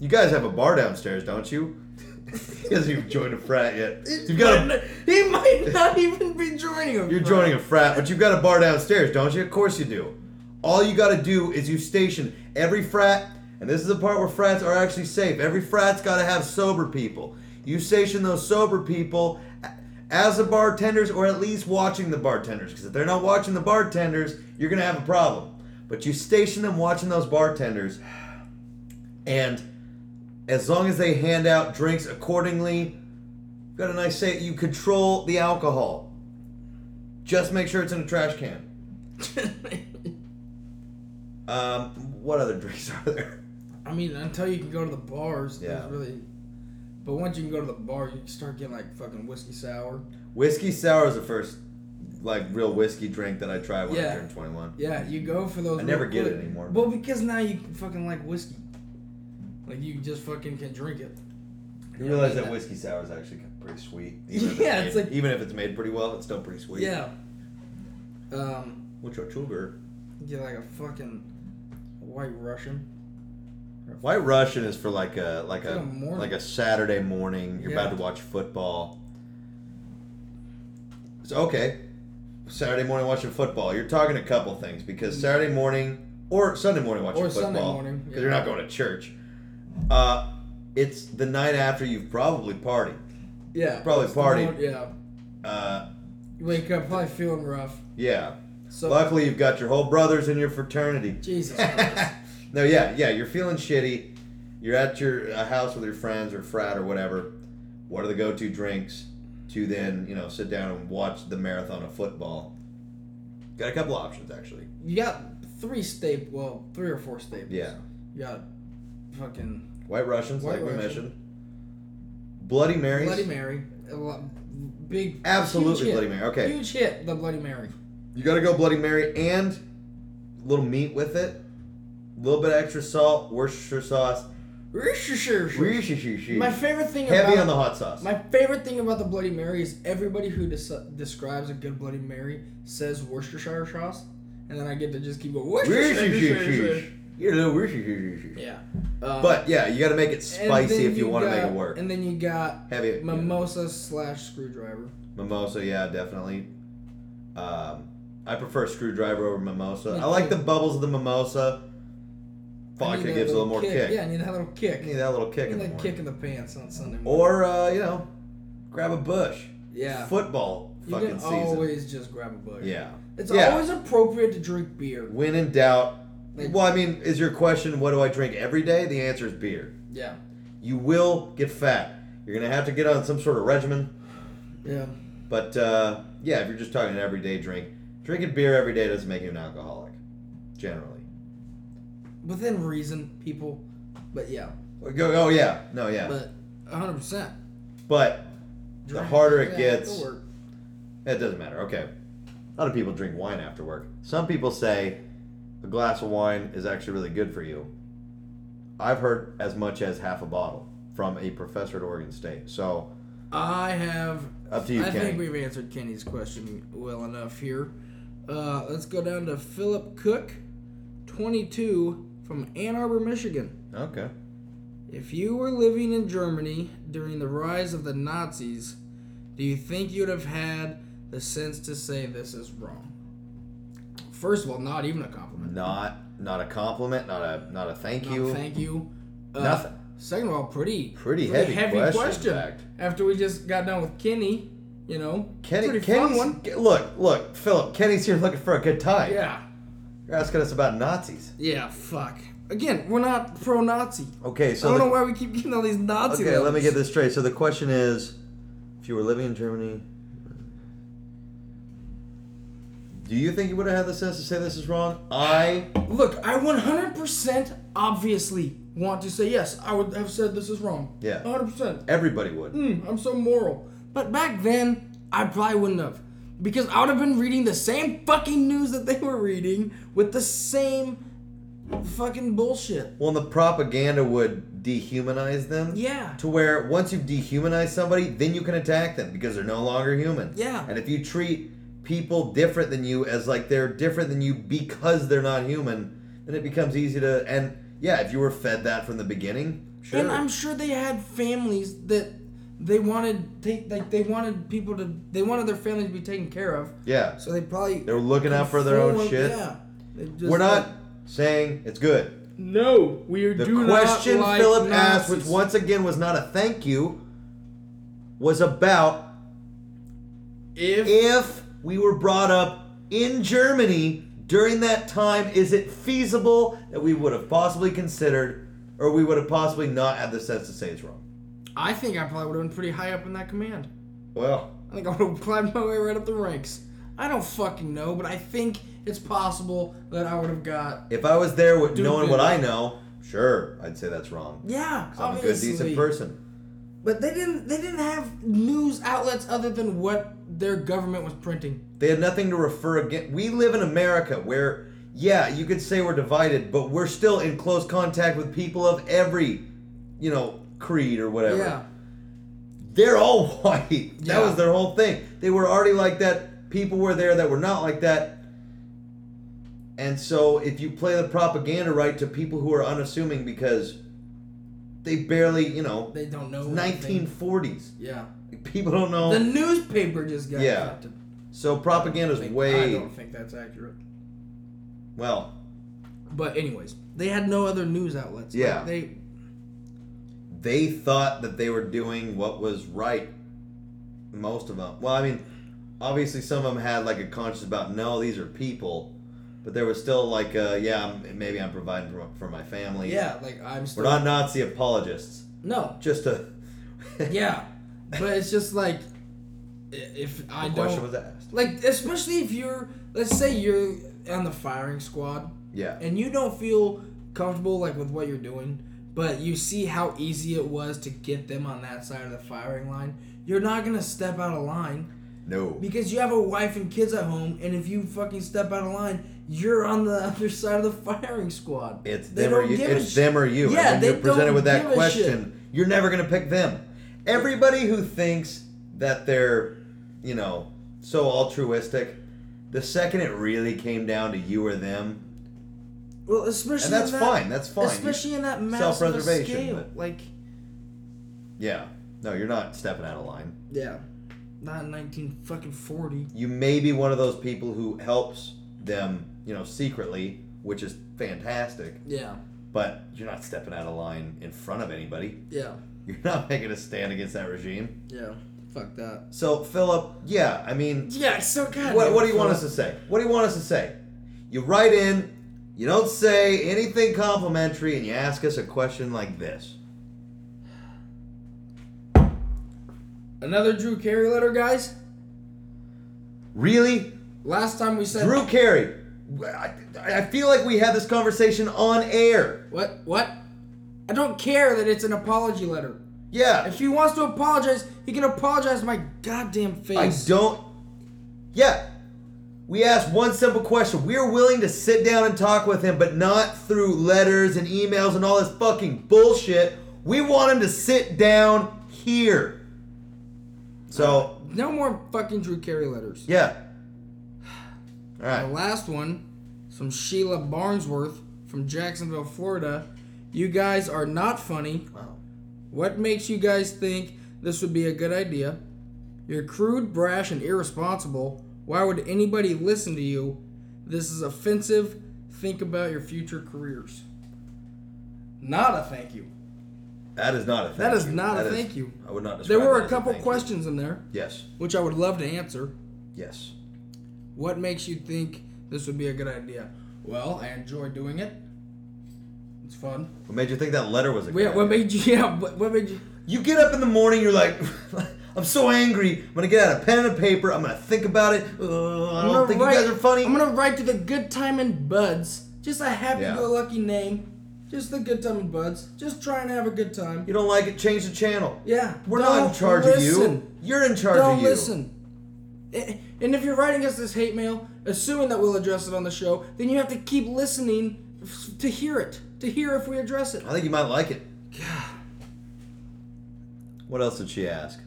Speaker 1: You guys have a bar downstairs, don't you? he hasn't even joined a frat yet. You've got a,
Speaker 2: he might not even be joining him.
Speaker 1: you're joining a frat, but you've got a bar downstairs, don't you? Of course you do. All you got to do is you station every frat, and this is the part where frats are actually safe. Every frat's got to have sober people. You station those sober people a- as the bartenders, or at least watching the bartenders, because if they're not watching the bartenders, you're gonna have a problem. But you station them watching those bartenders, and as long as they hand out drinks accordingly, got a nice say. You control the alcohol. Just make sure it's in a trash can. Um, what other drinks are there?
Speaker 2: I mean, until you can go to the bars, there's
Speaker 1: Yeah.
Speaker 2: really. But once you can go to the bar, you can start getting like fucking whiskey sour.
Speaker 1: Whiskey sour is the first like real whiskey drink that I tried when I
Speaker 2: Yeah.
Speaker 1: turned 21.
Speaker 2: Yeah, you go for those.
Speaker 1: I never
Speaker 2: real
Speaker 1: get it
Speaker 2: quick.
Speaker 1: anymore.
Speaker 2: Well, because now you can fucking like whiskey. Like you just fucking can drink it.
Speaker 1: You realize that whiskey sour is actually pretty sweet. if
Speaker 2: Yeah,
Speaker 1: made-
Speaker 2: it's like-
Speaker 1: even if it's made pretty well, it's still pretty sweet.
Speaker 2: Yeah. Um,
Speaker 1: What's your sugar?
Speaker 2: get like a fucking white Russian.
Speaker 1: White Russian is for like a like a
Speaker 2: It's like a morning.
Speaker 1: like a Saturday morning. You're about
Speaker 2: Yeah.
Speaker 1: to watch football. It's okay. Saturday morning watching football. You're talking a couple things because Saturday morning or Sunday morning watching
Speaker 2: Mm. Or
Speaker 1: football.
Speaker 2: Sunday morning,
Speaker 1: because
Speaker 2: yeah.
Speaker 1: you're not going to church. Uh, it's the night after you've probably partied.
Speaker 2: Yeah.
Speaker 1: Probably
Speaker 2: It's the
Speaker 1: party.
Speaker 2: one- Yeah.
Speaker 1: Uh,
Speaker 2: You wake up probably feeling rough.
Speaker 1: yeah.
Speaker 2: So
Speaker 1: Luckily, you've got your whole brothers in your fraternity.
Speaker 2: Jesus Christ.
Speaker 1: no, yeah, yeah. You're feeling shitty. You're at your uh, house with your friends or frat or whatever. What are the go-to drinks to then you know sit down and watch the marathon of football? Got a couple options actually.
Speaker 2: you got three staple, well, three or four staples.
Speaker 1: Yeah,
Speaker 2: You got fucking
Speaker 1: White Russians,
Speaker 2: White
Speaker 1: like
Speaker 2: Russian.
Speaker 1: we mentioned. Bloody Marys.
Speaker 2: Bloody Mary, a lot, big
Speaker 1: Absolutely
Speaker 2: huge
Speaker 1: Bloody
Speaker 2: hit.
Speaker 1: Mary. Okay,
Speaker 2: Huge hit, the Bloody Mary.
Speaker 1: you got to go Bloody Mary and a little meat with it. A little bit of extra salt, Worcestershire sauce.
Speaker 2: Worcestershire.
Speaker 1: Worcestershire.
Speaker 2: My favorite thing
Speaker 1: Heavy
Speaker 2: about
Speaker 1: on the hot sauce.
Speaker 2: my favorite thing about the Bloody Mary is everybody who des- describes a good Bloody Mary says Worcestershire sauce, and then I get to just keep going Worcestershire.
Speaker 1: You're a little Worcestershire.
Speaker 2: Yeah. Um,
Speaker 1: But yeah, you got to make it
Speaker 2: and
Speaker 1: spicy
Speaker 2: then
Speaker 1: if you want to make
Speaker 2: got-
Speaker 1: it work.
Speaker 2: And then you got
Speaker 1: Heavy
Speaker 2: mimosa slash screwdriver.
Speaker 1: mimosa, yeah, definitely. Um, I prefer screwdriver over mimosa.
Speaker 2: Me
Speaker 1: I like
Speaker 2: too.
Speaker 1: the bubbles of the mimosa.
Speaker 2: I need
Speaker 1: Vodka
Speaker 2: that
Speaker 1: gives a little more kick.
Speaker 2: Yeah, I need that little kick.
Speaker 1: You need that little kick
Speaker 2: I
Speaker 1: in
Speaker 2: need
Speaker 1: the
Speaker 2: that
Speaker 1: morning.
Speaker 2: kick in the pants on Sunday morning.
Speaker 1: Or uh, you know, grab a bush.
Speaker 2: yeah.
Speaker 1: Football
Speaker 2: You
Speaker 1: fucking
Speaker 2: can
Speaker 1: season.
Speaker 2: always just grab a bush.
Speaker 1: yeah.
Speaker 2: It's
Speaker 1: Yeah.
Speaker 2: always appropriate to drink beer.
Speaker 1: When in doubt.
Speaker 2: Like-
Speaker 1: Well, I mean, is your question what do I drink every day? The answer is beer.
Speaker 2: Yeah.
Speaker 1: you will get fat. You're gonna have to get on some sort of regimen.
Speaker 2: Yeah.
Speaker 1: But uh, yeah, if you're just talking an everyday drink, drinking beer every day doesn't make you an alcoholic, generally.
Speaker 2: Within reason, people. But yeah.
Speaker 1: Or go- Oh yeah, no yeah.
Speaker 2: But 100%.
Speaker 1: But The
Speaker 2: Drink-
Speaker 1: harder it
Speaker 2: yeah,
Speaker 1: gets-
Speaker 2: it'll work.
Speaker 1: it doesn't matter. Okay. A lot of people drink wine after work. Some people say a glass of wine is actually really good for you. I've heard as much as half a bottle from a professor at Oregon State. So
Speaker 2: I have.
Speaker 1: Up to you,
Speaker 2: I
Speaker 1: Kenny.
Speaker 2: think we've answered Kenny's question well enough here. Uh, let's go down to Philip Cook, 22, from Ann Arbor, Michigan.
Speaker 1: okay.
Speaker 2: If you were living in Germany during the rise of the Nazis, do you think you'd have had the sense to say this is wrong? First of all, not even a compliment.
Speaker 1: Not not a compliment. Not a not a thank
Speaker 2: Not
Speaker 1: you.
Speaker 2: thank you. Uh,
Speaker 1: Nothing.
Speaker 2: Second of all, pretty
Speaker 1: Pretty heavy question, in fact.
Speaker 2: After we just got done with Kenny, you know,
Speaker 1: Kenny,
Speaker 2: pretty
Speaker 1: Kenny's,
Speaker 2: fun one.
Speaker 1: Look, look, Philip. Kenny's here looking for a good time.
Speaker 2: Yeah,
Speaker 1: You're asking us about Nazis.
Speaker 2: yeah. Fuck. Again, we're not pro-Nazi.
Speaker 1: Okay,
Speaker 2: I
Speaker 1: so
Speaker 2: don't
Speaker 1: the,
Speaker 2: know why we keep getting all these Nazi.
Speaker 1: okay, let me
Speaker 2: letters.
Speaker 1: get this straight. So the question is, if you were living in Germany, do you think you would have had the sense to say this is wrong? I
Speaker 2: Look, I 100% obviously want to say yes. I would have said this is wrong.
Speaker 1: Yeah.
Speaker 2: 100%.
Speaker 1: everybody would.
Speaker 2: Mm, I'm so moral. But back then, I probably wouldn't have. Because I would have been reading the same fucking news that they were reading with the same fucking bullshit.
Speaker 1: Well, and the propaganda would dehumanize them.
Speaker 2: Yeah.
Speaker 1: To where once you've dehumanized somebody, then you can attack them because they're no longer human.
Speaker 2: Yeah.
Speaker 1: And if you treat people different than you as like they're different than you because they're not human, then it becomes easy to. And yeah, if you were fed that from the beginning, sure.
Speaker 2: And I'm sure they had families that they wanted they, like they wanted people to they wanted their family to be taken care of.
Speaker 1: yeah.
Speaker 2: So they probably
Speaker 1: They were looking out for their own shit.
Speaker 2: Yeah. They just
Speaker 1: We're not
Speaker 2: like,
Speaker 1: saying it's good.
Speaker 2: no, we are
Speaker 1: The
Speaker 2: do
Speaker 1: question
Speaker 2: not like
Speaker 1: Philip asked,
Speaker 2: Nazis.
Speaker 1: which once again was not a thank you, was about
Speaker 2: if,
Speaker 1: if we were brought up in Germany during that time, is it feasible that we would have possibly considered, or we would have possibly not had the sense to say it's wrong?
Speaker 2: I think I probably would have been pretty high up in that command.
Speaker 1: Well,
Speaker 2: I think I would have climbed my way right up the ranks. I don't fucking know, but I think it's possible that I would have got
Speaker 1: if I was there with
Speaker 2: Dude,
Speaker 1: knowing
Speaker 2: dude.
Speaker 1: what I know, sure, I'd say that's wrong.
Speaker 2: yeah,
Speaker 1: 'Cause I'm a
Speaker 2: obviously.
Speaker 1: good, decent person.
Speaker 2: But they didn't they didn't have news outlets other than what their government was printing.
Speaker 1: They had nothing to refer against. We live in America where, yeah, you could say we're divided, but we're still in close contact with people of every, you know, creed or whatever.
Speaker 2: Yeah.
Speaker 1: they're all white. That
Speaker 2: Yeah.
Speaker 1: was their whole thing. They were already like that. People were there that were not like that. And so if you play the propaganda right to people who are unassuming because they barely, you know,
Speaker 2: They don't know anything.
Speaker 1: 1940s.
Speaker 2: Yeah.
Speaker 1: People don't know.
Speaker 2: The newspaper just got
Speaker 1: Yeah.
Speaker 2: affected.
Speaker 1: so propaganda's
Speaker 2: Like, I
Speaker 1: way
Speaker 2: don't think that's accurate.
Speaker 1: well,
Speaker 2: But anyways, they had no other news outlets. Like,
Speaker 1: Yeah.
Speaker 2: they
Speaker 1: they thought that they were doing what was right. Most of them. Well, I mean, obviously some of them had like a conscience about no, these are people, but there was still like, uh, yeah, I'm, maybe I'm providing for, for my family.
Speaker 2: yeah, like I'm
Speaker 1: We're
Speaker 2: still
Speaker 1: not Nazi apologists.
Speaker 2: No.
Speaker 1: Just a.
Speaker 2: Yeah. but it's just like i- if I
Speaker 1: The
Speaker 2: don't
Speaker 1: question was asked.
Speaker 2: like especially if you're let's say you're on the firing squad
Speaker 1: Yeah.
Speaker 2: and you don't feel comfortable like with what you're doing but you see how easy it was to get them on that side of the firing line you're not gonna step out of line
Speaker 1: No.
Speaker 2: because you have a wife and kids at home and if you fucking step out of line you're on the other side of the firing squad
Speaker 1: It's
Speaker 2: They
Speaker 1: them or
Speaker 2: don't
Speaker 1: you.
Speaker 2: give a
Speaker 1: It's
Speaker 2: sh-
Speaker 1: them or you.
Speaker 2: Yeah,
Speaker 1: and when
Speaker 2: they
Speaker 1: you're presented
Speaker 2: don't
Speaker 1: with that
Speaker 2: give a
Speaker 1: question, you're never gonna pick them. Everybody who thinks that they're, you know, so altruistic, the second it really came down to you or them,
Speaker 2: well especially
Speaker 1: and that's
Speaker 2: in that,
Speaker 1: fine. That's fine. You-
Speaker 2: especially in that massive
Speaker 1: self-preservation,
Speaker 2: scale
Speaker 1: but-
Speaker 2: like
Speaker 1: yeah. No, you're not stepping out of line.
Speaker 2: yeah not in 19 fucking 40
Speaker 1: You may be one of those people who helps them, you know, secretly, which is fantastic.
Speaker 2: yeah
Speaker 1: But you're not stepping out of line in front of anybody.
Speaker 2: yeah
Speaker 1: You're not making a stand against that regime.
Speaker 2: yeah fuck that
Speaker 1: So, Philip, yeah, I mean,
Speaker 2: yeah so god
Speaker 1: what, what do you want us to say? What do you want us to say? You write in, you don't say anything complimentary, and you ask us a question like this.
Speaker 2: Another Drew Carey letter, guys.
Speaker 1: Really?
Speaker 2: Last time we said
Speaker 1: Drew Carey. I, I feel like we had this conversation on air.
Speaker 2: what? What? I don't care that it's an apology letter.
Speaker 1: Yeah.
Speaker 2: If he wants to apologize, he can apologize to my goddamn
Speaker 1: I
Speaker 2: face.
Speaker 1: don't. Yeah. We asked one simple question. We're willing to sit down and talk with him, but not through letters and emails and all this fucking bullshit. We want him to sit down here. So,
Speaker 2: No more fucking Drew Carey letters.
Speaker 1: yeah. All
Speaker 2: The
Speaker 1: right.
Speaker 2: last one, is from Sheila Barnsworth from Jacksonville, Florida. You guys are not funny.
Speaker 1: Wow.
Speaker 2: What makes you guys think this would be a good idea? You're crude, brash, and irresponsible. Why would anybody listen to you? This is offensive. Think about your future careers. Not a thank you.
Speaker 1: That is not a thank
Speaker 2: That is
Speaker 1: you.
Speaker 2: not a
Speaker 1: That is-
Speaker 2: thank you.
Speaker 1: I would not
Speaker 2: There
Speaker 1: describe
Speaker 2: were
Speaker 1: that
Speaker 2: a
Speaker 1: as
Speaker 2: couple
Speaker 1: thank you.
Speaker 2: questions in there,
Speaker 1: Yes.
Speaker 2: which I would love to answer.
Speaker 1: Yes.
Speaker 2: What makes you think this would be a good idea? Well, I enjoy doing it. It's fun.
Speaker 1: What made you think that letter was a good
Speaker 2: Yeah,
Speaker 1: idea?
Speaker 2: what made you? Yeah, what, what made you?
Speaker 1: You get up in the morning, you're like, I'm so angry. I'm gonna get out a pen and a paper. I'm gonna think about it. Uh, I
Speaker 2: I'm
Speaker 1: don't
Speaker 2: gonna
Speaker 1: think
Speaker 2: write-
Speaker 1: you guys are funny.
Speaker 2: I'm gonna write to the Good Time and Buds. Just a
Speaker 1: Yeah.
Speaker 2: happy-go-lucky name. Just the Good Time and Buds. Just trying to have a good time.
Speaker 1: You don't like it? Change the channel.
Speaker 2: Yeah.
Speaker 1: We're not in
Speaker 2: don't
Speaker 1: charge of you.
Speaker 2: listen.
Speaker 1: You're in charge
Speaker 2: Don't
Speaker 1: of you.
Speaker 2: listen. I- And if you're writing us this hate mail, assuming that we'll address it on the show, then you have to keep listening to hear it, to hear if we address it.
Speaker 1: I think you might like it.
Speaker 2: God.
Speaker 1: What else did she ask?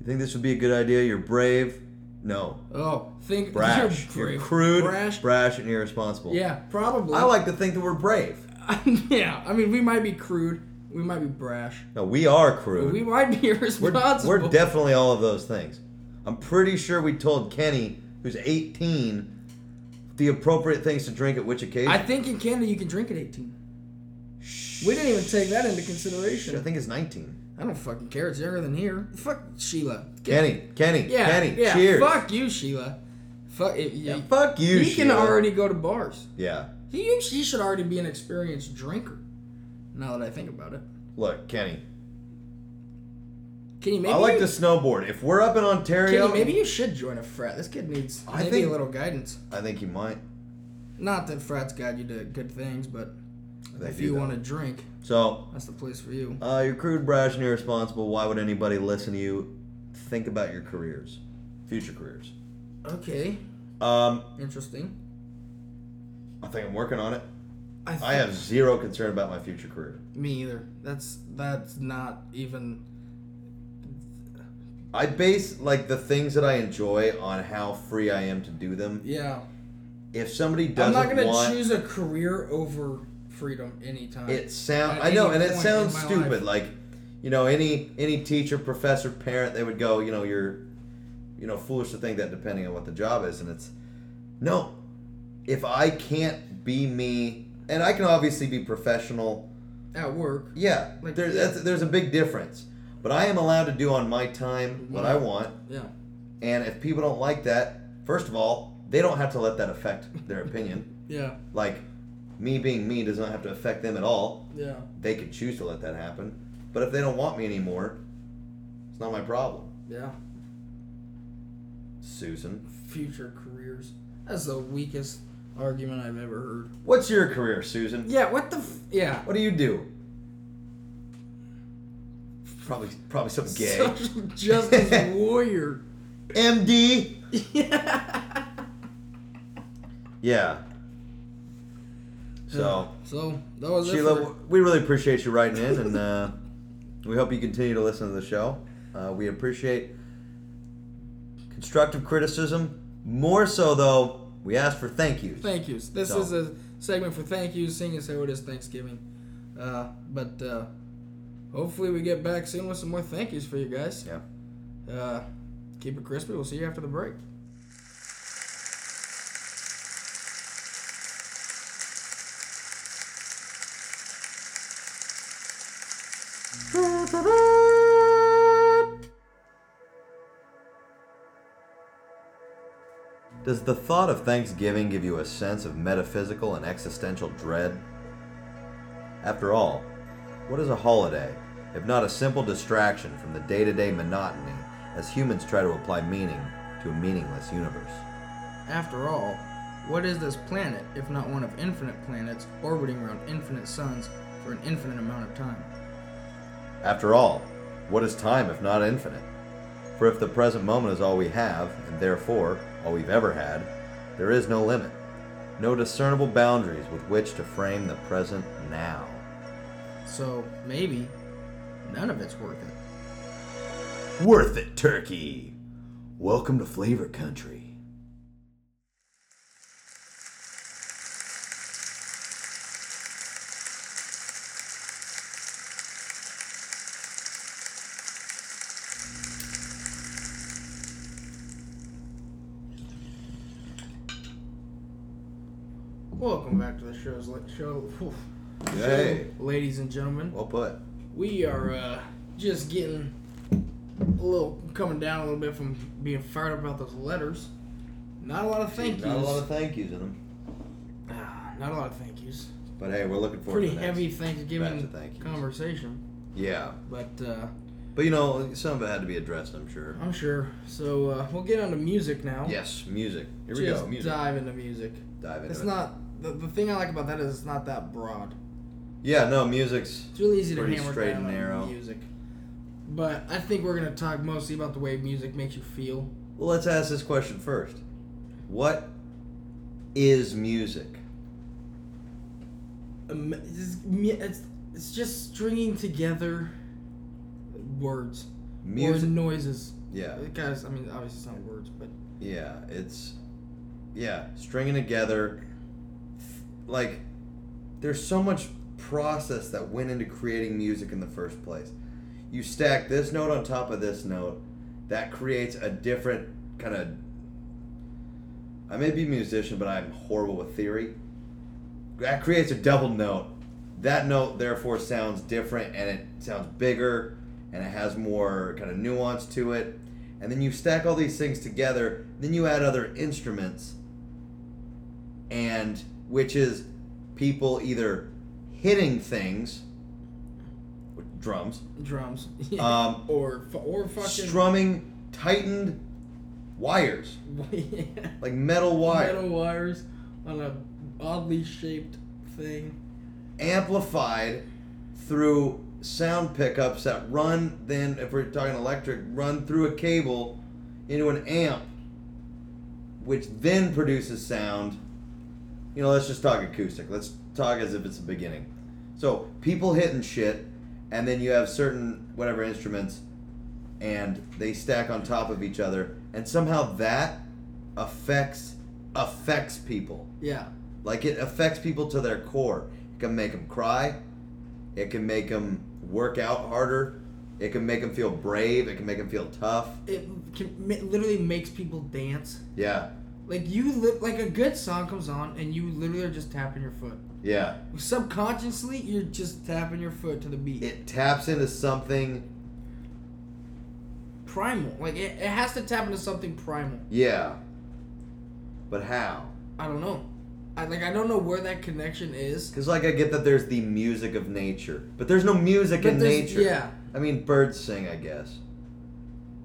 Speaker 1: You think this would be a good idea? You're brave. No,
Speaker 2: Oh, think
Speaker 1: brash. You're,
Speaker 2: great.
Speaker 1: crude, brash.
Speaker 2: brash.
Speaker 1: and irresponsible.
Speaker 2: Yeah, probably.
Speaker 1: I like to think that we're brave.
Speaker 2: yeah, I mean, we might be crude. We might be brash.
Speaker 1: No, we are
Speaker 2: but
Speaker 1: crude.
Speaker 2: We might be
Speaker 1: We're,
Speaker 2: irresponsible.
Speaker 1: we're definitely all of those things. I'm pretty sure we told Kenny, who's 18, the appropriate things to drink at which occasion.
Speaker 2: I think in Canada you can drink at 18. We didn't even take that into consideration.
Speaker 1: I think it's 19.
Speaker 2: I don't fucking care. It's younger than here. Fuck Sheila.
Speaker 1: Kenny, Kenny,
Speaker 2: Yeah.
Speaker 1: Kenny.
Speaker 2: yeah.
Speaker 1: Cheers.
Speaker 2: Fuck you, Sheila. Fuck it.
Speaker 1: Yeah,
Speaker 2: you-
Speaker 1: fuck you.
Speaker 2: he can
Speaker 1: Sheila.
Speaker 2: already go to bars.
Speaker 1: Yeah.
Speaker 2: He, he should already be an experienced drinker. Now that I think about it,
Speaker 1: Look, Kenny.
Speaker 2: can you maybe
Speaker 1: I like
Speaker 2: you,
Speaker 1: to snowboard. If we're up in Ontario,
Speaker 2: Kenny, maybe you should join a frat. This kid needs
Speaker 1: I
Speaker 2: maybe
Speaker 1: think-
Speaker 2: a little guidance.
Speaker 1: I think you might.
Speaker 2: Not that frats guide you to good things, but
Speaker 1: I think
Speaker 2: if you want to drink,
Speaker 1: So
Speaker 2: that's the place for you.
Speaker 1: Uh, you're crude, brash, and irresponsible. Why would anybody listen to you? Think about your careers, future careers.
Speaker 2: Okay,
Speaker 1: Um,
Speaker 2: interesting.
Speaker 1: I think I'm working on it.
Speaker 2: I, think
Speaker 1: I have zero concern about my future career.
Speaker 2: me either. That's that's not even
Speaker 1: I base like the things that I enjoy on how free I am to do them.
Speaker 2: yeah.
Speaker 1: If somebody
Speaker 2: I'm
Speaker 1: doesn't
Speaker 2: not gonna
Speaker 1: want
Speaker 2: choose a career over freedom anytime.
Speaker 1: it, sound
Speaker 2: at
Speaker 1: I know,
Speaker 2: any
Speaker 1: and it
Speaker 2: point
Speaker 1: sounds
Speaker 2: in my
Speaker 1: stupid.
Speaker 2: life.
Speaker 1: Like, you know, any any teacher, professor, parent, they would go, you know, you're, you know, foolish to think that depending on what the job is, and it's No. If I can't be me, and I can obviously be professional,
Speaker 2: at work.
Speaker 1: yeah,
Speaker 2: Like,
Speaker 1: there,
Speaker 2: yeah.
Speaker 1: That's, there's a big difference. But I am allowed to do on my time what I
Speaker 2: Mm-hmm.
Speaker 1: want,
Speaker 2: Yeah,
Speaker 1: and if people don't like that, first of all, they don't have to let that affect their opinion.
Speaker 2: yeah,
Speaker 1: Like, me being me does not have to affect them at all.
Speaker 2: yeah.
Speaker 1: They could choose to let that happen. But if they don't want me anymore, it's not my problem.
Speaker 2: Yeah.
Speaker 1: Susan.
Speaker 2: Future careers. That's the weakest argument I've ever heard.
Speaker 1: What's your career, Susan?
Speaker 2: Yeah. What the? F- yeah.
Speaker 1: What do you do? Probably, probably something gay.
Speaker 2: Social justice warrior.
Speaker 1: MD.
Speaker 2: Yeah.
Speaker 1: Yeah. So,
Speaker 2: So that was
Speaker 1: Sheila,
Speaker 2: it. For,
Speaker 1: w- we really appreciate you writing in, and uh, we hope you continue to listen to the show. Uh, we appreciate constructive criticism. More so, though, we ask for thank yous.
Speaker 2: thank yous. This
Speaker 1: So.
Speaker 2: is a segment for thank yous. Seeing as how it is Thanksgiving, uh, but uh, hopefully we get back soon with some more thank yous for you guys.
Speaker 1: Yeah.
Speaker 2: Uh, keep it crispy. We'll see you after the break.
Speaker 1: Does the thought of Thanksgiving give you a sense of metaphysical and existential dread? After all, what is a holiday if not a simple distraction from the day to day monotony as humans try to apply meaning to a meaningless universe?
Speaker 2: After all, what is this planet if not one of infinite planets orbiting around infinite suns for an infinite amount of time?
Speaker 1: After all, what is time if not infinite? For if the present moment is all we have, and therefore all we've ever had, there is no limit, no discernible boundaries with which to frame the present now.
Speaker 2: So maybe none of it's worth it.
Speaker 1: Worth it, Turkey! Welcome to Flavor Country.
Speaker 2: Welcome back to the show's la- show. oof.
Speaker 1: Hey.
Speaker 2: Show, ladies and gentlemen.
Speaker 1: Well put.
Speaker 2: We are uh, just getting a little coming down a little bit from being fired up about those letters. Not a lot of thank yous.
Speaker 1: Not a lot of thank yous in them.
Speaker 2: Ah, not a lot of thank yous.
Speaker 1: But hey, we're looking forward
Speaker 2: Pretty
Speaker 1: to the
Speaker 2: heavy
Speaker 1: Next. batch
Speaker 2: Thanksgiving
Speaker 1: of thank yous.
Speaker 2: conversation,
Speaker 1: Yeah.
Speaker 2: but uh,
Speaker 1: But you know, some of it had to be addressed, I'm sure.
Speaker 2: I'm sure. So uh, we'll get on to music now.
Speaker 1: Yes, music. Here we
Speaker 2: Just
Speaker 1: go. Music.
Speaker 2: dive into music.
Speaker 1: Dive into
Speaker 2: It's
Speaker 1: it.
Speaker 2: not the, the thing I like about that is it's not that broad.
Speaker 1: yeah, no, music's.
Speaker 2: It's really easy
Speaker 1: Pretty
Speaker 2: to hammer
Speaker 1: straight
Speaker 2: down
Speaker 1: and
Speaker 2: on
Speaker 1: narrow.
Speaker 2: music. But I think we're gonna talk mostly about the way music makes you feel.
Speaker 1: Well, let's ask this question first. What is music?
Speaker 2: um, it's, it's, it's just stringing together words or
Speaker 1: Music.
Speaker 2: noises.
Speaker 1: Yeah.
Speaker 2: Because I mean, obviously it's not words, but
Speaker 1: Yeah. It's. Yeah. Stringing together. Like, there's so much process that went into creating music in the first place. You stack this note on top of this note, that creates a different kind of. I may be a musician, but I'm horrible with theory. That creates a double note. That note therefore sounds different and it sounds bigger and it has more kind of nuance to it. And then you stack all these things together, then you add other instruments and which is people either hitting things with drums,
Speaker 2: drums.
Speaker 1: Um,
Speaker 2: or fu- or fucking
Speaker 1: strumming tightened wires,
Speaker 2: yeah,
Speaker 1: like metal wire,
Speaker 2: metal wires on a oddly shaped thing.
Speaker 1: amplified through sound pickups that run then if we're talking electric run through a cable into an amp which then produces sound you know let's just talk acoustic let's talk as if it's the beginning so people hitting shit and then you have certain whatever instruments and they stack on top of each other and somehow that affects affects people
Speaker 2: Yeah,
Speaker 1: like it affects people to their core. It can make them cry. It can make them work out harder. It can make them feel brave. It can make them feel tough.
Speaker 2: it can, ma- literally makes people dance.
Speaker 1: Yeah,
Speaker 2: Like you, li- like a good song comes on and you literally are just tapping your foot.
Speaker 1: yeah.
Speaker 2: Subconsciously, you're just tapping your foot to the beat.
Speaker 1: It taps into something.
Speaker 2: primal, like it, it has to tap into something primal.
Speaker 1: Yeah. But how?
Speaker 2: I don't know. I like I don't know where that connection is.
Speaker 1: Because like I get that there's the music of nature, but there's no music in
Speaker 2: there's-
Speaker 1: nature.
Speaker 2: Yeah,
Speaker 1: I mean, birds sing, I guess.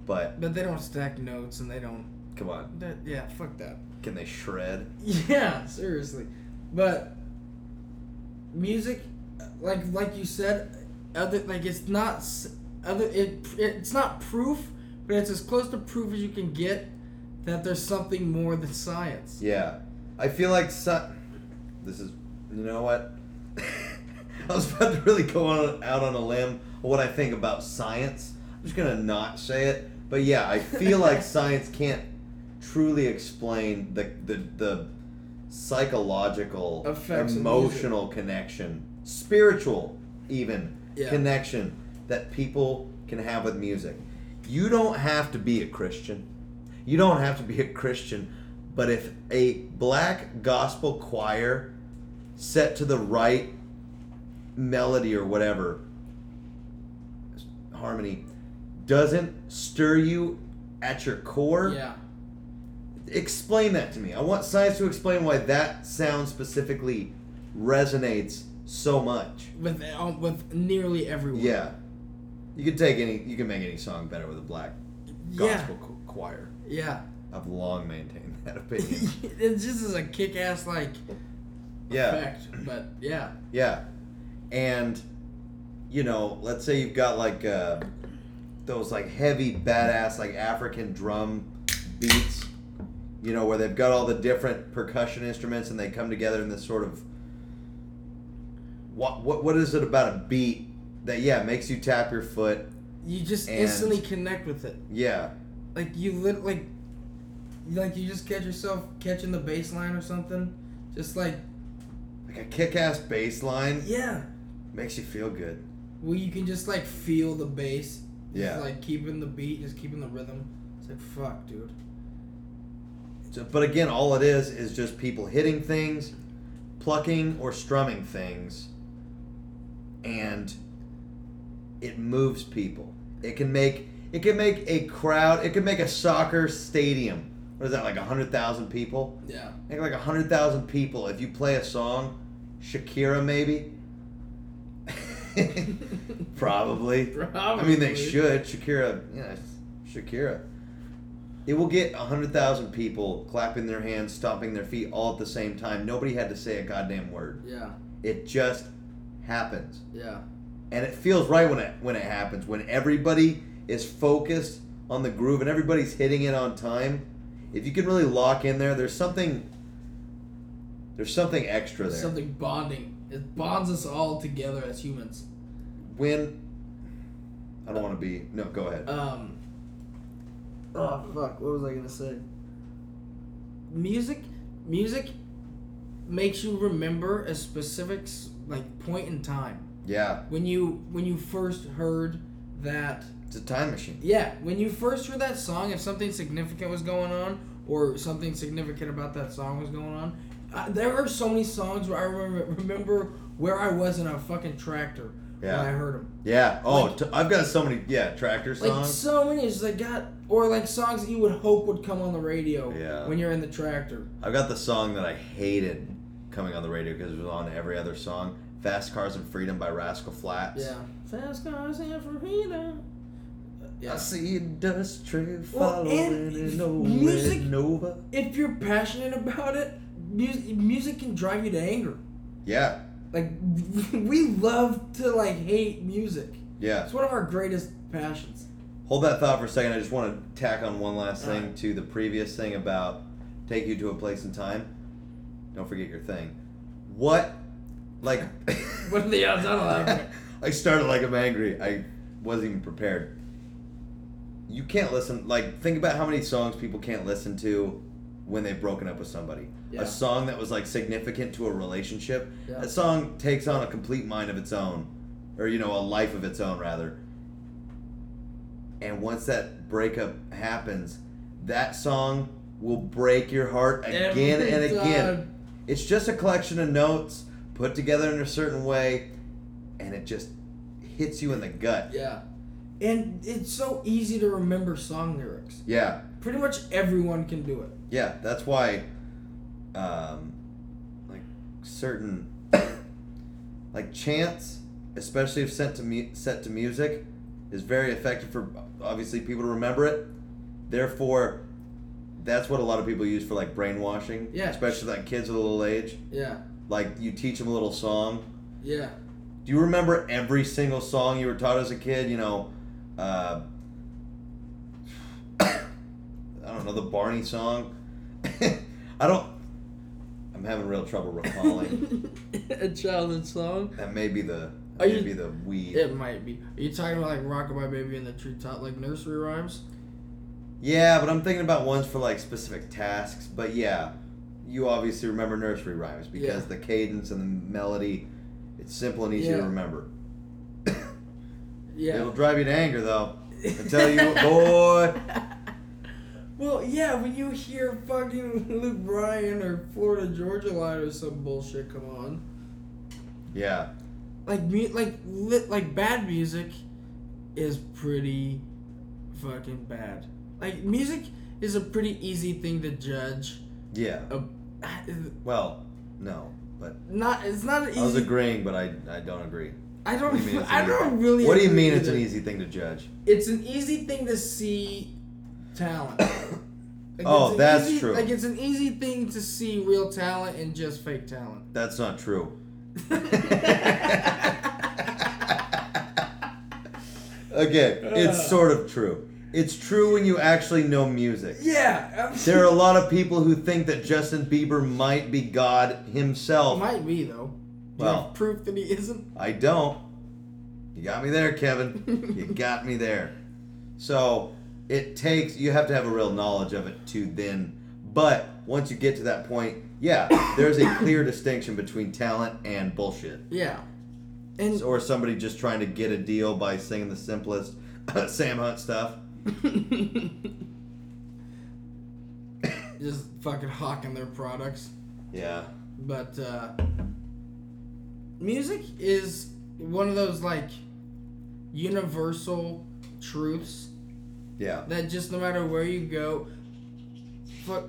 Speaker 1: But
Speaker 2: but they don't stack notes and they don't.
Speaker 1: come on,
Speaker 2: That, yeah, fuck that.
Speaker 1: can they shred?
Speaker 2: Yeah, seriously. But music, like like you said, other like it's not s- other it it's not proof, but it's as close to proof as you can get that there's something more than science.
Speaker 1: Yeah. I feel like so- this is you know what? I was about to really go on out on a limb of what I think about science. I'm just gonna not say it. But yeah, I feel like science can't truly explain the the, the psychological
Speaker 2: Effects of
Speaker 1: emotional connection, spiritual even
Speaker 2: Yeah.
Speaker 1: connection that people can have with music. You don't have to be a Christian. You don't have to be a Christian, but if a black gospel choir set to the right melody or whatever harmony doesn't stir you at your core,
Speaker 2: Yeah.
Speaker 1: explain that to me. I want science to explain why that sound specifically resonates so much.
Speaker 2: With um, with nearly everyone.
Speaker 1: Yeah. You could take any you can make any song better with a black
Speaker 2: Yeah.
Speaker 1: gospel cho- choir.
Speaker 2: Yeah.
Speaker 1: I've long maintained that opinion.
Speaker 2: it just is a kick ass like
Speaker 1: yeah.
Speaker 2: effect, but yeah.
Speaker 1: Yeah. And you know, let's say you've got like uh, those like heavy badass like African drum beats, you know, where they've got all the different percussion instruments and they come together in this sort of what what what is it about a beat that yeah, makes you tap your foot.
Speaker 2: You just
Speaker 1: And-
Speaker 2: instantly connect with it.
Speaker 1: Yeah.
Speaker 2: Like you lit like like you just catch yourself catching the baseline or something. Just like
Speaker 1: Like a kick-ass bass line
Speaker 2: yeah.
Speaker 1: makes you feel good.
Speaker 2: Well you can just like feel the bass.
Speaker 1: Yeah.
Speaker 2: Just, like keeping the beat, just keeping the rhythm. It's like fuck, dude.
Speaker 1: So, but again, all it is is just people hitting things, plucking or strumming things, and it moves people. It can make it can make a crowd. It can make a soccer stadium. What is that like hundred thousand people?
Speaker 2: Yeah.
Speaker 1: Make like hundred thousand people if you play a song, Shakira maybe. Probably. I mean, they
Speaker 2: Probably.
Speaker 1: should. Shakira, you know, Shakira. It will get 100,000 people clapping their hands, stomping their feet all at the same time. Nobody had to say a goddamn word.
Speaker 2: Yeah,
Speaker 1: It just happens.
Speaker 2: yeah.
Speaker 1: And it feels right when it when it happens, when everybody is focused on the groove and everybody's hitting it on time. If you can really lock in there, there's something there's something extra there.
Speaker 2: Something bonding. It bonds us all together as humans.
Speaker 1: When I don't want to be no, go ahead.
Speaker 2: Um. Oh fuck! What was I gonna say? Music, music, makes you remember a specific s- like point in time
Speaker 1: Yeah,
Speaker 2: when you when you first heard that.
Speaker 1: it's a time machine.
Speaker 2: Yeah, when you first heard that song, if something significant was going on or something significant about that song was going on, I, there are so many songs where I remember remember where I was in a fucking tractor when I
Speaker 1: Yeah,
Speaker 2: heard them.
Speaker 1: yeah. Oh, t- I've got so many. Yeah, tractor
Speaker 2: Like
Speaker 1: songs.
Speaker 2: so many, it's like God, or like songs that you would hope would come on the radio
Speaker 1: Yeah.
Speaker 2: when you're in the tractor.
Speaker 1: I've got the song that I hated coming on the radio because it was on every other song. Fast Cars and Freedom by Rascal Flats.
Speaker 2: Yeah. Fast cars and freedom.
Speaker 1: I
Speaker 2: Yeah.
Speaker 1: see dust trail
Speaker 2: Well,
Speaker 1: following
Speaker 2: and
Speaker 1: an old
Speaker 2: music-
Speaker 1: Red Nova.
Speaker 2: If you're passionate about it, music, music can drive you to anger.
Speaker 1: Yeah,
Speaker 2: Like we love to like hate music.
Speaker 1: yeah.
Speaker 2: It's one of our greatest passions.
Speaker 1: Hold that thought for a second. I just want to tack on one last thing
Speaker 2: Alright.
Speaker 1: to the previous thing about take you to a place in time. Don't forget your thing. What, like,
Speaker 2: What are the odds? I don't know.
Speaker 1: I started like I'm angry. I wasn't even prepared. You can't listen. Like, think about how many songs people can't listen to when they've broken up with somebody.
Speaker 2: Yeah.
Speaker 1: A song that was like significant to a relationship.
Speaker 2: Yeah.
Speaker 1: A song takes on a complete mind of its own, or you know, a life of its own rather. And once that breakup happens, that song will break your heart again
Speaker 2: Every
Speaker 1: and again.
Speaker 2: time.
Speaker 1: It's just a collection of notes put together in a certain way, and it just hits you in the gut.
Speaker 2: Yeah. And it's so easy to remember song lyrics.
Speaker 1: Yeah,
Speaker 2: Pretty much everyone can do it.
Speaker 1: yeah. That's why, um, like certain, like chants, especially if sent to mu- set to music, is very effective for obviously people to remember it. Therefore, that's what a lot of people use for like brainwashing.
Speaker 2: Yeah.
Speaker 1: Especially like kids at a little age.
Speaker 2: Yeah.
Speaker 1: Like you teach them a little song,
Speaker 2: Yeah.
Speaker 1: Do you remember every single song you were taught as a kid? You know, uh, I don't know the Barney song. I don't. I'm having real trouble recalling.
Speaker 2: A childhood song.
Speaker 1: that may be the
Speaker 2: Are
Speaker 1: that may
Speaker 2: you-
Speaker 1: be the weed.
Speaker 2: It might be. Are you talking about like Rockabye Baby in the Treetop, like nursery rhymes?
Speaker 1: Yeah, but I'm thinking about ones for like specific tasks. But yeah, you obviously remember nursery rhymes because
Speaker 2: Yeah.
Speaker 1: the cadence and the melody, it's simple and easy to
Speaker 2: Yeah.
Speaker 1: remember.
Speaker 2: Yeah.
Speaker 1: It'll drive you to anger though. I tell you, boy.
Speaker 2: Well, yeah, when you hear fucking Luke Bryan or Florida Georgia Line or some bullshit come on,
Speaker 1: Yeah.
Speaker 2: like me, like lit, like bad music is pretty fucking bad. Like music is a pretty easy thing to judge.
Speaker 1: Yeah.
Speaker 2: A,
Speaker 1: Well, no, but
Speaker 2: not it's not an easy.
Speaker 1: I was agreeing, but I, I don't agree.
Speaker 2: I
Speaker 1: What
Speaker 2: don't.
Speaker 1: do you mean it's an
Speaker 2: I
Speaker 1: easy
Speaker 2: don't
Speaker 1: thing?
Speaker 2: really.
Speaker 1: What do you
Speaker 2: agree
Speaker 1: mean it's
Speaker 2: with
Speaker 1: an
Speaker 2: it.
Speaker 1: easy thing to judge?
Speaker 2: it's an easy thing to see talent. Like,
Speaker 1: Oh,
Speaker 2: it's an
Speaker 1: that's
Speaker 2: easy-
Speaker 1: true.
Speaker 2: Like it's an easy thing to see real talent and just fake talent.
Speaker 1: That's not true. Okay, it's sort of true. It's true when you actually know music.
Speaker 2: yeah, I'm-
Speaker 1: There are a lot of people who think that Justin Bieber might be God himself.
Speaker 2: might be though. Do you
Speaker 1: Well.
Speaker 2: have proof that he isn't.
Speaker 1: I don't. You got me there, Kevin. You got me there. So it takes you have to have a real knowledge of it to then. But once you get to that point, yeah, there's a clear distinction between talent and bullshit,
Speaker 2: Yeah, and
Speaker 1: or somebody just trying to get a deal by singing the simplest uh, Sam Hunt stuff.
Speaker 2: just fucking hawking their products.
Speaker 1: Yeah,
Speaker 2: But uh, music is one of those like universal truths
Speaker 1: yeah,
Speaker 2: that just no matter where you go, fuck,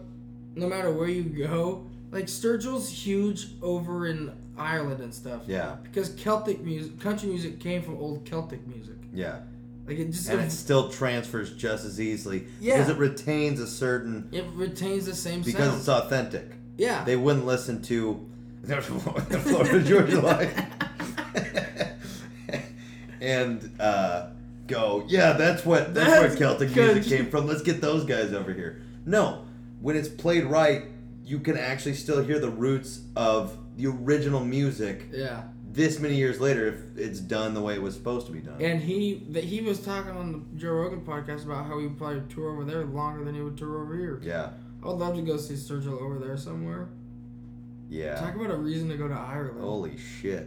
Speaker 2: no matter where you go, like Sturgill's huge over in Ireland and stuff.
Speaker 1: yeah,
Speaker 2: Because Celtic music, country music came from old Celtic music.
Speaker 1: yeah.
Speaker 2: Like it just
Speaker 1: And it
Speaker 2: it,
Speaker 1: still transfers just as easily
Speaker 2: Yeah.
Speaker 1: because it retains a certain
Speaker 2: it retains the same
Speaker 1: because
Speaker 2: sound.
Speaker 1: it's authentic.
Speaker 2: yeah.
Speaker 1: They wouldn't listen to the Florida Georgia Line and uh, go, yeah, that's what that's,
Speaker 2: That's
Speaker 1: where Celtic
Speaker 2: good."
Speaker 1: music came from. Let's get those guys over here. No, when it's played right, you can actually still hear the roots of the original music
Speaker 2: Yeah.
Speaker 1: this many years later if it's done the way it was supposed to be done.
Speaker 2: And he that he was talking on the Joe Rogan podcast about how he would probably tour over there longer than he would tour over here.
Speaker 1: yeah,
Speaker 2: I would love to go see Sergio over there somewhere.
Speaker 1: yeah. Oh,
Speaker 2: Talk about a reason to go to Ireland.
Speaker 1: Holy shit!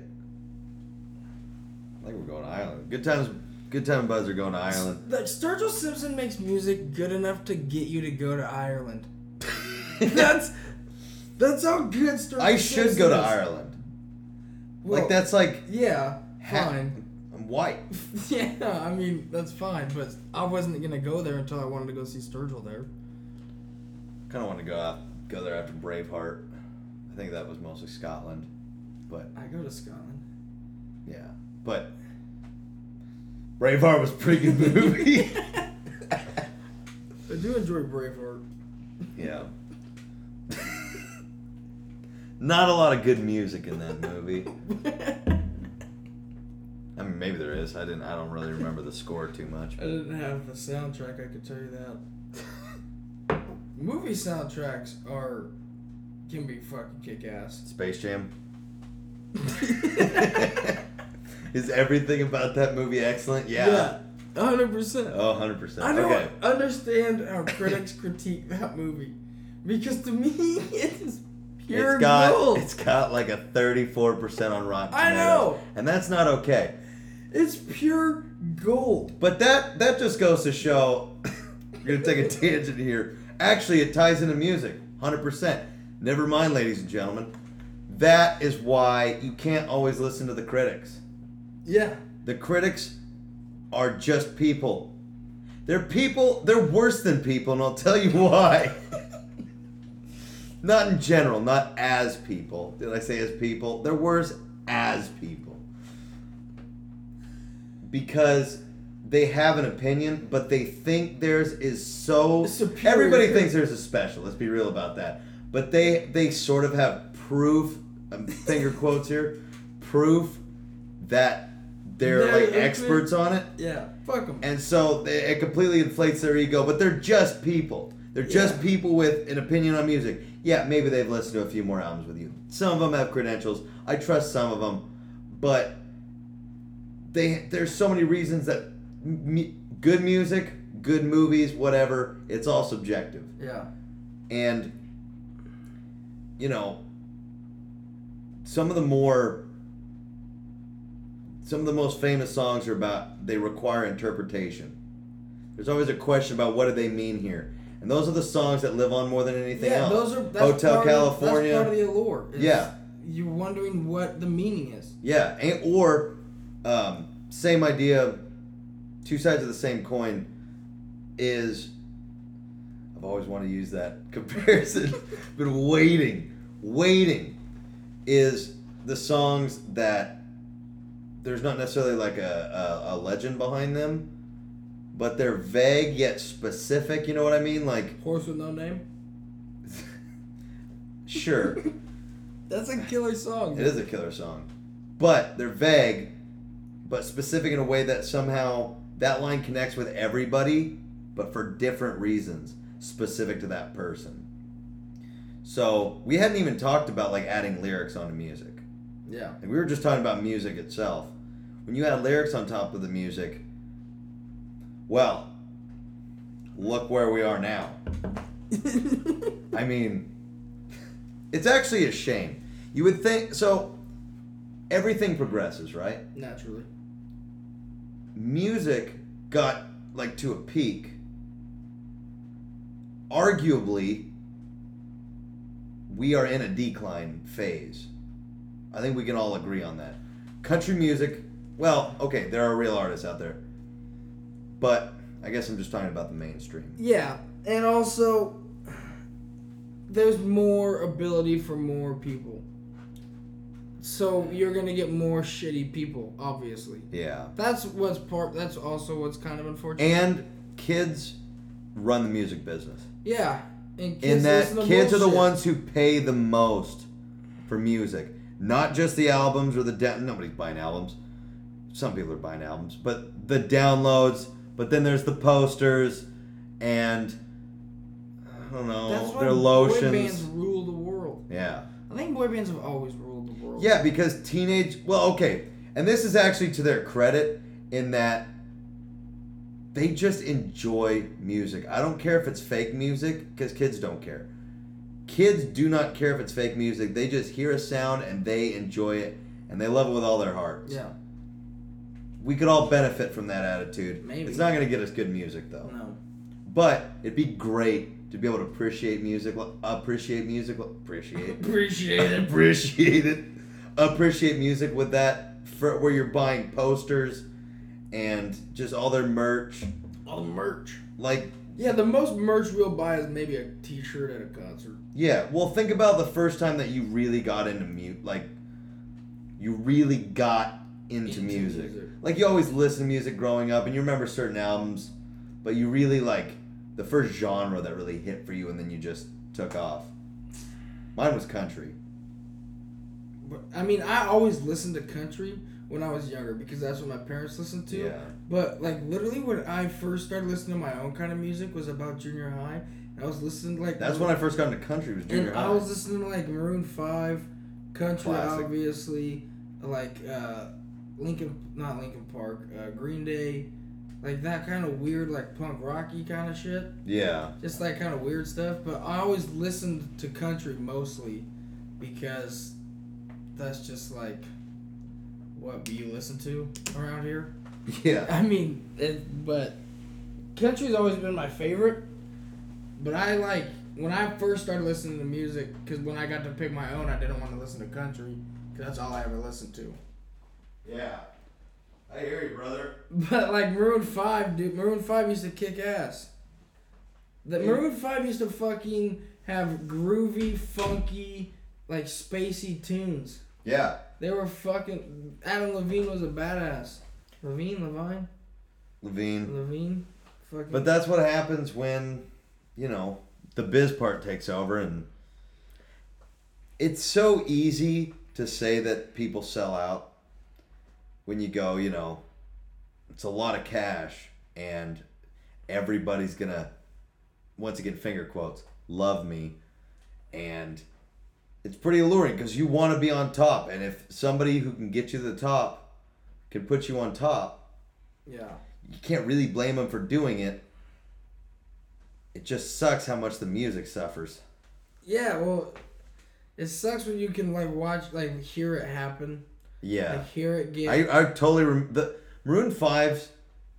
Speaker 1: I think we're going to Ireland. Good times, good time buzz are going to Ireland.
Speaker 2: Like Sturgill Simpson makes music good enough to get you to go to Ireland. that's that's how good Sturgill.
Speaker 1: I
Speaker 2: Simpson
Speaker 1: should go to
Speaker 2: is.
Speaker 1: Ireland.
Speaker 2: Well,
Speaker 1: like that's like
Speaker 2: Yeah,
Speaker 1: ha-
Speaker 2: fine.
Speaker 1: I'm white.
Speaker 2: yeah, I mean that's fine, but I wasn't gonna go there until I wanted to go see Sturgill there.
Speaker 1: Kind of want to go out, go there after Braveheart. I think that was mostly Scotland, but
Speaker 2: I go to Scotland.
Speaker 1: yeah, but Braveheart was a pretty good movie.
Speaker 2: I do enjoy Braveheart.
Speaker 1: yeah. Not a lot of good music in that movie. I mean, maybe there is. I didn't. I don't really remember the score too much.
Speaker 2: I didn't have the soundtrack. I could tell you that. Movie soundtracks are can be fucking kick ass.
Speaker 1: Space Jam. Is everything about that movie excellent? Yeah.
Speaker 2: hundred percent.
Speaker 1: Oh, 100%.
Speaker 2: I don't
Speaker 1: okay.
Speaker 2: understand how critics critique that movie because to me it is pure
Speaker 1: It's got
Speaker 2: gold.
Speaker 1: it's got like a 34% on Rotten Tomatoes.
Speaker 2: I know.
Speaker 1: And that's not okay.
Speaker 2: It's pure gold.
Speaker 1: But that that just goes to show we're going to take a tangent here. Actually, it ties into music. 100%. Never mind, ladies and gentlemen. That is why you can't always listen to the critics.
Speaker 2: Yeah.
Speaker 1: The critics are just people. They're people, they're worse than people, and I'll tell you why. not in general, not as people. Did I say as people? They're worse as people. Because they have an opinion, but they think theirs is so
Speaker 2: Superior.
Speaker 1: Everybody thinks theirs is special. Let's be real about that. But they they sort of have proof, um, finger quotes here, proof that they're
Speaker 2: They're
Speaker 1: like
Speaker 2: open.
Speaker 1: experts on it,
Speaker 2: Yeah. Fuck them.
Speaker 1: and so they, it completely inflates their ego. But they're just people. They're just
Speaker 2: Yeah.
Speaker 1: people with an opinion on music. Yeah, maybe they've listened to a few more albums with you. Some of them have credentials. I trust some of them, but they there's so many reasons that m- good music, good movies, whatever, it's all subjective
Speaker 2: Yeah.
Speaker 1: and you know some of the more some of the most famous songs are about they require interpretation there's always a question about what do they mean here and those are the songs that live on more than anything
Speaker 2: yeah,
Speaker 1: else
Speaker 2: those are that's
Speaker 1: hotel
Speaker 2: part
Speaker 1: california
Speaker 2: Of, that's part of the allure. is
Speaker 1: Yeah.
Speaker 2: You're wondering what the meaning is.
Speaker 1: yeah and, or um, same idea two sides of the same coin is I've always wanted to use that comparison. Been waiting, waiting is the songs that there's not necessarily like a, a, a legend behind them, but they're vague yet specific. You know what I mean? Like,
Speaker 2: Horse with no name.
Speaker 1: sure,
Speaker 2: That's a killer song.
Speaker 1: It is a killer song, but they're vague, but specific in a way that somehow that line connects with everybody, but for different reasons specific to that person. So we hadn't even talked about like adding lyrics onto music.
Speaker 2: Yeah.
Speaker 1: Like, we were just talking about music itself. When you add lyrics on top of the music, well, look where we are now. I mean, it's actually a shame. You would think so. Everything progresses, right?
Speaker 2: Naturally.
Speaker 1: Music got like to a peak, arguably we are in a decline phase. I think we can all agree on that. Country music, well, okay, there are real artists out there. But I guess I'm just talking about the mainstream.
Speaker 2: Yeah, and also there's more ability for more people. So you're gonna get more shitty people, obviously.
Speaker 1: Yeah.
Speaker 2: That's what's part. That's also what's kind of unfortunate.
Speaker 1: And kids run the music business.
Speaker 2: yeah, and
Speaker 1: In
Speaker 2: kids
Speaker 1: that
Speaker 2: listen to
Speaker 1: kids are the
Speaker 2: bullshit.
Speaker 1: ones who pay the most for music. Not just the albums or the da- nobody's buying albums. Some people are buying albums, but the downloads, but then there's the posters and I don't know,
Speaker 2: That's why
Speaker 1: their
Speaker 2: boy bands
Speaker 1: lotions.
Speaker 2: rule the world.
Speaker 1: Yeah.
Speaker 2: I think boy bands have always ruled world.
Speaker 1: Yeah, because teenage. Well, okay, and this is actually to their credit in that they just enjoy music. I don't care if it's fake music because kids don't care. Kids do not care if it's fake music. They just hear a sound and they enjoy it and they love it with all their hearts.
Speaker 2: Yeah.
Speaker 1: We could all benefit from that attitude.
Speaker 2: Maybe.
Speaker 1: It's not going to get us good music though.
Speaker 2: No.
Speaker 1: But it'd be great to be able to appreciate music, appreciate music, appreciate
Speaker 2: Appreciate it.
Speaker 1: appreciate it. Appreciate music with that for where you're buying posters and just all their merch.
Speaker 2: All the merch.
Speaker 1: Like,
Speaker 2: Yeah, the most merch we'll buy is maybe a T-shirt at a concert.
Speaker 1: yeah, well, think about the first time that you really got into mute, like, you really got into,
Speaker 2: Into
Speaker 1: music.
Speaker 2: music.
Speaker 1: Like, you always listen to music growing up and you remember certain albums, but you really like the first genre that really hit for you and then you just took off. Mine was country.
Speaker 2: But I mean, I always listened to country when I was younger because that's what my parents listened to.
Speaker 1: Yeah.
Speaker 2: But like literally, when I first started listening to my own kind of music was about junior high. And I was listening to, like
Speaker 1: That's when I first got into country, was junior
Speaker 2: and
Speaker 1: high.
Speaker 2: I was listening to like Maroon Five, country
Speaker 1: Classic.
Speaker 2: obviously, like uh, Lincoln not Lincoln Park, uh, Green Day, like that kind of weird like punk rocky kind of shit.
Speaker 1: yeah.
Speaker 2: just that kind of weird stuff. But I always listened to country mostly because that's just like what you listen to around here.
Speaker 1: Yeah.
Speaker 2: I mean, it, but country's always been my favorite. But I like when I first started listening to music because when I got to pick my own, I didn't want to listen to country because that's all I ever listened to.
Speaker 1: Yeah. I hear you, brother.
Speaker 2: But like Maroon Five, dude, Maroon Five used to kick ass. The Maroon Five used to fucking have groovy, funky, like spacey tunes.
Speaker 1: Yeah.
Speaker 2: They were fucking. Adam Levine was a badass. Levine, Levine,
Speaker 1: Levine.
Speaker 2: Levine, fucking.
Speaker 1: But that's what happens when, you know, the biz part takes over and it's so easy to say that people sell out when you go, you know, it's a lot of cash and everybody's going to once again finger quotes, love me and it's pretty alluring because you want to be on top and if somebody who can get you to the top can put you on top
Speaker 2: yeah,
Speaker 1: you can't really blame them for doing it. It just sucks how much the music suffers.
Speaker 2: yeah. Well, it sucks when you can like watch, like hear it happen,
Speaker 1: Yeah,
Speaker 2: like hear it get.
Speaker 1: I, I totally rem- the Maroon 5's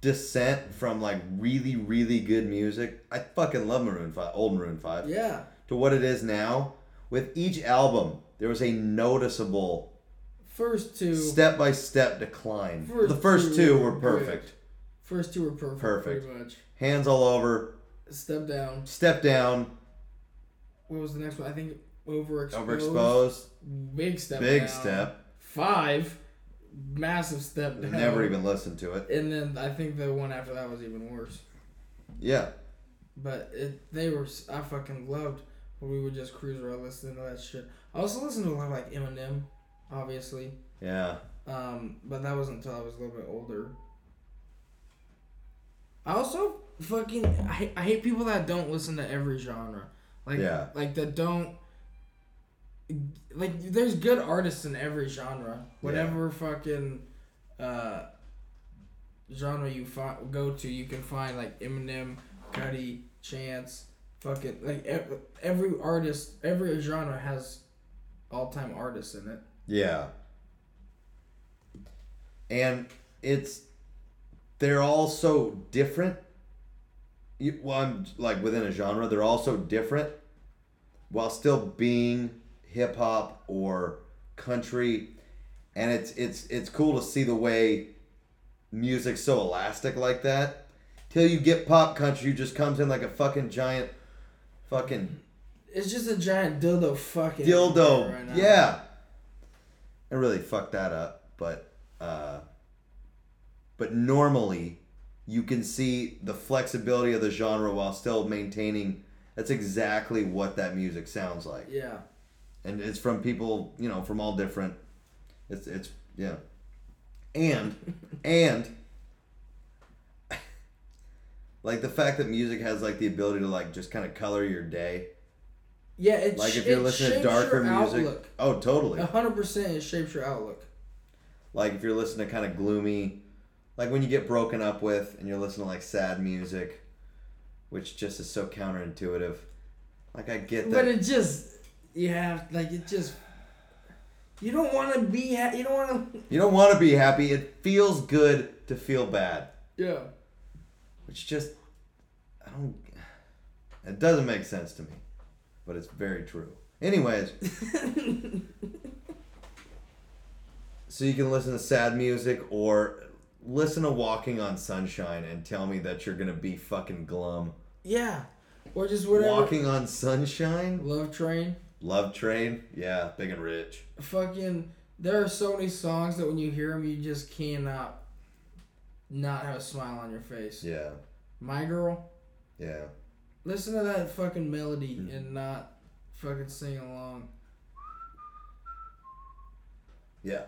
Speaker 1: descent from like really really good music. I fucking love Maroon Five, old Maroon Five,
Speaker 2: yeah,
Speaker 1: to what it is now. With each album, there was a noticeable
Speaker 2: first two,
Speaker 1: step by step decline.
Speaker 2: First
Speaker 1: the first
Speaker 2: two
Speaker 1: two were
Speaker 2: were
Speaker 1: perfect,
Speaker 2: first two were perfect,
Speaker 1: Perfect.
Speaker 2: pretty much.
Speaker 1: hands all over,
Speaker 2: Step down.
Speaker 1: step down,
Speaker 2: What was the next one? I think overexposed.
Speaker 1: overexposed,
Speaker 2: Big step.
Speaker 1: big
Speaker 2: down.
Speaker 1: step.
Speaker 2: Five. Massive step. Down.
Speaker 1: Never even listened to it.
Speaker 2: And then I think the one after that was even worse.
Speaker 1: Yeah.
Speaker 2: But it, they were. s- I fucking loved when we would just cruise around listening to that shit. I also listened to a lot of like Eminem, obviously.
Speaker 1: Yeah.
Speaker 2: Um, but that wasn't until I was a little bit older. I also fucking I, hate- I hate people that don't listen to every genre. Like
Speaker 1: Yeah.
Speaker 2: like that don't like there's good artists in every genre. Whatever fucking uh genre you fi- go to, you can find like Eminem, Cudi, Chance, fucking like ev- every artist, every genre has all-time artists in it.
Speaker 1: Yeah. And it's they're all so different. You, well, I'm like within a genre, they're all so different while still being hip hop or country. And it's it's it's cool to see the way music's so elastic like that. Till you get pop country, who just comes in like a fucking giant fucking
Speaker 2: It's just a giant dildo fucking
Speaker 1: dildo.
Speaker 2: right now.
Speaker 1: yeah. I really fucked that up, but uh but normally you can see the flexibility of the genre while still maintaining that's exactly what that music sounds like.
Speaker 2: Yeah.
Speaker 1: And it's from people, you know, from all different it's it's yeah. And and like the fact that music has like the ability to like just kind of color your day
Speaker 2: Yeah, it's
Speaker 1: Like if you're listening to darker music, oh totally.
Speaker 2: hundred percent, it shapes your outlook.
Speaker 1: Like if you're listening to kind of gloomy, like when you get broken up with and you're listening to like sad music, which just is so counterintuitive. Like I get
Speaker 2: But
Speaker 1: that.
Speaker 2: it just, you have like it just. You don't want to be. Ha- you don't want to.
Speaker 1: you don't want to be happy. It feels good to feel bad,
Speaker 2: Yeah.
Speaker 1: which just I don't. It doesn't make sense to me, but it's very true. Anyways, so you can listen to sad music or listen to Walking on Sunshine and tell me that you're gonna be fucking glum.
Speaker 2: yeah. Or just whatever.
Speaker 1: Walking on Sunshine?
Speaker 2: Love Train.
Speaker 1: Love Train? Yeah, big and rich.
Speaker 2: Fucking. There are so many songs that when you hear them, you just cannot. Not have a smile on your face.
Speaker 1: Yeah,
Speaker 2: My girl,
Speaker 1: yeah.
Speaker 2: listen to that fucking melody
Speaker 1: Mm.
Speaker 2: and not fucking sing along.
Speaker 1: Yeah.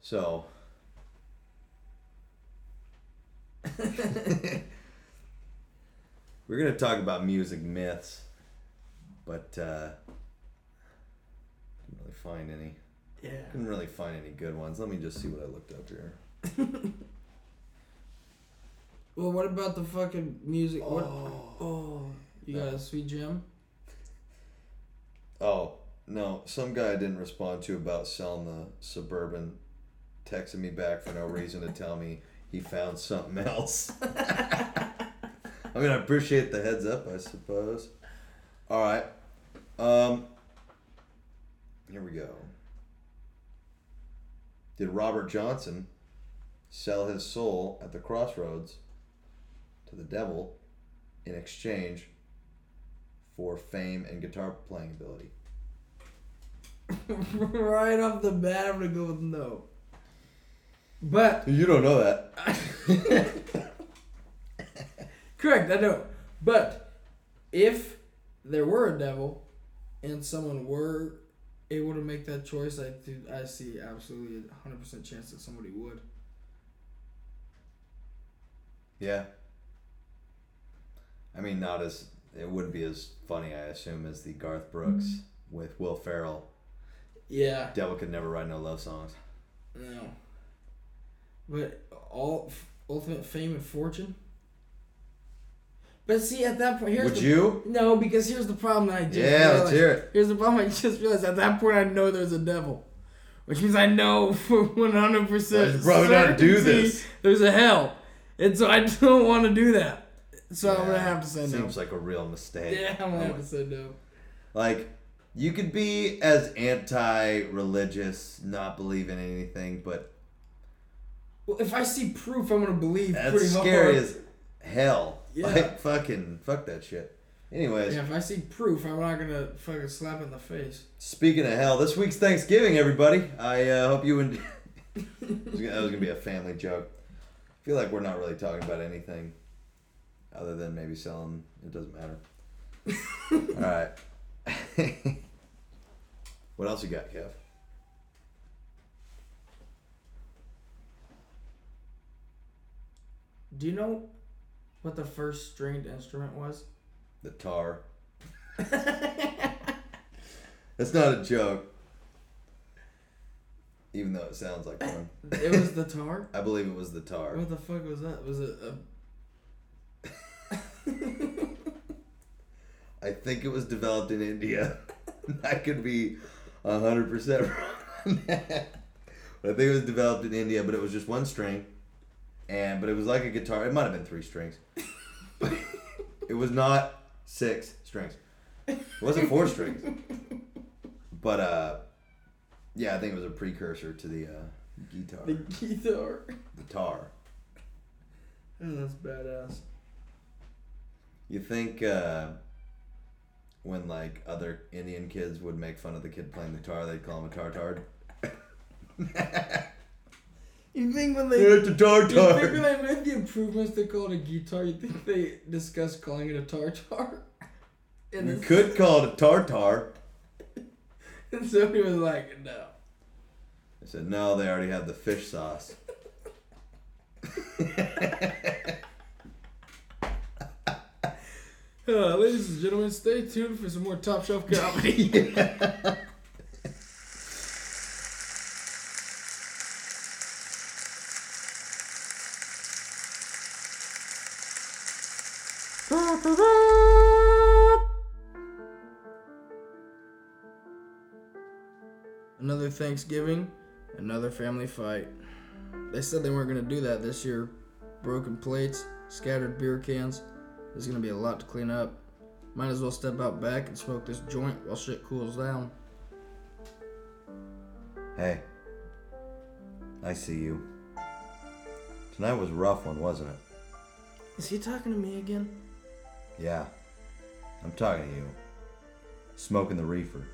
Speaker 1: So. We're going to talk about music myths, but uh, didn't really find any.
Speaker 2: Yeah.
Speaker 1: Didn't really find any good ones. Let me just see what I looked up here.
Speaker 2: Well, what about the fucking music? Oh, what,
Speaker 1: Oh.
Speaker 2: oh you got a sweet gem?
Speaker 1: Oh no! Some guy I didn't respond to about selling the suburban texted me back for no reason to tell me he found something else. I mean, I appreciate the heads up, I suppose. All right. Um. Here we go. Did Robert Johnson sell his soul at the crossroads to the devil in exchange for fame and guitar playing ability?
Speaker 2: right off the bat, I'm gonna go with no. But
Speaker 1: You don't know that.
Speaker 2: correct, I don't. But if there were a devil, and someone were able to make that choice, I do, I see absolutely a hundred percent chance that somebody would.
Speaker 1: Yeah. I mean, not as it wouldn't be as funny, I assume, as the Garth Brooks
Speaker 2: Mm-hmm.
Speaker 1: with Will Ferrell.
Speaker 2: Yeah.
Speaker 1: Devil could never write no love songs.
Speaker 2: No. But all ultimate fame and fortune. But see, at that point, here's
Speaker 1: Would
Speaker 2: the
Speaker 1: you?
Speaker 2: No, because here's the problem that I just
Speaker 1: Yeah, let's
Speaker 2: realized.
Speaker 1: hear it.
Speaker 2: Here's the problem I just realized. At that point, I know there's a devil, which means I know for 100
Speaker 1: I
Speaker 2: percent
Speaker 1: should probably not do this.
Speaker 2: There's a hell, and so I don't want to do that. So I'm gonna
Speaker 1: Yeah,
Speaker 2: have to say no.
Speaker 1: Seems like a real mistake.
Speaker 2: yeah, I'm gonna
Speaker 1: I
Speaker 2: have to
Speaker 1: would-
Speaker 2: say no.
Speaker 1: Like, you could be as anti-religious, not believe in anything, but
Speaker 2: Well, if I see proof, I'm gonna believe
Speaker 1: that's
Speaker 2: pretty hard.
Speaker 1: scary as hell.
Speaker 2: Yeah.
Speaker 1: Like, fucking, fuck that shit. Anyways,
Speaker 2: yeah, if I see proof, I'm not gonna fucking slap in the face.
Speaker 1: Speaking of hell, this week's Thanksgiving, everybody. I uh, hope you enjoy. that was gonna be a family joke. I feel like we're not really talking about anything other than maybe selling. It doesn't matter. All right. what else you got, Kev?
Speaker 2: Do you know what the first stringed instrument was?
Speaker 1: The tar. That's not a joke. Even though it sounds like one.
Speaker 2: It was the tar.
Speaker 1: I believe it was the tar.
Speaker 2: What the fuck was that? Was it a
Speaker 1: I think it was developed in India. I could be 100% wrong on that. But I think it was developed in India, but it was just one string. And but it was like a guitar. It might have been three strings. But it was not six strings. It wasn't four strings. But uh yeah, I think it was a precursor to the uh guitar.
Speaker 2: The guitar.
Speaker 1: Guitar.
Speaker 2: Oh, that's badass.
Speaker 1: You think uh, when like other Indian kids would make fun of the kid playing the tar, they'd call him a tartard?
Speaker 2: You think when they
Speaker 1: Yeah,
Speaker 2: you
Speaker 1: it's a
Speaker 2: think when
Speaker 1: tartard.
Speaker 2: they made the improvements they called a guitar, you think they discussed calling it a tartar? And,
Speaker 1: You
Speaker 2: then-
Speaker 1: could call it a tartar.
Speaker 2: and somebody was like, no.
Speaker 1: I said, no, they already have the fish sauce.
Speaker 2: Uh, ladies and gentlemen, stay tuned for some more top shelf comedy. another Thanksgiving, another family fight. They said they weren't going to do that this year. Broken plates, scattered beer cans. There's going to be a lot to clean up. Might as well step out back and smoke this joint while shit cools down.
Speaker 1: Hey, I see you. Tonight was a rough one, wasn't it?
Speaker 2: Is he talking to me again?
Speaker 1: Yeah, I'm talking to you. Smoking the reefer.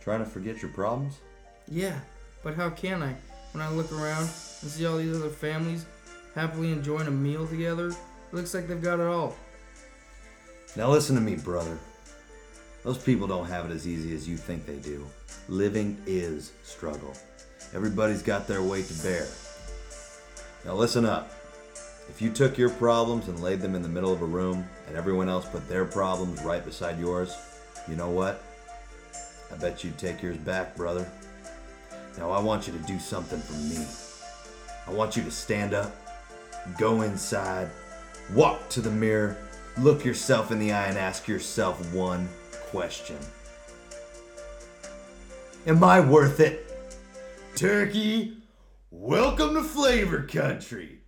Speaker 1: Trying to forget your problems?
Speaker 2: Yeah, but how can I when I look around and see all these other families happily enjoying a meal together? It looks like they've got it all.
Speaker 1: Now listen to me, brother. Those people don't have it as easy as you think they do. Living is struggle. Everybody's got their weight to bear. Now listen up. If you took your problems and laid them in the middle of a room and everyone else put their problems right beside yours, you know what? I bet you'd take yours back, brother. Now I want you to do something for me. I want you to stand up, go inside, walk to the mirror, look yourself in the eye, and ask yourself one question Am I worth it? Turkey, welcome to flavor country.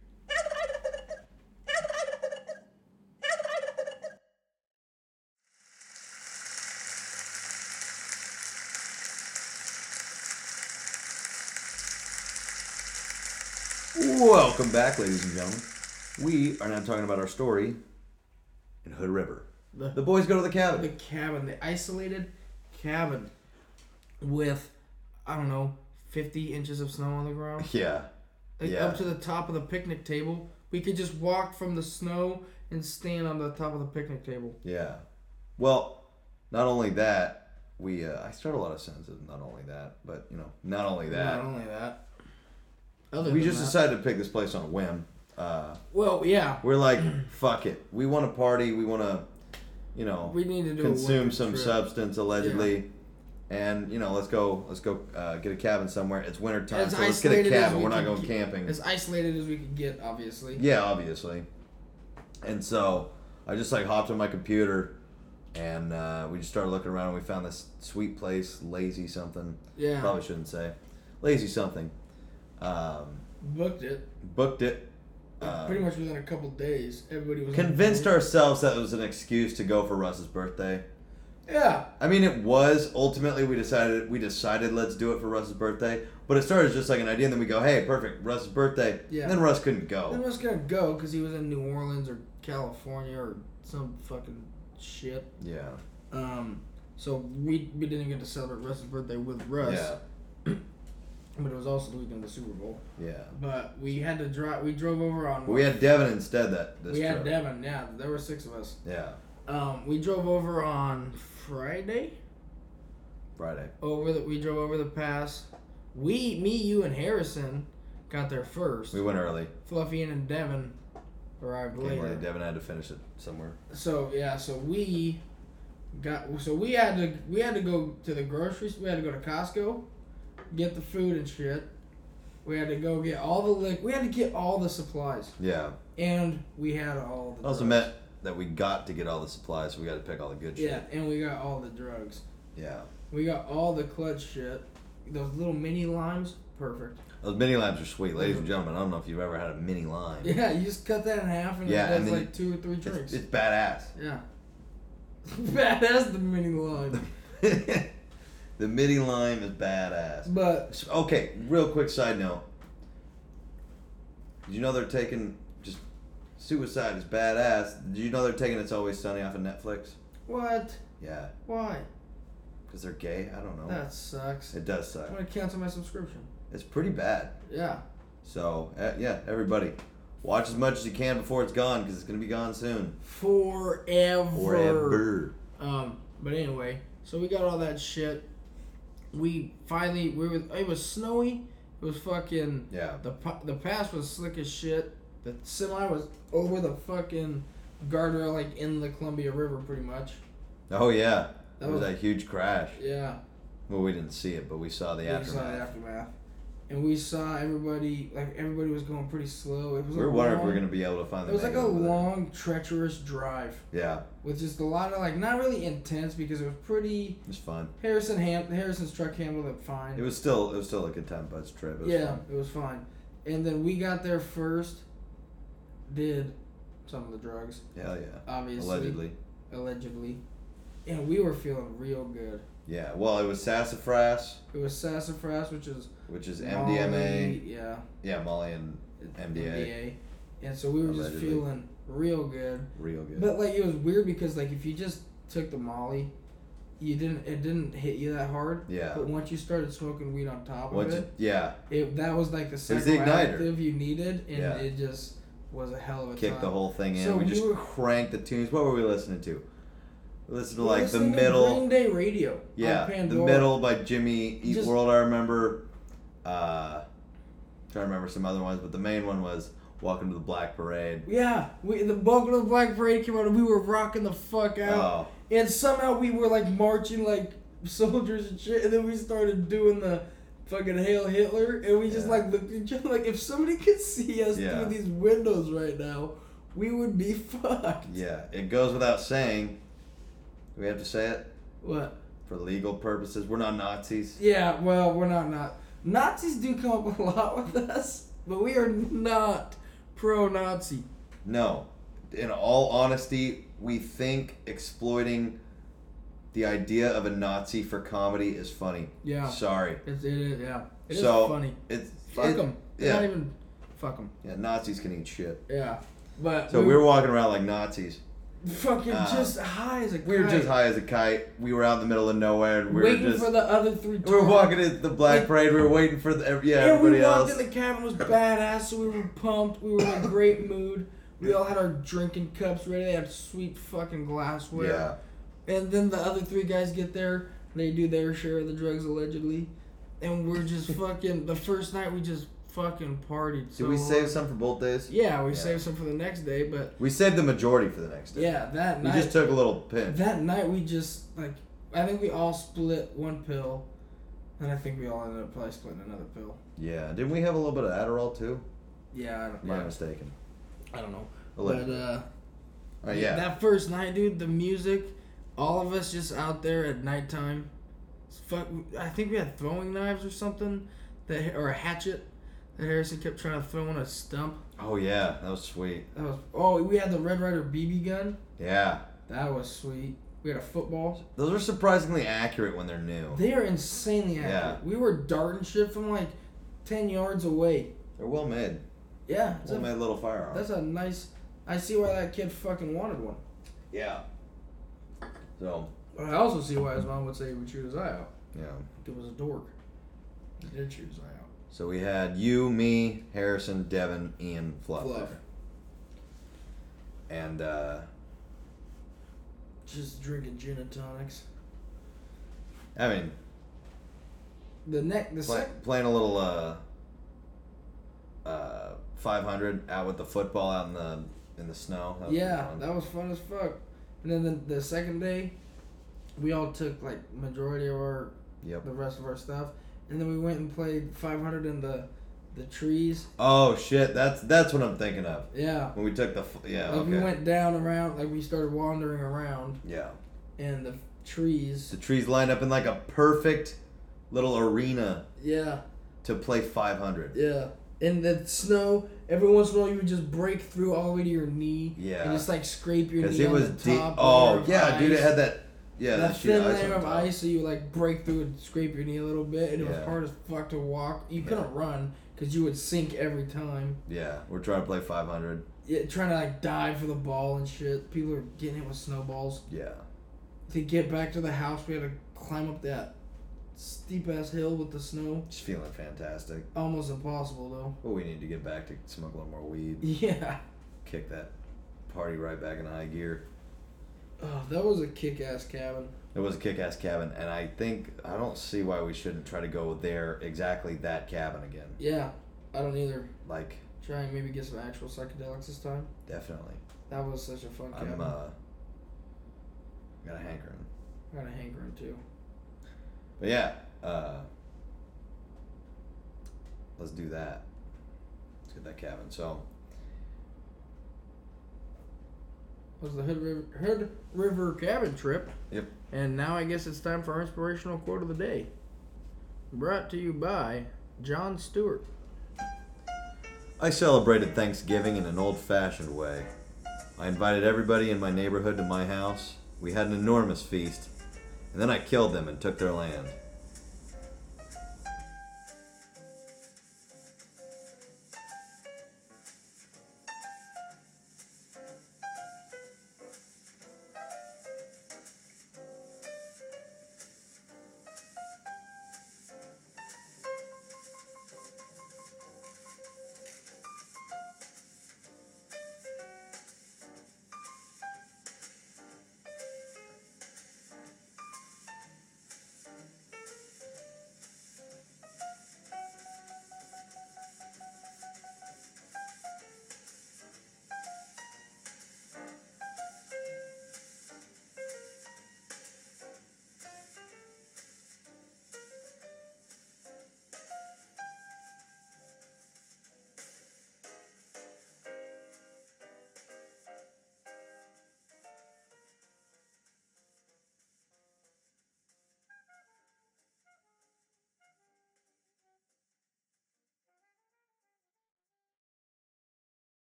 Speaker 1: Welcome back, ladies and gentlemen. We are now talking about our story in Hood River.
Speaker 2: The-
Speaker 1: The boys go to the
Speaker 2: The
Speaker 1: cabin.
Speaker 2: cabin, the isolated cabin with, I don't know, 50 inches of snow on the ground.
Speaker 1: Yeah.
Speaker 2: Like
Speaker 1: Yeah.
Speaker 2: up to the top of the picnic table. We could just walk from the snow and stand on the top of the picnic table.
Speaker 1: Yeah. Well, not only that, we uh, I start a lot of sentences. Not only that, but you know, not only that,
Speaker 2: Not only that. Other
Speaker 1: we
Speaker 2: than
Speaker 1: just
Speaker 2: that-
Speaker 1: decided to pick this place on a whim. Uh,
Speaker 2: Well, yeah.
Speaker 1: we're like, fuck it. We want to party. We want to, you know,
Speaker 2: We need to do a
Speaker 1: consume
Speaker 2: working
Speaker 1: some
Speaker 2: trip.
Speaker 1: substance allegedly. And you know, let's go. Let's go uh, get a cabin somewhere. It's winter time,
Speaker 2: As
Speaker 1: so let's get a
Speaker 2: isolated as
Speaker 1: cabin.
Speaker 2: we
Speaker 1: We're not
Speaker 2: can
Speaker 1: going
Speaker 2: get-
Speaker 1: camping.
Speaker 2: As isolated as we could get, obviously.
Speaker 1: Yeah, obviously. And so I just like hopped on my computer and uh, we just started looking around and we found this sweet place, lazy something.
Speaker 2: Yeah.
Speaker 1: Probably shouldn't say. Lazy something. Um,
Speaker 2: Booked it.
Speaker 1: booked it. Uh,
Speaker 2: pretty much within a couple days, everybody was
Speaker 1: convinced ourselves that it was an excuse to go for Russ's birthday.
Speaker 2: Yeah.
Speaker 1: I mean, it was ultimately we decided we decided let's do it for Russ's birthday, but it started as just like an idea, and then we go, hey, perfect, Russ's birthday,
Speaker 2: Yeah.
Speaker 1: and then Russ couldn't go.
Speaker 2: Then was gonna go because he was in New Orleans or California or some fucking shit.
Speaker 1: yeah,
Speaker 2: Um, so we we didn't get to celebrate Russ's birthday with Russ,
Speaker 1: yeah,
Speaker 2: but it was also the weekend of the Super Bowl.
Speaker 1: yeah.
Speaker 2: But we had to drive. We drove over on.
Speaker 1: But we had Devin instead that this
Speaker 2: we had
Speaker 1: trip.
Speaker 2: Devin. Yeah, there were six of us.
Speaker 1: Yeah,
Speaker 2: Um, we drove over on Friday.
Speaker 1: Friday.
Speaker 2: Over the we drove over the pass. We, me, you, and Harrison got there first.
Speaker 1: We went early.
Speaker 2: Fluffy and Devin arrived
Speaker 1: Came
Speaker 2: later.
Speaker 1: early. Devin had to finish it somewhere.
Speaker 2: So yeah, so we got so we had to we had to go to the grocery. We had to go to Costco, get the food and shit. We had to go get all the lick. We had to get all the supplies,
Speaker 1: Yeah.
Speaker 2: and we had all
Speaker 1: It
Speaker 2: the.
Speaker 1: also
Speaker 2: drugs.
Speaker 1: meant that we got to get all the supplies, so we got to pick all the good shit.
Speaker 2: Yeah, and we got all the drugs.
Speaker 1: Yeah.
Speaker 2: We got all the clutch shit. Those little mini limes, perfect.
Speaker 1: Those mini limes are sweet, ladies and gentlemen. I don't know if you've ever had a mini lime.
Speaker 2: Mm-hmm. Yeah, you just cut that in half, and
Speaker 1: Yeah,
Speaker 2: it does
Speaker 1: and then
Speaker 2: like two or three drinks.
Speaker 1: It's, it's badass.
Speaker 2: yeah. Badass the mini lime,
Speaker 1: the mini lime is badass.
Speaker 2: but
Speaker 1: So- Okay, real quick side note. Did you know they're taking just suicide is badass? Did you know they're taking It's Always Sunny off of Netflix?
Speaker 2: what?
Speaker 1: Yeah,
Speaker 2: Why?
Speaker 1: because they're gay. I don't know.
Speaker 2: That sucks.
Speaker 1: It does suck.
Speaker 2: I'm gonna cancel my subscription.
Speaker 1: It's pretty bad.
Speaker 2: Yeah.
Speaker 1: So uh, yeah, everybody, watch as much as you can before it's gone because it's gonna be gone soon.
Speaker 2: Forever.
Speaker 1: Forever.
Speaker 2: Um, but anyway, so we got all that shit. We finally we were it was snowy. It was fucking
Speaker 1: Yeah.
Speaker 2: the pa- the pass was slick as shit. The semi was over the fucking guardrail like in the Columbia River, pretty much.
Speaker 1: Oh yeah,
Speaker 2: That
Speaker 1: it was
Speaker 2: was-
Speaker 1: that huge crash.
Speaker 2: Yeah,
Speaker 1: Well, we didn't see it, but we saw the
Speaker 2: we saw the
Speaker 1: aftermath.
Speaker 2: aftermath, and we saw everybody like everybody was going pretty slow. It was
Speaker 1: We were
Speaker 2: a
Speaker 1: wondering if we
Speaker 2: long-
Speaker 1: were gonna be able to find.
Speaker 2: It
Speaker 1: the
Speaker 2: was like a
Speaker 1: negative with it.
Speaker 2: long, treacherous drive
Speaker 1: Yeah,
Speaker 2: with just a lot of like not really intense because it was pretty.
Speaker 1: it was fun.
Speaker 2: Harrison Ham Harrison's truck handled it fine.
Speaker 1: It was still it was still a good time bus trip. It was
Speaker 2: yeah,
Speaker 1: fun.
Speaker 2: it was fine. And then we got there first, did some of the drugs,
Speaker 1: Hell yeah.
Speaker 2: obviously.
Speaker 1: Allegedly.
Speaker 2: Allegedly. And we were feeling real good.
Speaker 1: Yeah. Well, it was sassafras,
Speaker 2: It was sassafras, which is
Speaker 1: which is MDMA.
Speaker 2: Molly, yeah.
Speaker 1: Yeah, Molly and MDA.
Speaker 2: And so we were just
Speaker 1: Allegedly.
Speaker 2: feeling real good.
Speaker 1: real good.
Speaker 2: But like it was weird because like if you just took the Molly, you didn't it didn't hit you that hard.
Speaker 1: yeah.
Speaker 2: But once you started smoking weed on top of
Speaker 1: Once
Speaker 2: it,
Speaker 1: you, yeah,
Speaker 2: it that was like the
Speaker 1: was the igniter.
Speaker 2: psychoactive you needed, and
Speaker 1: Yeah.
Speaker 2: it just was a hell of a
Speaker 1: kick
Speaker 2: time.
Speaker 1: the whole thing in.
Speaker 2: So
Speaker 1: we
Speaker 2: we
Speaker 1: just
Speaker 2: were-
Speaker 1: cranked the tunes. What were we listening to? We listened to
Speaker 2: We're
Speaker 1: like the
Speaker 2: listening to
Speaker 1: middle.
Speaker 2: Green Day Radio.
Speaker 1: Yeah,
Speaker 2: on
Speaker 1: the
Speaker 2: Pandora.
Speaker 1: middle by Jimmy Eat
Speaker 2: Just-
Speaker 1: World. I remember. Uh, trying to remember some other ones, but the main one was "Welcome to the Black Parade."
Speaker 2: Yeah, we, the bulk of the Black Parade came out, and we were rocking the fuck out,
Speaker 1: Oh,
Speaker 2: and somehow we were like marching like soldiers and shit, and then we started doing the fucking Hail Hitler, and we just
Speaker 1: Yeah.
Speaker 2: like looked at each other like if somebody could see us
Speaker 1: Yeah.
Speaker 2: through these windows right now, we would be fucked.
Speaker 1: yeah. It goes without saying. Do we have to say it
Speaker 2: What?
Speaker 1: for legal purposes. We're not Nazis.
Speaker 2: Yeah, well, we're not not Nazis do come up a lot with us, but we are not pro-Nazi.
Speaker 1: No. In all honesty, we think exploiting the idea of a Nazi for comedy is funny.
Speaker 2: Yeah,
Speaker 1: Sorry.
Speaker 2: it's, it is. Yeah, It is
Speaker 1: So,
Speaker 2: funny.
Speaker 1: It's
Speaker 2: Fuck
Speaker 1: it-
Speaker 2: them.
Speaker 1: yeah.
Speaker 2: Not even fuck them.
Speaker 1: Yeah, Nazis can eat shit.
Speaker 2: Yeah, but
Speaker 1: So
Speaker 2: we,
Speaker 1: we were walking around like Nazis.
Speaker 2: fucking
Speaker 1: uh,
Speaker 2: just high as a.
Speaker 1: We were
Speaker 2: kite,
Speaker 1: just high as a kite. We were out in the middle of nowhere, and we were
Speaker 2: waiting
Speaker 1: just
Speaker 2: for the other three.
Speaker 1: we were
Speaker 2: turns.
Speaker 1: walking at the Black Parade. We were waiting for the, ev- yeah
Speaker 2: and
Speaker 1: everybody
Speaker 2: we walked
Speaker 1: else.
Speaker 2: in the cabin was badass, so we were pumped. We were in a great mood. We all had our drinking cups ready. They had sweet fucking glassware.
Speaker 1: yeah,
Speaker 2: And then the other three guys get there. They do their share of the drugs allegedly, and we're just fucking. The first night we just fucking partied.
Speaker 1: did
Speaker 2: So
Speaker 1: we save
Speaker 2: hard.
Speaker 1: some for both days?
Speaker 2: Yeah, we
Speaker 1: Yeah.
Speaker 2: saved some for the next day, but
Speaker 1: We saved the majority for the next day.
Speaker 2: yeah, that
Speaker 1: we
Speaker 2: night.
Speaker 1: just took a little pinch.
Speaker 2: that night we just like. I think we all split one pill, and I think we all ended up probably splitting another pill.
Speaker 1: Yeah, didn't we have a little bit of Adderall too?
Speaker 2: Yeah, I don't,
Speaker 1: Am I
Speaker 2: yeah,
Speaker 1: mistaken?
Speaker 2: I don't know.
Speaker 1: A little.
Speaker 2: But uh,
Speaker 1: Uh, yeah.
Speaker 2: that first night, dude, the music, all of us just out there at nighttime. Fuck, I think we had throwing knives or something, that or a hatchet that Harrison kept trying to throw on a stump.
Speaker 1: oh yeah, that was sweet.
Speaker 2: That was oh, we had the Red Rider BB gun.
Speaker 1: Yeah,
Speaker 2: That was sweet. We had a football.
Speaker 1: those are surprisingly accurate when they're new.
Speaker 2: They are insanely accurate.
Speaker 1: Yeah.
Speaker 2: We were darting shit from like ten yards away.
Speaker 1: They're well made.
Speaker 2: Yeah, it's
Speaker 1: Well
Speaker 2: a,
Speaker 1: made little firearms.
Speaker 2: that's a nice. I see why that kid fucking wanted one.
Speaker 1: yeah. So
Speaker 2: But I also see why his mom would say he would shoot his eye out.
Speaker 1: yeah.
Speaker 2: It was a dork. He did shoot his eye out.
Speaker 1: So we had you, me, Harrison, Devin, Ian, Fluff,
Speaker 2: Fluff.
Speaker 1: there. and uh,
Speaker 2: Just drinking gin and tonics.
Speaker 1: I mean
Speaker 2: The neck, the
Speaker 1: play,
Speaker 2: sec.
Speaker 1: playing a little uh, uh, 500 out with the football out in the in the snow. That was pretty
Speaker 2: Yeah,
Speaker 1: fun.
Speaker 2: that was fun as fuck. And then the, the second day, we all took like majority of our
Speaker 1: Yep.
Speaker 2: the rest of our stuff, and then we went and played 500 in the the trees.
Speaker 1: Oh shit, that's that's what I'm thinking of
Speaker 2: Yeah,
Speaker 1: when we took the f- yeah.
Speaker 2: like
Speaker 1: okay.
Speaker 2: we went down around, like we started wandering around,
Speaker 1: yeah.
Speaker 2: and the trees.
Speaker 1: The trees lined up in like a perfect little arena
Speaker 2: Yeah,
Speaker 1: to play 500.
Speaker 2: yeah. And the snow, every once in a while, you would just break through all the way to your knee.
Speaker 1: Yeah.
Speaker 2: And just like scrape your
Speaker 1: Because
Speaker 2: knee.
Speaker 1: it
Speaker 2: on
Speaker 1: was
Speaker 2: the
Speaker 1: deep.
Speaker 2: top layer
Speaker 1: Oh
Speaker 2: of
Speaker 1: yeah, dude, it
Speaker 2: ice.
Speaker 1: had that. Yeah,
Speaker 2: that
Speaker 1: that
Speaker 2: thin
Speaker 1: shit. ice
Speaker 2: layer
Speaker 1: on
Speaker 2: of
Speaker 1: top.
Speaker 2: ice, so you like break through and scrape your knee a little bit, and it
Speaker 1: Yeah.
Speaker 2: was hard as fuck to walk. You
Speaker 1: Yeah.
Speaker 2: couldn't run because you would sink every time.
Speaker 1: Yeah, we're trying to play 500.
Speaker 2: Yeah, trying to like dive for the ball and shit. People are getting hit with snowballs.
Speaker 1: Yeah.
Speaker 2: To get back to the house, we had to climb up that steep ass hill with the snow.
Speaker 1: Just feeling fantastic.
Speaker 2: Almost impossible though.
Speaker 1: But we need to get back to smoke a little more weed.
Speaker 2: Yeah.
Speaker 1: Kick that party right back in high gear.
Speaker 2: Oh, that was a kick ass cabin.
Speaker 1: It was a kick-ass cabin, and I think I don't see why we shouldn't try to go there exactly that cabin again.
Speaker 2: Yeah, I don't either.
Speaker 1: Like
Speaker 2: Try and maybe get some actual psychedelics this time.
Speaker 1: Definitely.
Speaker 2: That was such a fun cabin.
Speaker 1: I'm uh, got a hankering.
Speaker 2: I got a hankering too.
Speaker 1: But yeah, uh, let's do that. Let's get that cabin. So
Speaker 2: was the Hood River, Hood River cabin trip.
Speaker 1: Yep.
Speaker 2: And now I guess it's time for our inspirational quote of the day. Brought to you by John Stewart.
Speaker 1: I celebrated Thanksgiving in an old fashioned way. I invited everybody in my neighborhood to my house. We had an enormous feast. And then I killed them and took their land.